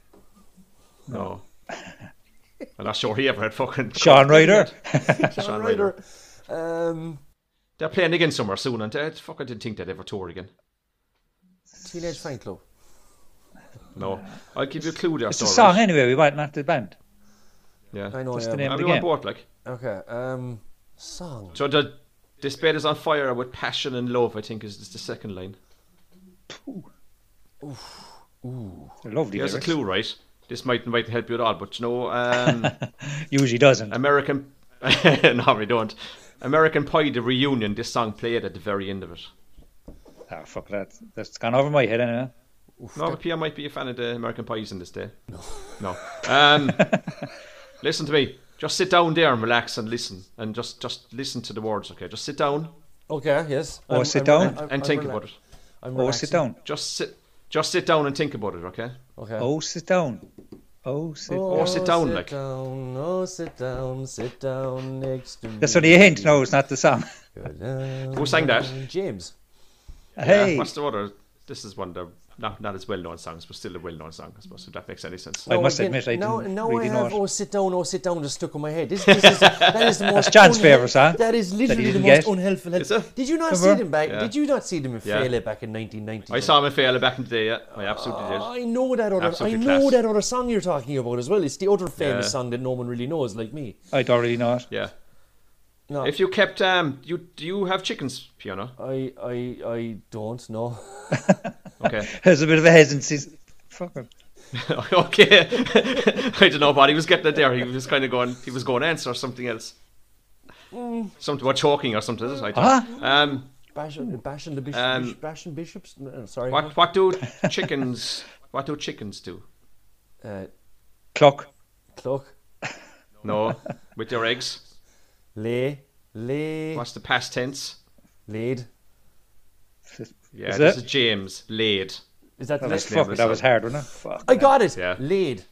Speaker 4: No. I'm not sure he ever had fucking.
Speaker 5: Sean
Speaker 4: curly
Speaker 5: Ryder.
Speaker 4: head.
Speaker 7: Sean
Speaker 4: Sean
Speaker 7: Ryder. Um,
Speaker 4: They're playing again somewhere soon, and I fucking didn't think they'd ever tour again.
Speaker 7: Teenage Fan Club.
Speaker 4: No, I'll give you a clue there.
Speaker 5: It's a
Speaker 4: Thor,
Speaker 5: song
Speaker 4: right?
Speaker 5: anyway. We might not the band.
Speaker 7: I
Speaker 4: Yeah.
Speaker 7: know.
Speaker 5: That's
Speaker 7: yeah.
Speaker 5: the name of the
Speaker 4: Everyone
Speaker 5: game.
Speaker 4: bought like.
Speaker 7: Okay. Um, song.
Speaker 4: So the this bed is on fire with passion and love. I think is, is the second line.
Speaker 5: They're lovely.
Speaker 4: Here's a
Speaker 5: lyrics.
Speaker 4: clue, right? This might might help you at all, but you know, um,
Speaker 5: Usually doesn't.
Speaker 4: American. no, we don't. American Pie, the reunion. This song played at the very end of it.
Speaker 5: Ah, fuck that. That's gone over my head anyway.
Speaker 4: No, but Pierre might be a fan of the American Pies in this day. No. No. Um, listen to me. Just sit down there and relax and listen, and just just listen to the words. Okay, just sit down
Speaker 7: Okay. Yes.
Speaker 5: Oh,
Speaker 7: I'm-
Speaker 5: sit
Speaker 7: I'm
Speaker 5: down.
Speaker 7: rela- I'm-
Speaker 4: and
Speaker 7: I'm
Speaker 4: think
Speaker 7: rela-
Speaker 4: about it.
Speaker 7: I'm
Speaker 5: Oh, sit
Speaker 7: relaxing.
Speaker 5: down.
Speaker 4: Just sit. Just sit down and think about it, okay?
Speaker 7: Okay.
Speaker 5: Oh, sit down. Oh, sit
Speaker 4: Or sit down, like.
Speaker 7: down, oh, sit down, sit down next to me.
Speaker 5: That's only a hint. No, it's not the song.
Speaker 4: Who sang that?
Speaker 7: James.
Speaker 5: hey.
Speaker 4: Yeah, what's the other? This is one of the not, not as well known songs, but still a well known song, I suppose, if that makes any sense.
Speaker 5: I must
Speaker 7: again,
Speaker 5: admit, I
Speaker 7: now,
Speaker 5: didn't
Speaker 7: now
Speaker 5: really
Speaker 7: I
Speaker 5: know
Speaker 7: have
Speaker 5: it.
Speaker 7: oh sit down, oh sit down just stuck in my head. This, this is, that is the most
Speaker 5: John's
Speaker 7: unhe-
Speaker 5: favourite song
Speaker 7: That is
Speaker 5: that he
Speaker 7: literally the
Speaker 5: didn't
Speaker 7: most
Speaker 5: get.
Speaker 7: unhelpful.
Speaker 4: Is it?
Speaker 7: Did you not see
Speaker 5: Remember?
Speaker 7: them back?
Speaker 4: Yeah.
Speaker 7: Did you not see them in
Speaker 4: Yeah.
Speaker 7: Fairley back in 1990?
Speaker 4: I saw him in Fela back in the day. Yeah, I absolutely did.
Speaker 7: I know that other.
Speaker 4: Absolutely
Speaker 7: I know
Speaker 4: class.
Speaker 7: that other song you're talking about as well. It's the other famous
Speaker 4: Yeah.
Speaker 7: song that no one really knows, like me.
Speaker 5: I don't really know it.
Speaker 4: Yeah.
Speaker 7: No,
Speaker 4: If you kept um, you do you have chickens, Fiona?
Speaker 7: I, I, I don't know.
Speaker 4: Okay.
Speaker 5: There's a bit of a hesitancy. Fuck it.
Speaker 4: okay. I don't know what he was getting at there. He was kind of going. He was going answer something else. Something about talking or something. I don't know.
Speaker 5: Mm. Huh?
Speaker 4: Um,
Speaker 7: Bashing, bashing the bishop,
Speaker 4: Um,
Speaker 7: bashing bishops. No, sorry,
Speaker 4: what what do chickens? What do chickens do?
Speaker 7: Uh,
Speaker 5: Clock.
Speaker 7: clock,
Speaker 4: No, with their eggs.
Speaker 7: lay, lay,
Speaker 4: What's the past tense?
Speaker 7: laid.
Speaker 4: Yeah,
Speaker 5: Is
Speaker 4: this
Speaker 5: it?
Speaker 4: is James laid.
Speaker 7: Is that the
Speaker 5: That's
Speaker 7: next?
Speaker 4: clear.
Speaker 5: fuck, that was hard, wasn't it?
Speaker 4: uh,
Speaker 5: Fuck.
Speaker 7: I got it.
Speaker 4: Yeah.
Speaker 7: Laid.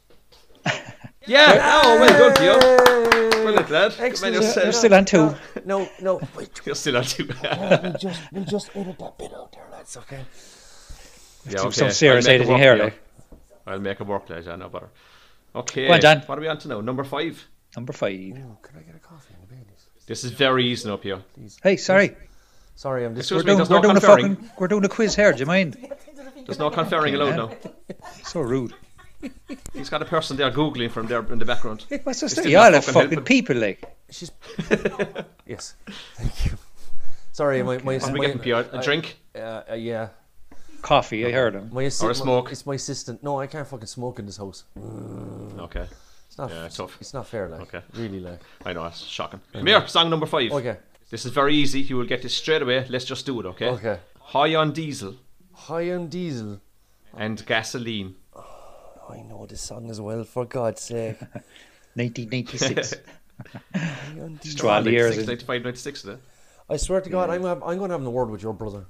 Speaker 4: Yeah. Oh, well done, Fiona.
Speaker 7: Yay!
Speaker 4: Well done, lad. Good man
Speaker 7: Excellent.
Speaker 4: yourself.
Speaker 5: You're still on two.
Speaker 7: No, no, no. Wait,
Speaker 4: You're still on two.
Speaker 7: we'll just, we'll just edit that bit out there, lads. Okay.
Speaker 4: Yeah,
Speaker 5: Some
Speaker 4: okay.
Speaker 5: serious
Speaker 4: I'll make
Speaker 5: editing
Speaker 4: a work
Speaker 5: here,
Speaker 4: there.
Speaker 5: like.
Speaker 4: I'll make a work later, no bother. Okay.
Speaker 5: Well done.
Speaker 4: What are we on to now? Number five.
Speaker 5: Number five.
Speaker 7: Oh, can I get a coffee in the babies?
Speaker 4: This is very easy up here.
Speaker 5: Hey, sorry.
Speaker 7: Sorry, I'm just.
Speaker 4: Excuse
Speaker 5: We're
Speaker 4: me,
Speaker 5: doing,
Speaker 4: there's
Speaker 5: we're,
Speaker 4: no
Speaker 5: doing a
Speaker 4: conferring.
Speaker 5: fucking, we're doing a quiz here. Do you mind?
Speaker 4: There's no conferring allowed now.
Speaker 5: So rude.
Speaker 4: He's got a person there googling from there in the background.
Speaker 5: What's this?
Speaker 4: still
Speaker 5: You all
Speaker 4: not
Speaker 5: have
Speaker 4: fucking
Speaker 5: fucking
Speaker 4: helping.
Speaker 5: people, like.
Speaker 7: She's. yes. Thank you. Sorry, my my.
Speaker 4: What are we
Speaker 7: my
Speaker 4: getting, Pierre? A drink?
Speaker 7: uh, uh, yeah.
Speaker 5: Coffee, I heard him.
Speaker 7: My assi-
Speaker 4: Or a
Speaker 7: my-
Speaker 4: smoke.
Speaker 7: it's my assistant. No, I can't fucking smoke in this house.
Speaker 4: Okay.
Speaker 7: It's not.
Speaker 4: Yeah,
Speaker 7: it's,
Speaker 4: tough.
Speaker 7: it's not fair, like.
Speaker 4: Okay.
Speaker 7: Really, like.
Speaker 4: I know, that's shocking. Come here, song number five.
Speaker 7: Okay.
Speaker 4: This is very easy. You will get this straight away. Let's just do it, okay?
Speaker 7: Okay.
Speaker 4: High on diesel
Speaker 7: High on diesel.
Speaker 4: and gasoline.
Speaker 7: I know this song as well. For God's sake.
Speaker 5: 1996.
Speaker 7: High on diesel.
Speaker 5: Twelve
Speaker 4: Like
Speaker 5: years.
Speaker 4: 6,
Speaker 5: in.
Speaker 4: 95, 96, isn't it?
Speaker 7: I swear to God, I'm gonna have, I'm going to have a word with your brother.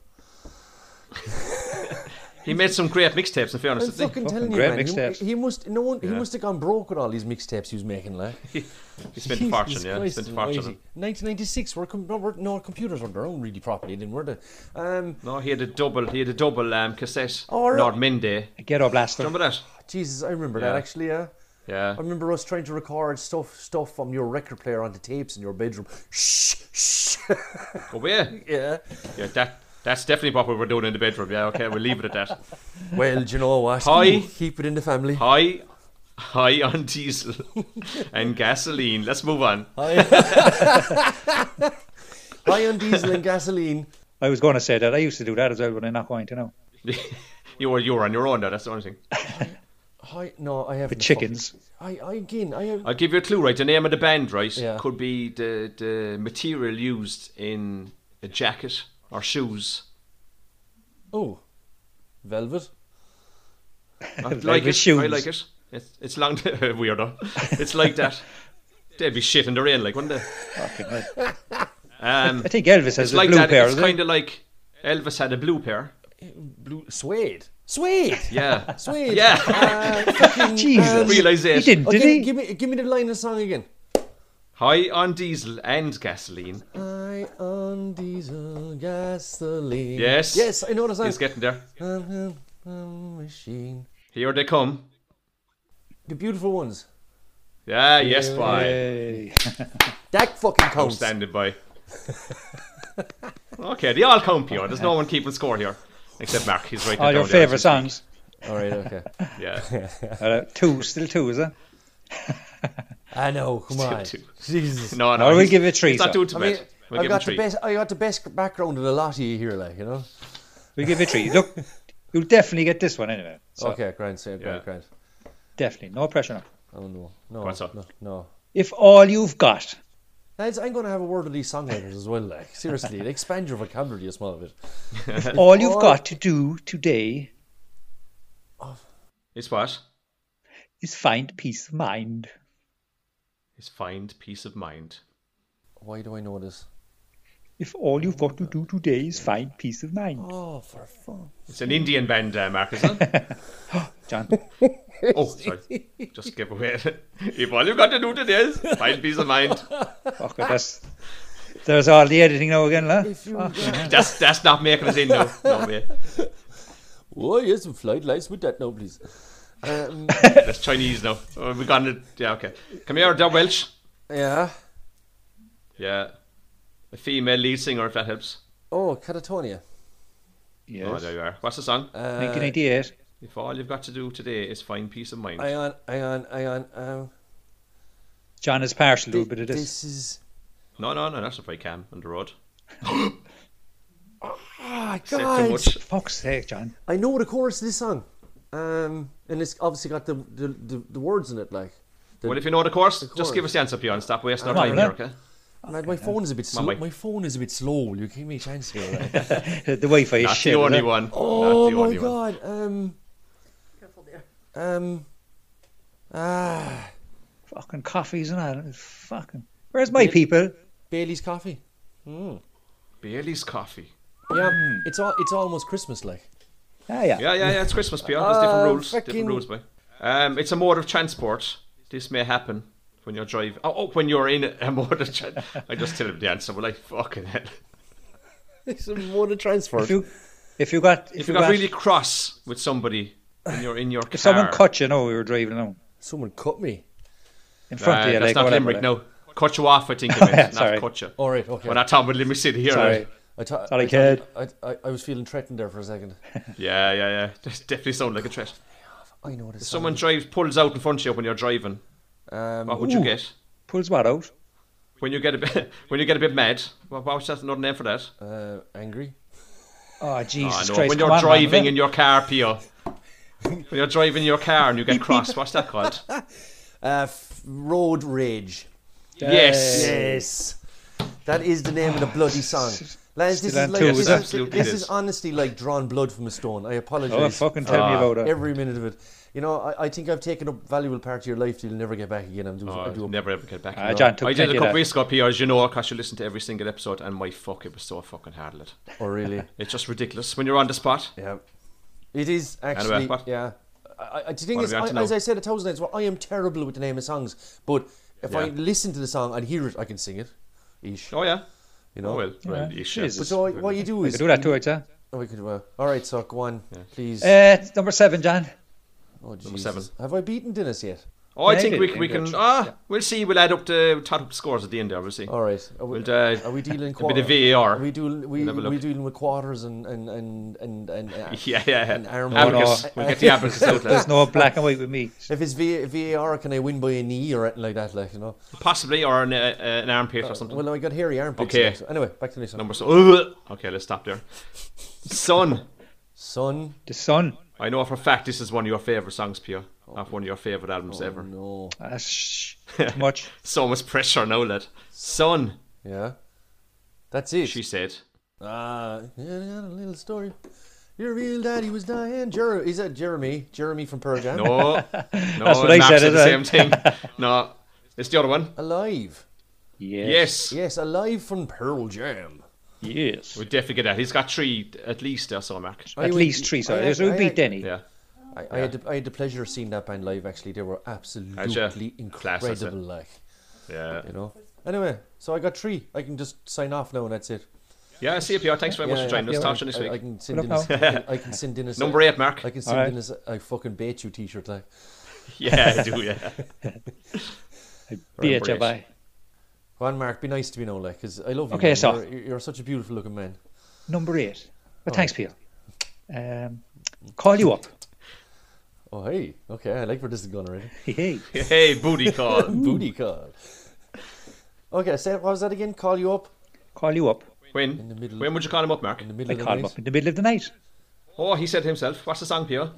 Speaker 4: He made some great mixtapes, in fairness.
Speaker 7: I'm
Speaker 4: I think.
Speaker 7: fucking telling you,
Speaker 5: great
Speaker 7: man.
Speaker 5: mixtapes.
Speaker 7: He, he must no one. He
Speaker 4: Yeah.
Speaker 7: must have gone broke with all these mixtapes he was making, lad.
Speaker 4: He spent a fortune, yeah. He
Speaker 7: Christ
Speaker 4: spent a fortune.
Speaker 7: almighty. 1996. We're, com- no, we're no our computers were their own really properly, then were they? Um,
Speaker 4: No, he had a double. He had a double um, cassette.
Speaker 7: Oh, right.
Speaker 4: Lord Mende.
Speaker 5: Ghetto blaster.
Speaker 4: Remember that?
Speaker 7: Jesus, I remember that
Speaker 4: Yeah.
Speaker 7: actually. Yeah,
Speaker 4: Yeah.
Speaker 7: I remember us trying to record stuff stuff from your record player onto tapes in your bedroom. Shh, shh.
Speaker 4: Oh yeah.
Speaker 7: yeah.
Speaker 4: Yeah. That. That's definitely what we were doing in the bedroom. Yeah. Okay. We'll leave it at that.
Speaker 7: Well, do you know what?
Speaker 4: Hi.
Speaker 7: Keep it in the family.
Speaker 4: High, high on diesel and gasoline. Let's move on.
Speaker 7: High on diesel and gasoline.
Speaker 5: I was going to say that. I used to do that as well, but I'm not going to now.
Speaker 4: you were you were on your own. Now. That's the only thing.
Speaker 7: Hi, no, I have
Speaker 5: The chickens.
Speaker 7: I, I again, I have.
Speaker 4: I'll give you a clue. Right. The name of the band. Right.
Speaker 7: Yeah.
Speaker 4: Could be the the material used in a jacket or shoes.
Speaker 7: Oh, velvet.
Speaker 4: I like
Speaker 5: Like
Speaker 4: it.
Speaker 5: with shoes.
Speaker 4: I like it. It's, it's long. weirdo. It's like that. They'd be shit in the rain, like, wouldn't they? Um,
Speaker 5: I think Elvis has
Speaker 4: it's
Speaker 5: a
Speaker 4: like
Speaker 5: blue
Speaker 4: that.
Speaker 5: pair.
Speaker 4: it's
Speaker 5: isn't it?
Speaker 4: kind of like Elvis had a blue pair.
Speaker 7: Blue suede. Suede.
Speaker 4: Yeah.
Speaker 7: Suede.
Speaker 4: Yeah.
Speaker 7: Uh, fucking,
Speaker 5: Jesus.
Speaker 7: um,
Speaker 5: He
Speaker 4: Realisation.
Speaker 5: didn't,
Speaker 7: oh,
Speaker 5: did
Speaker 7: give,
Speaker 5: he?
Speaker 7: me- give me give me the line of the song again.
Speaker 4: High on diesel and gasoline.
Speaker 7: I on diesel gasoline.
Speaker 4: Yes.
Speaker 7: Yes, I know the song.
Speaker 4: He's getting there.
Speaker 7: Um, um, um, machine.
Speaker 4: Here they come.
Speaker 7: The beautiful ones.
Speaker 4: Yeah, yes, boy.
Speaker 5: Hey.
Speaker 7: That fucking
Speaker 4: I'm
Speaker 7: counts.
Speaker 4: standing by. Okay, they all count, Pure. There's no one keeping score here. Except Mark, he's right
Speaker 5: All Oh, your favourite songs.
Speaker 7: All right, okay.
Speaker 4: Yeah.
Speaker 5: Uh, two, still two, is it?
Speaker 7: I know. Come on.
Speaker 4: two.
Speaker 7: Jesus.
Speaker 4: No, no.
Speaker 5: Or we'll
Speaker 4: he's-
Speaker 5: give it three,
Speaker 4: he's not
Speaker 5: sir.
Speaker 4: doing too
Speaker 7: I
Speaker 4: bad.
Speaker 7: mean,
Speaker 4: We'll
Speaker 7: I
Speaker 4: give him
Speaker 7: got the
Speaker 4: three.
Speaker 7: best. I got the best background of the lot of you here, like you know.
Speaker 5: We give it three. Look, you'll definitely get this one anyway. So
Speaker 7: okay, grand, save, grand,
Speaker 4: Yeah.
Speaker 7: grand.
Speaker 5: definitely, no pressure. Now.
Speaker 7: Oh no, no,
Speaker 4: What's up?
Speaker 7: no, no.
Speaker 5: If all you've got,
Speaker 7: Lads, I'm going to have a word with these songwriters as well. Like seriously, like, expand your vocabulary a small bit.
Speaker 5: all you've
Speaker 7: All-
Speaker 5: got to do today
Speaker 4: It's what?
Speaker 5: is find peace of mind.
Speaker 4: is find peace of mind.
Speaker 7: Why do I know this?
Speaker 5: If all you've got to do today is find peace of mind,
Speaker 7: Oh, for fun.
Speaker 4: It's an Indian band, uh, Mark, is it?
Speaker 5: John.
Speaker 4: oh, sorry. Just give away. if all you've got to do today is find peace of mind.
Speaker 5: Fuck, that's there's all the editing now again,
Speaker 4: Oh,
Speaker 5: lah.
Speaker 7: If you,
Speaker 4: That's that's not making us in, no. No way.
Speaker 7: oh yes, some flight lights with that now, please. Um,
Speaker 4: That's Chinese now. Oh, we got it. Yeah, okay. Come here, Dub Welsh.
Speaker 7: yeah.
Speaker 4: Yeah. A female lead singer, if that helps.
Speaker 7: Oh, Catatonia.
Speaker 4: Oh,
Speaker 5: Yes.
Speaker 4: there you are. What's the song?
Speaker 5: 1988.
Speaker 4: if all you've got to do today is find peace of mind.
Speaker 7: Hang on, hang on, hang on. Um,
Speaker 5: John is partial to a bit of this.
Speaker 7: this is.
Speaker 4: No, no, no, that's if I can on the road.
Speaker 7: Ah,
Speaker 4: Said
Speaker 7: God.
Speaker 4: too much.
Speaker 5: Fuck's sake, John.
Speaker 7: I know the chorus of this song, um, and it's obviously got the the, the, the words in it. Like,
Speaker 4: Well, if you know the course,
Speaker 7: course.
Speaker 4: just give us the answer, Bjorn. Stop wasting our
Speaker 5: Come on,
Speaker 4: time here,
Speaker 5: then.
Speaker 4: okay?
Speaker 7: Lad, my phone is a bit slow.
Speaker 4: way.
Speaker 7: My phone is a bit slow. will You give me a chance here. Like.
Speaker 5: The Wi-Fi is
Speaker 4: That's the
Speaker 5: shit. is
Speaker 4: only
Speaker 5: it?
Speaker 4: one.
Speaker 7: Oh
Speaker 4: Not the
Speaker 7: my
Speaker 4: only one.
Speaker 7: god. Um. Careful there. Um. Ah,
Speaker 5: Fucking coffees and all. Fucking. Where's my people?
Speaker 7: Bailey's coffee.
Speaker 4: Bailey's coffee.
Speaker 7: Yeah, it's all it's almost Christmas like.
Speaker 5: Ah, yeah.
Speaker 4: Yeah, yeah, yeah. It's Christmas, Pierre. There's different
Speaker 7: Uh,
Speaker 4: rules.
Speaker 7: fucking-
Speaker 4: Different rules, boy. Um, it's a mode of transport. This may happen when you're driving. Oh, oh when you're in a mode of transport. I just tell him the answer. We're like, fucking hell.
Speaker 7: It's a mode of transfer.
Speaker 5: If you, if you got, if,
Speaker 4: If
Speaker 5: you
Speaker 4: you got
Speaker 5: got
Speaker 4: really cross with somebody when you're in your car.
Speaker 5: if someone cut you, no, we were driving along
Speaker 7: Someone cut me.
Speaker 5: in
Speaker 4: Uh,
Speaker 5: front of you.
Speaker 4: that's
Speaker 5: like,
Speaker 4: not
Speaker 5: whatever,
Speaker 4: Limerick,
Speaker 5: like.
Speaker 4: no. Cut you off, I think it meant.
Speaker 5: Sorry.
Speaker 4: Not cut you.
Speaker 7: All Oh, right, okay.
Speaker 4: We're not talking about Limerick City here. eh?
Speaker 5: Sorry.
Speaker 4: right?
Speaker 7: I thought
Speaker 5: Sorry,
Speaker 7: I,
Speaker 5: kid.
Speaker 7: thought- I, I, I was feeling threatened there for a second.
Speaker 4: Yeah, yeah, yeah. That's definitely sound like a threat.
Speaker 7: I know this.
Speaker 4: If someone drives, pulls out in front of you when you're driving,
Speaker 7: Um,
Speaker 4: what would you get?
Speaker 5: Pulls what out?
Speaker 4: When you get a bit, when you get a bit mad, what, what's that? Another name for that?
Speaker 7: uh, angry.
Speaker 5: Oh
Speaker 4: Ah,
Speaker 5: Jesus
Speaker 4: no.
Speaker 5: Christ!
Speaker 4: When you're
Speaker 5: come on, man,
Speaker 4: driving
Speaker 5: man.
Speaker 4: in your car, Pio. when you're driving in your car and you get cross, what's that called?
Speaker 7: Uh, f- road rage.
Speaker 4: yes.
Speaker 7: Yes. That is the name of the bloody song. Lads, this
Speaker 5: Still
Speaker 7: is
Speaker 5: on
Speaker 7: like
Speaker 5: toes,
Speaker 7: this,
Speaker 4: eh?
Speaker 7: is,
Speaker 4: Absolutely
Speaker 7: this
Speaker 4: it
Speaker 7: is
Speaker 4: is.
Speaker 7: honestly like drawn blood from a stone. I apologize.
Speaker 5: Oh, fucking tell
Speaker 4: Ah.
Speaker 5: me about that.
Speaker 7: every minute of it. You know, I, I think I've taken up valuable part of your life that you'll never get back again. I'm doing, I
Speaker 4: Oh,
Speaker 7: do
Speaker 4: I'll never ever get back.
Speaker 5: Ah, John took
Speaker 4: I did
Speaker 5: plenty
Speaker 4: a
Speaker 5: of
Speaker 4: couple
Speaker 5: that.
Speaker 4: weeks ago, Pio, as you know, because you listen to every single episode, and my fuck, it was so fucking hard. lad.
Speaker 7: Oh, really?
Speaker 4: It's just ridiculous when you're on the spot.
Speaker 7: yeah. It is actually,
Speaker 4: Anyway, what-
Speaker 7: yeah. I, I, the thing
Speaker 4: what
Speaker 7: is,
Speaker 4: have you got to
Speaker 7: I, as
Speaker 4: know?
Speaker 7: I said a thousand times, well, I am terrible with the name of songs, but if I
Speaker 4: Yeah.
Speaker 7: listen to the song and hear it, I can sing it, ish.
Speaker 4: Oh yeah. Oh
Speaker 7: You know.
Speaker 4: well. well
Speaker 5: Yeah.
Speaker 4: yeah, sure.
Speaker 5: Jesus.
Speaker 7: But so I- what you do
Speaker 5: We
Speaker 7: is
Speaker 5: could do that too, I'd say.
Speaker 7: Oh, we could, well, all right, so go on, please.
Speaker 5: Uh, number seven, John.
Speaker 7: oh, Jesus.
Speaker 4: seven.
Speaker 7: Have I beaten Dennis yet?
Speaker 4: Oh, I
Speaker 5: Yeah,
Speaker 4: think
Speaker 5: I
Speaker 4: we,
Speaker 5: did.
Speaker 4: we
Speaker 5: Yeah,
Speaker 4: can.
Speaker 5: sure.
Speaker 4: Ah, we'll see. We'll add up the tot up scores at the end. There, we'll see.
Speaker 7: All right. Are we,
Speaker 4: We'll, uh,
Speaker 7: are we dealing
Speaker 4: a bit
Speaker 7: quarter-
Speaker 4: of VAR.
Speaker 7: Are we dealing we
Speaker 4: We'll have a
Speaker 7: we
Speaker 4: look.
Speaker 7: dealing with quarters and and and and, and uh,
Speaker 4: yeah, yeah.
Speaker 7: and arm
Speaker 5: No, no.
Speaker 4: Abacus. We'll get the abacus out. lads.
Speaker 5: There's no black and white with me.
Speaker 7: If it's v- VAR, can I win by a knee or anything like that? Like you know.
Speaker 4: Possibly, or an, uh, uh, an armpit or something.
Speaker 7: Well, I got hairy armpits.
Speaker 4: Okay.
Speaker 7: now, so- Anyway, back to the next one.
Speaker 4: Number so. Ugh. Okay, let's stop there. Son,
Speaker 7: Son.
Speaker 5: The sun.
Speaker 4: I know for a fact this is one of your favorite songs, Pio. Off one of your favorite albums ever.
Speaker 7: No.
Speaker 5: Ah, shh. Too much.
Speaker 4: So much pressure now, lad. Son,
Speaker 7: Yeah. That's it.
Speaker 4: she said.
Speaker 7: Ah, yeah, I got a little story. Your real daddy was dying. Jer- is that Jeremy? Jeremy from Pearl Jam?
Speaker 4: No, no, That's
Speaker 5: what I said,
Speaker 4: the same
Speaker 5: isn't
Speaker 4: thing. No, it's the other one.
Speaker 7: Alive.
Speaker 4: Yes,
Speaker 7: Yes, alive from Pearl Jam.
Speaker 4: we definitely get that. He's got three at least there, so Mark.
Speaker 7: I
Speaker 5: At
Speaker 7: would-
Speaker 5: least three. So
Speaker 7: I
Speaker 5: there's
Speaker 7: had-
Speaker 5: we
Speaker 7: I
Speaker 5: beat
Speaker 7: had-
Speaker 5: Denny.
Speaker 4: Yeah,
Speaker 7: I, I, had the, I had the pleasure of seeing that band live. Actually, they were absolutely
Speaker 4: Class, that's it.
Speaker 7: incredible. Like
Speaker 4: yeah,
Speaker 7: you know. Anyway, so I got three. I can just sign off now, and that's it.
Speaker 4: yeah. See you, Pio. Thanks very much for joining us. Talk to you next
Speaker 7: I- I,
Speaker 4: week.
Speaker 7: can send
Speaker 5: Look
Speaker 7: in. a- I can- I can send in a
Speaker 4: Number eight, Mark.
Speaker 7: I can send
Speaker 5: Alright.
Speaker 7: in a, a fucking bait you T-shirt. Like
Speaker 4: Yeah, I do. Yeah.
Speaker 5: Beat you
Speaker 4: Remember
Speaker 5: by.
Speaker 7: Go on, Mark. Be nice to me now, like, 'cause I love you.
Speaker 5: Okay,
Speaker 7: man.
Speaker 5: so-
Speaker 7: you're, you're such a beautiful looking man.
Speaker 5: Number eight. But thanks, Peel. Um, call you up.
Speaker 7: Oh, hey. Okay, I like where this is going already.
Speaker 5: Hey.
Speaker 4: Hey, booty call.
Speaker 7: Booty call. Okay, say what was that again? Call you up
Speaker 5: Call you up.
Speaker 4: When?
Speaker 7: the middle-
Speaker 4: When would you call him up, Mark?
Speaker 7: in the middle
Speaker 5: I
Speaker 7: of the
Speaker 5: call him
Speaker 7: night.
Speaker 5: up in the middle of the night.
Speaker 4: Oh, he said himself. What's the song, Pio?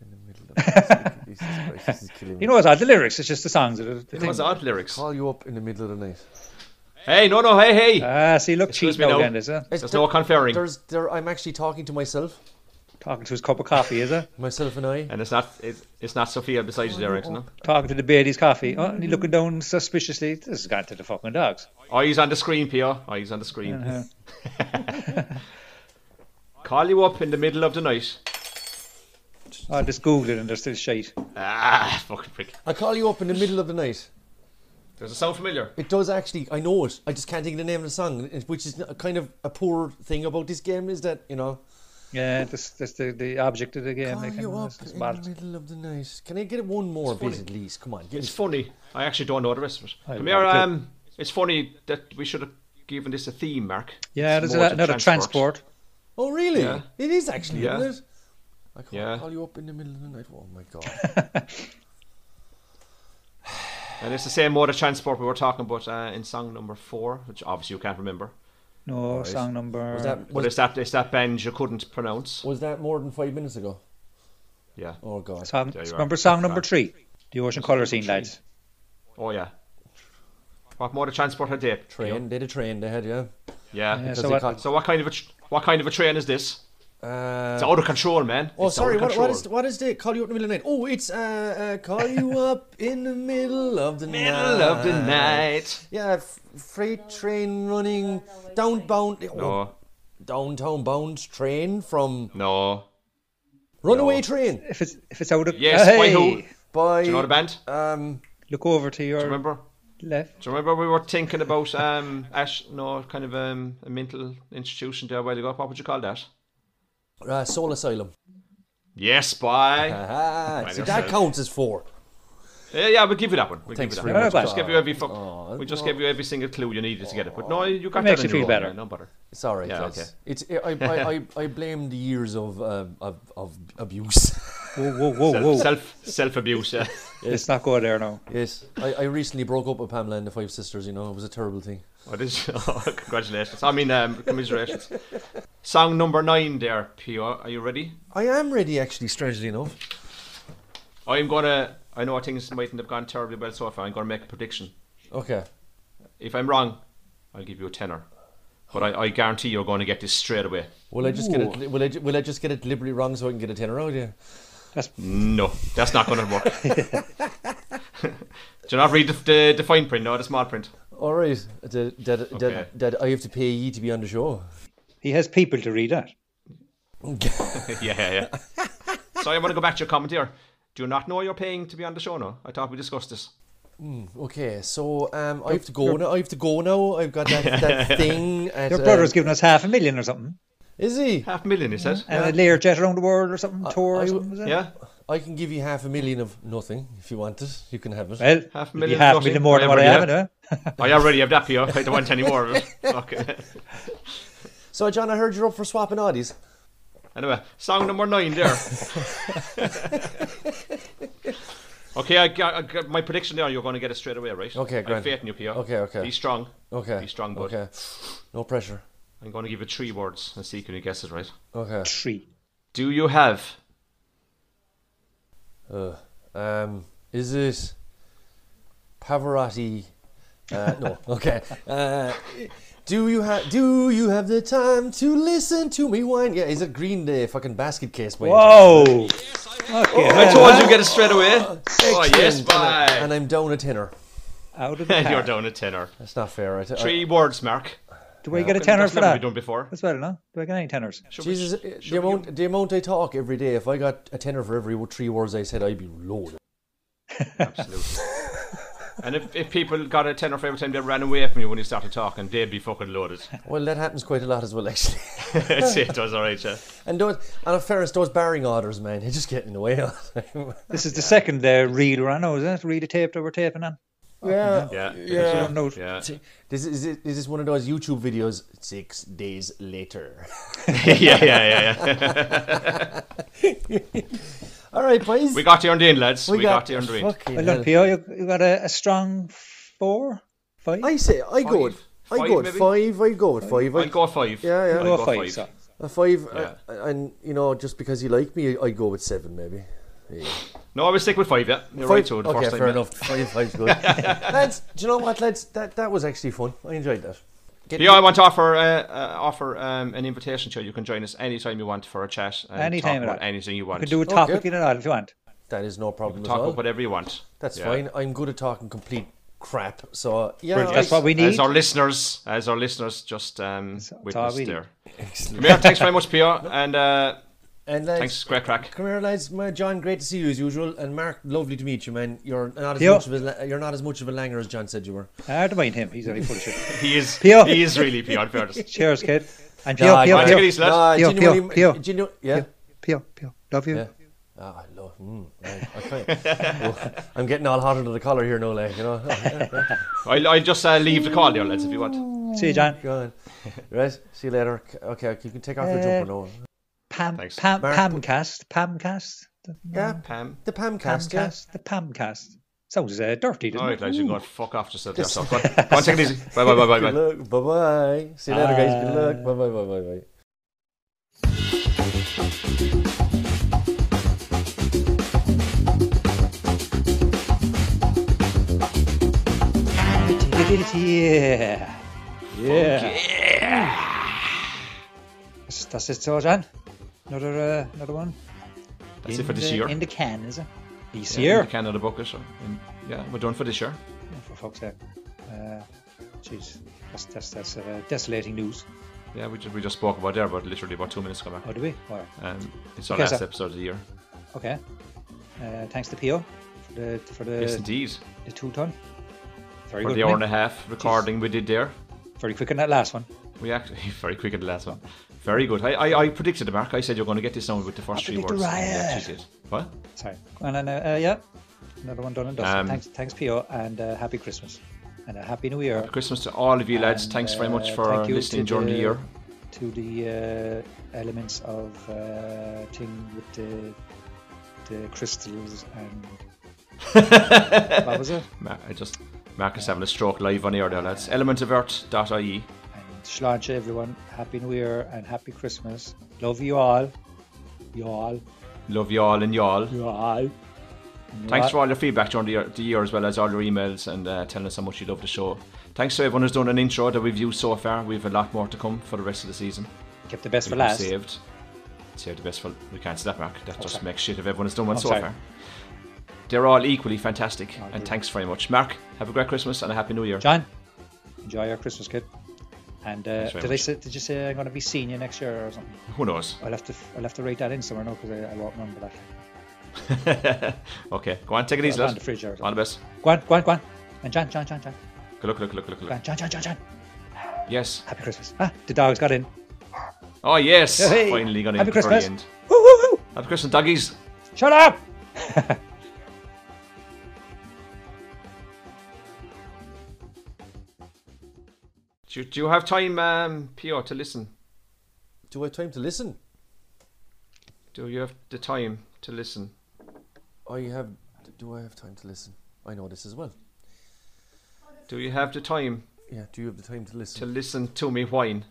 Speaker 7: In the middle of the night. Jesus Christ, this is killing me.
Speaker 5: You know what's odd? The lyrics, it's just the songs. that are- the
Speaker 4: It was
Speaker 5: thing.
Speaker 4: odd lyrics.
Speaker 7: Call you up in the middle of the night.
Speaker 4: Hey, no, no, hey, hey.
Speaker 5: Ah, see, look,
Speaker 4: Excuse
Speaker 5: cheap
Speaker 4: me
Speaker 5: now
Speaker 4: now.
Speaker 5: again, is it?
Speaker 7: It's
Speaker 4: There's
Speaker 7: there-
Speaker 4: no conferring,
Speaker 7: There's there. I'm actually talking to myself,
Speaker 5: Talking to his cup of coffee, is it?
Speaker 7: myself and I.
Speaker 4: and it's not it's, it's not Sophia besides the lyrics, no.
Speaker 5: Talking to the baby's coffee. Oh, and he's
Speaker 7: Mm-hmm.
Speaker 5: looking down suspiciously. This has gone to the fucking dogs.
Speaker 4: Eyes Oh, on the screen, Pio. Eyes on the screen. Call you up in the middle of the night.
Speaker 5: I just googled it and they're still shite.
Speaker 4: Ah, fucking prick.
Speaker 7: I call you up in the middle of the night.
Speaker 4: Does it sound familiar?
Speaker 7: It does actually. I know it. I just can't think of the name of the song, it- which is a kind of a poor thing about this game is that you know.
Speaker 5: Yeah, that's, that's the, the object of the game.
Speaker 7: Call
Speaker 5: They can-
Speaker 7: you up
Speaker 5: it's- it's
Speaker 7: in the
Speaker 5: mad.
Speaker 7: middle of the night. Can I get one more,
Speaker 4: funny.
Speaker 7: please, at least? Come on,
Speaker 4: It's
Speaker 7: get
Speaker 4: funny. I actually don't know the rest of it.
Speaker 5: I love
Speaker 4: Come here,
Speaker 5: it.
Speaker 4: um, it's funny that we should have given this a theme, Mark.
Speaker 5: Yeah,
Speaker 4: It's
Speaker 5: there's
Speaker 4: modes
Speaker 5: a,
Speaker 4: of
Speaker 5: another transport.
Speaker 7: Oh, really?
Speaker 4: Yeah.
Speaker 7: It is actually,
Speaker 4: Yeah.
Speaker 7: isn't it? I call,
Speaker 4: Yeah.
Speaker 7: call you up in the middle of the night. Oh my god.
Speaker 4: And it's the same mode of transport we were talking about uh, in song number four, which obviously you can't remember.
Speaker 5: No, song number.
Speaker 7: Was that
Speaker 4: But
Speaker 7: was,
Speaker 4: it's that it's that band you couldn't pronounce.
Speaker 7: was that more than five minutes ago?
Speaker 4: Yeah.
Speaker 7: Oh god.
Speaker 5: song,
Speaker 4: There you are.
Speaker 5: remember song number
Speaker 4: Fine.
Speaker 5: three? The Ocean Colour Scene, lads.
Speaker 4: Oh yeah. What mode of transport had they?
Speaker 7: Train. They had a train. They had yeah.
Speaker 4: Yeah.
Speaker 5: Yeah,
Speaker 7: Because
Speaker 5: so
Speaker 7: they
Speaker 5: what,
Speaker 7: can't-
Speaker 4: So what kind of a tr- what kind of a train is this?
Speaker 7: Uh,
Speaker 4: It's out of control, man.
Speaker 7: Oh,
Speaker 4: It's out
Speaker 7: sorry.
Speaker 4: of
Speaker 7: What, what
Speaker 4: control.
Speaker 7: is what is the call you up in the middle of the night? Oh, it's uh, uh call you up in the middle of the night.
Speaker 4: Middle of the
Speaker 7: Uh,
Speaker 4: night.
Speaker 7: Yeah, f- freight train running downbound oh,
Speaker 4: No,
Speaker 7: downtown bound train from
Speaker 4: no.
Speaker 7: runaway train
Speaker 5: if it's if it's out of
Speaker 4: Yes, by who?
Speaker 5: Hey,
Speaker 7: by
Speaker 4: Do you know the band?
Speaker 7: um
Speaker 5: Look over to your
Speaker 4: Do you remember?
Speaker 5: left.
Speaker 4: Do you remember we were thinking about um Ash? No, kind of um a mental institution there a while ago. What would you call that?
Speaker 7: uh, Soul Asylum.
Speaker 4: Yes, bye.
Speaker 7: Ah, see,
Speaker 4: yourself.
Speaker 7: that counts as four.
Speaker 4: yeah, yeah, we'll give you that one. We'll
Speaker 7: Thanks
Speaker 4: give you
Speaker 7: very
Speaker 4: that.
Speaker 5: much,
Speaker 4: one. We just
Speaker 5: Carl.
Speaker 4: give you every fuck. we just gave you every single clue you needed to get it. But no, you got
Speaker 5: It makes
Speaker 4: that
Speaker 5: you
Speaker 4: on
Speaker 5: feel
Speaker 4: your own,
Speaker 5: better.
Speaker 4: yeah, No better.
Speaker 7: It's all right.
Speaker 4: Yeah,
Speaker 7: lads.
Speaker 4: okay.
Speaker 7: It's I, I, I, I blame the years of uh, of, of abuse.
Speaker 5: Whoa, whoa, whoa, whoa.
Speaker 4: Self, self self abuse. Yeah.
Speaker 5: Let's not go there now.
Speaker 7: yes, I, I recently broke up with Pamela and the Five Sisters. You know, it was a terrible thing.
Speaker 4: What is? Oh, congratulations. I mean, um, commiserations. Song number nine, there, Pio. Are you ready?
Speaker 7: I am ready, actually. Strangely enough,
Speaker 4: I'm gonna. I know things mightn't have gone terribly well so far. I'm gonna make a prediction.
Speaker 7: okay.
Speaker 4: If I'm wrong, I'll give you a tenner. But I, I guarantee you're going to get this straight away.
Speaker 7: Will I just get it? Will I, ju- will I just get it deliberately wrong so I can get a tenner out of you?
Speaker 4: No, that's not going to work. Do you not read the, the, the fine print? No, the small print.
Speaker 7: All right, that, that,
Speaker 4: Okay.
Speaker 7: that, that I have to pay you to be on the show.
Speaker 5: He has people to read that.
Speaker 4: yeah, yeah, yeah. Sorry, I want to go back to your commandeer. Do you not know you're paying to be on the show now? I thought we discussed this.
Speaker 7: Okay, so um, I have to go now. I have to go now. I've got that, that thing. At,
Speaker 5: Your
Speaker 7: uh,
Speaker 5: brother's giving us half a million or something,
Speaker 7: is he?
Speaker 4: Half a million, he says.
Speaker 5: and a layer jet around the world or something, tour
Speaker 7: I
Speaker 5: or
Speaker 7: w-
Speaker 5: something. was it?
Speaker 4: Yeah,
Speaker 7: I can give you half a million of nothing if you want it. You can have it.
Speaker 5: Well,
Speaker 4: Half a
Speaker 5: it'd be
Speaker 4: million
Speaker 5: half a
Speaker 4: nothing.
Speaker 5: million more than what I
Speaker 4: Whatever,
Speaker 5: have,
Speaker 4: yeah.
Speaker 5: eh?
Speaker 4: I already have that for you. I don't want any more of it. Okay.
Speaker 7: So, John, I heard you're up for swapping oddies.
Speaker 4: Anyway, song number nine there. okay, I got, I got my prediction there. You're going to get it straight away, right?
Speaker 7: Okay,
Speaker 4: I have
Speaker 7: grand.
Speaker 4: faith in you, Pio.
Speaker 7: Okay, okay.
Speaker 4: Be strong.
Speaker 7: Okay.
Speaker 4: Be strong, bud.
Speaker 7: Okay. No pressure.
Speaker 4: I'm going to give you three words and see can you guess it right.
Speaker 7: Okay.
Speaker 5: Three.
Speaker 4: Do you have?
Speaker 7: Uh, um, is it Pavarotti? Uh, no. Okay. Uh, do you have Do you have the time to listen to me whine? Yeah. Is it Green Day? Fucking basket case. by any chance?
Speaker 5: Whoa!
Speaker 4: Oh.
Speaker 5: Okay,
Speaker 4: I told you get it straight away. Oh yes,
Speaker 7: And I-
Speaker 4: bye.
Speaker 7: And I'm down a tenner.
Speaker 5: out of the
Speaker 4: You're
Speaker 5: park.
Speaker 4: down a tenner.
Speaker 7: That's not fair. Uh, I t- I-
Speaker 4: Three words, Mark.
Speaker 5: Do I get a
Speaker 4: That's
Speaker 5: tenner for
Speaker 4: never been
Speaker 5: that?
Speaker 4: done before.
Speaker 5: That's better, no? Do I get any tenners?
Speaker 4: Should we-
Speaker 7: Jesus, uh, the amount the amount I talk every day. If I got a tenner for every three words I said, I'd be loaded.
Speaker 4: Absolutely. and if, if people got a tenner for every time they ran away from you when you started talking, they'd be fucking loaded.
Speaker 7: Well, that happens quite a lot as well, actually.
Speaker 4: That's it. That's all right, yeah.
Speaker 7: And those, and in fairness, those barring orders, man, they're just getting in the way. all the time.
Speaker 5: This is the second uh, reel we're on, now, isn't it? Reel of tape that we're taping on.
Speaker 7: yeah.
Speaker 4: Yeah.
Speaker 5: Yeah. No,
Speaker 4: Yeah.
Speaker 7: This is is this one of those YouTube videos? Six days later.
Speaker 4: yeah, yeah, yeah, yeah.
Speaker 7: All right, boys.
Speaker 4: We got you on the end, lads. We, got, you on the end.
Speaker 7: Fucking
Speaker 5: Well, look, Pio,
Speaker 7: hell.
Speaker 5: you, you got a, a strong four, five?
Speaker 7: I say I go with
Speaker 4: Five,
Speaker 7: I go with
Speaker 4: maybe?
Speaker 7: five. I go with five.
Speaker 4: I'd
Speaker 7: I,
Speaker 4: go five.
Speaker 7: Yeah, yeah.
Speaker 4: I'd
Speaker 5: Four,
Speaker 4: go
Speaker 5: five,
Speaker 4: five.
Speaker 5: so.
Speaker 7: a five. uh,
Speaker 4: Yeah.
Speaker 7: and you know, just because you like me, I go with seven maybe.
Speaker 4: No, I would stick with five, yeah. You're
Speaker 7: Five-
Speaker 4: right, so the
Speaker 7: okay,
Speaker 4: first time.
Speaker 7: fair
Speaker 4: yeah.
Speaker 7: enough. Five, five's good. lads, do you know what, lads? That that was actually fun. I enjoyed that. Get
Speaker 4: Yeah, I want to offer uh, uh, offer um, an invitation to you. You can join us anytime you want for a chat. And
Speaker 5: Anytime
Speaker 4: talk
Speaker 5: at
Speaker 4: about
Speaker 5: all.
Speaker 4: Uh, anything you
Speaker 5: You
Speaker 4: want. Oh,
Speaker 5: can do a topic
Speaker 7: Okay.
Speaker 5: in and out if you want.
Speaker 7: that is no problem at
Speaker 4: talk about
Speaker 7: all.
Speaker 4: whatever you want.
Speaker 7: That's
Speaker 4: Yeah.
Speaker 7: fine. I'm good at talking complete crap. So yeah,
Speaker 4: Brilliant.
Speaker 7: I-
Speaker 5: That's what we need.
Speaker 4: As our listeners, as our listeners, just um,
Speaker 5: all
Speaker 4: witnessed
Speaker 5: we need.
Speaker 4: there. Yeah, thanks very much, Pio, and uh,
Speaker 7: and lads,
Speaker 4: thanks, great crack.
Speaker 7: Come here, lads. My John, great to see you as usual, and Mark, lovely to meet you, man. You're not as
Speaker 5: Theo.
Speaker 7: much of a la- you're not as much of a langer as John said you were.
Speaker 5: I don't mind him. He's only full of shit.
Speaker 4: He is,
Speaker 5: Pio.
Speaker 4: he is really Pio. In fairness,
Speaker 5: Cheers, kid. And Pio, Pio,
Speaker 4: Right, take it
Speaker 5: Pio,
Speaker 4: easy, lads.
Speaker 7: Nah,
Speaker 5: Theo,
Speaker 7: genuinely-
Speaker 5: Theo, Theo.
Speaker 7: genu- yeah.
Speaker 5: Pio, Pio. Love you.
Speaker 7: Yeah. Ah, I love. Mm, right, okay. Oh, I'm getting all hot under the collar here, no like you know.
Speaker 4: I'll, I'll just uh, leave the call there, lads, if you want.
Speaker 5: See you, John.
Speaker 7: Go on. Right. See you later. C- Okay, you can take off your
Speaker 5: Uh,
Speaker 7: jumper now.
Speaker 5: Pam,
Speaker 4: Thanks.
Speaker 5: Pam,
Speaker 7: Mark-
Speaker 5: Pamcast. Pamcast. The-
Speaker 7: Yeah.
Speaker 4: Pam.
Speaker 7: The Pamcast. Yeah.
Speaker 5: Pamcast. The Pamcast. Sounds uh, dirty,
Speaker 4: All
Speaker 5: doesn't
Speaker 4: right,
Speaker 5: it?
Speaker 4: lads, you can go and fuck off yourself. there, so Go on, go on, take it easy. Bye, bye, bye, bye,
Speaker 7: Good
Speaker 4: bye.
Speaker 7: luck. Bye bye. See you later, guys. Good luck.
Speaker 5: Bye.
Speaker 7: Bye bye bye bye bye.
Speaker 5: Yeah. Yeah. That's, that's it, so, John. Another, uh, another one.
Speaker 4: That's
Speaker 5: in
Speaker 4: it for this
Speaker 5: the,
Speaker 4: year.
Speaker 5: In the can, is it? This
Speaker 4: Yeah,
Speaker 5: year.
Speaker 4: the Canada bucket. So, and, yeah, we're done for this year.
Speaker 5: For fuck's sake. Uh, Jeez. That's, that's, that's uh, desolating news.
Speaker 4: Yeah, we just, we just spoke about there, but literally about two minutes ago.
Speaker 5: Oh, do we? All right.
Speaker 4: Um, it's our
Speaker 5: Okay,
Speaker 4: last
Speaker 5: so-
Speaker 4: episode of the year.
Speaker 5: Okay. Uh, thanks to Pio for the for the,
Speaker 4: Yes, indeed.
Speaker 5: the two ton. Very
Speaker 4: For
Speaker 5: good.
Speaker 4: the hour
Speaker 5: mate.
Speaker 4: and a half recording we did there.
Speaker 5: Very quick on that last one.
Speaker 4: We actually very quick at the last one. Very good. I, I, I predicted it, Mark. I said you're going to get this down with the first three
Speaker 5: predict a
Speaker 4: words.
Speaker 5: riot.
Speaker 4: You actually did. What?
Speaker 5: Sorry. And then, uh, uh, yeah, another one done and dusted.
Speaker 4: Um,
Speaker 5: thanks, thanks, Pio, and uh, happy Christmas and a happy New Year
Speaker 4: Christmas to all of you lads.
Speaker 5: And,
Speaker 4: Thanks very much
Speaker 5: uh,
Speaker 4: for
Speaker 5: thank you
Speaker 4: listening
Speaker 5: to
Speaker 4: during the
Speaker 5: the-
Speaker 4: year.
Speaker 5: to the uh, elements of uh, thing with the the crystals and what was it
Speaker 4: Ma- I just Mark is having a stroke live on air there, lads. Elementof.earth.ie.
Speaker 5: and Sláinte everyone. Happy New Year and happy Christmas. Love you all. You all.
Speaker 4: Love you all and y'all.
Speaker 5: You all.
Speaker 4: Thanks for all your feedback during the year, the year as well as all your emails and uh, telling us how much you love the show. Thanks to everyone who's done an intro that we've used so far. We have a lot more to come for the rest of the season.
Speaker 5: Kept the best for
Speaker 4: We've
Speaker 5: last.
Speaker 4: saved. Saved the best for. We can't say that, Mark. That just
Speaker 5: sorry.
Speaker 4: makes shit of everyone has done one
Speaker 5: I'm
Speaker 4: so
Speaker 5: Oh, sorry. Oh,
Speaker 4: far. They're all equally fantastic, and thanks very much. Mark, have a great Christmas and a happy new year.
Speaker 5: John, enjoy your Christmas, kid. And uh,
Speaker 4: very
Speaker 5: did I
Speaker 4: much.
Speaker 5: say, did you say I'm going to be senior next year or something?
Speaker 4: Who knows?
Speaker 5: I'll have to I'll have to write that in somewhere now because I, I won't remember that.
Speaker 4: okay, go on, take it easy,
Speaker 5: I'll go on
Speaker 4: lad.
Speaker 5: the fridge or
Speaker 4: All the best.
Speaker 5: Go on, go on, go on. And John, John, John, John,
Speaker 4: Good luck, good luck, good luck, good
Speaker 5: go
Speaker 4: luck.
Speaker 5: on, John, John, John, John.
Speaker 4: Yes.
Speaker 5: Happy Christmas. Ah, the dogs got in.
Speaker 4: Oh, yes.
Speaker 5: Hey,
Speaker 4: Finally got in.
Speaker 5: happy
Speaker 4: at the very
Speaker 5: Christmas.
Speaker 4: end.
Speaker 5: Woo, woo, woo.
Speaker 4: Happy Christmas, doggies.
Speaker 5: Shut up.
Speaker 4: Do, you- do you have time, um, Pio, to listen?
Speaker 7: Do I have time to listen?
Speaker 4: Do you have the time to listen?
Speaker 7: I Oh, have. Do I have time to listen? I know this as well.
Speaker 4: Do you have the time
Speaker 7: Yeah. Do you have the time to
Speaker 4: to
Speaker 7: listen?
Speaker 4: listen to me whine?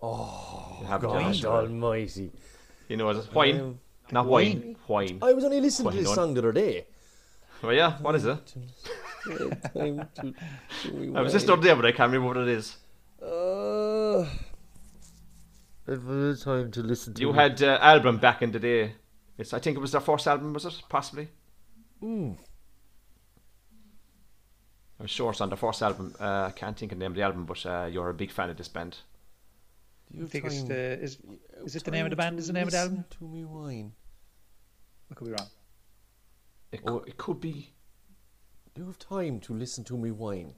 Speaker 4: Oh, you have it, Josh.
Speaker 7: Almighty!
Speaker 4: You know, it's whine,
Speaker 7: Um,
Speaker 4: not whine, whine.
Speaker 7: I was only listening
Speaker 4: Well
Speaker 7: to this
Speaker 4: done.
Speaker 7: song the other day.
Speaker 4: Oh yeah, what is it?
Speaker 7: Time to- to
Speaker 4: I was just
Speaker 7: rewind.
Speaker 4: up there, but I can't remember what it is.
Speaker 7: Uh, it was time to listen to
Speaker 4: You
Speaker 7: me.
Speaker 4: had uh, album back in the day. It's, I think it was their first album, was it? Possibly.
Speaker 7: Hmm.
Speaker 4: I'm sure it's on their first album. Uh, I can't think of the name of the album, but uh, you're a big fan of this band.
Speaker 7: Do you have
Speaker 5: I think it's
Speaker 7: time-
Speaker 5: the, is, is it the
Speaker 7: time
Speaker 5: name of the band?
Speaker 7: to
Speaker 5: Is the name of the
Speaker 7: listen
Speaker 5: album?
Speaker 7: To me wine.
Speaker 5: I could be wrong.
Speaker 4: It, cou- it could be.
Speaker 7: Do you have time to listen to me wine?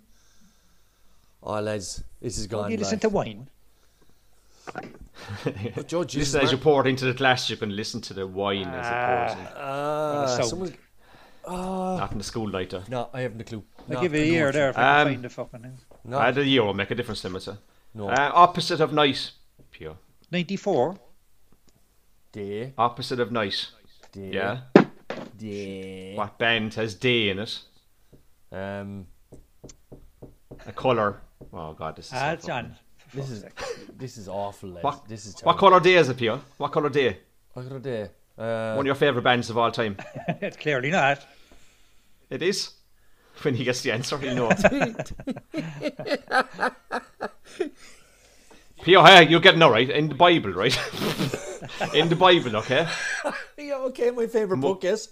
Speaker 7: Oh, lads, this is gone.
Speaker 5: You listen
Speaker 7: live.
Speaker 5: to wine.
Speaker 7: But Joe, Jesus,
Speaker 4: listen as you
Speaker 7: man.
Speaker 4: pour it into the glass, you can listen to the wine as it pours in.
Speaker 7: Ah,
Speaker 5: the soap.
Speaker 7: someone's- Ah.
Speaker 4: Not in the school lighter.
Speaker 7: No, I haven't a clue.
Speaker 5: I
Speaker 7: No,
Speaker 5: give it
Speaker 7: I
Speaker 5: a
Speaker 7: know
Speaker 5: year
Speaker 7: what
Speaker 5: there if I
Speaker 4: Um,
Speaker 5: can find the fucking thing.
Speaker 7: you- No,
Speaker 4: Uh, the year will make a difference, Limiter.
Speaker 7: no.
Speaker 4: Uh, opposite of night. Pure.
Speaker 5: 94.
Speaker 7: day,
Speaker 4: Opposite of night.
Speaker 7: day,
Speaker 4: Yeah.
Speaker 7: day.
Speaker 4: What band has day in it?
Speaker 7: Um,
Speaker 4: A colour. Oh god, this is. so
Speaker 5: Ah,
Speaker 4: fucking-
Speaker 5: John.
Speaker 7: this is this is awful. Lads.
Speaker 4: What-
Speaker 7: This is
Speaker 4: What
Speaker 7: terrible.
Speaker 4: colour day is it, Pio? What colour day?
Speaker 7: What colour day? Uh,
Speaker 4: One of your favourite bands of all time.
Speaker 5: It's clearly not.
Speaker 4: It is. When he gets the answer, he'll know. Pio, hey, you're getting all right in the Bible, right? in the Bible, okay?
Speaker 7: yeah, okay, my favorite book is.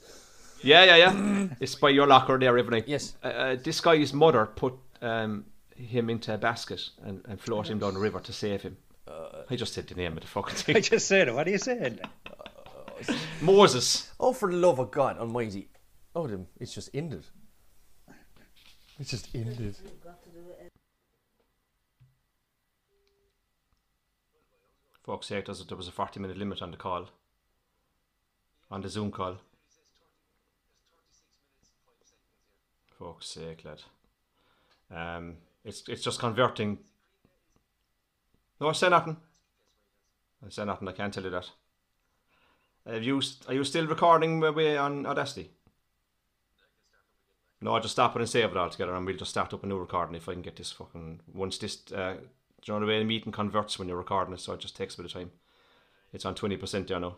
Speaker 4: Yeah, yeah, yeah. it's by your locker there every night.
Speaker 7: Yes.
Speaker 4: Uh, Uh, this guy's mother put um, him into a basket and, and floated him down the river to save him. I just said the name of the fucking
Speaker 5: I
Speaker 4: thing.
Speaker 5: just said it. What are you saying?
Speaker 4: Moses.
Speaker 7: Oh, for the love of God Almighty! Oh, them, it's just ended. It's just ended.
Speaker 4: Fuck's sake, does it? There was a 40 minute limit on the call. On the Zoom call. Fuck's sake, lad. Um, it's, it's just converting. No, I say nothing. I say nothing, I can't tell you that. Have you, st- are you still recording where we on Audacity? No, I'll just stop it and save it all together and we'll just start up a new recording if I can get this fucking. Once this. Uh, do you know the way a meeting converts when you're recording it, so it just takes a bit of time. It's on 20% there now.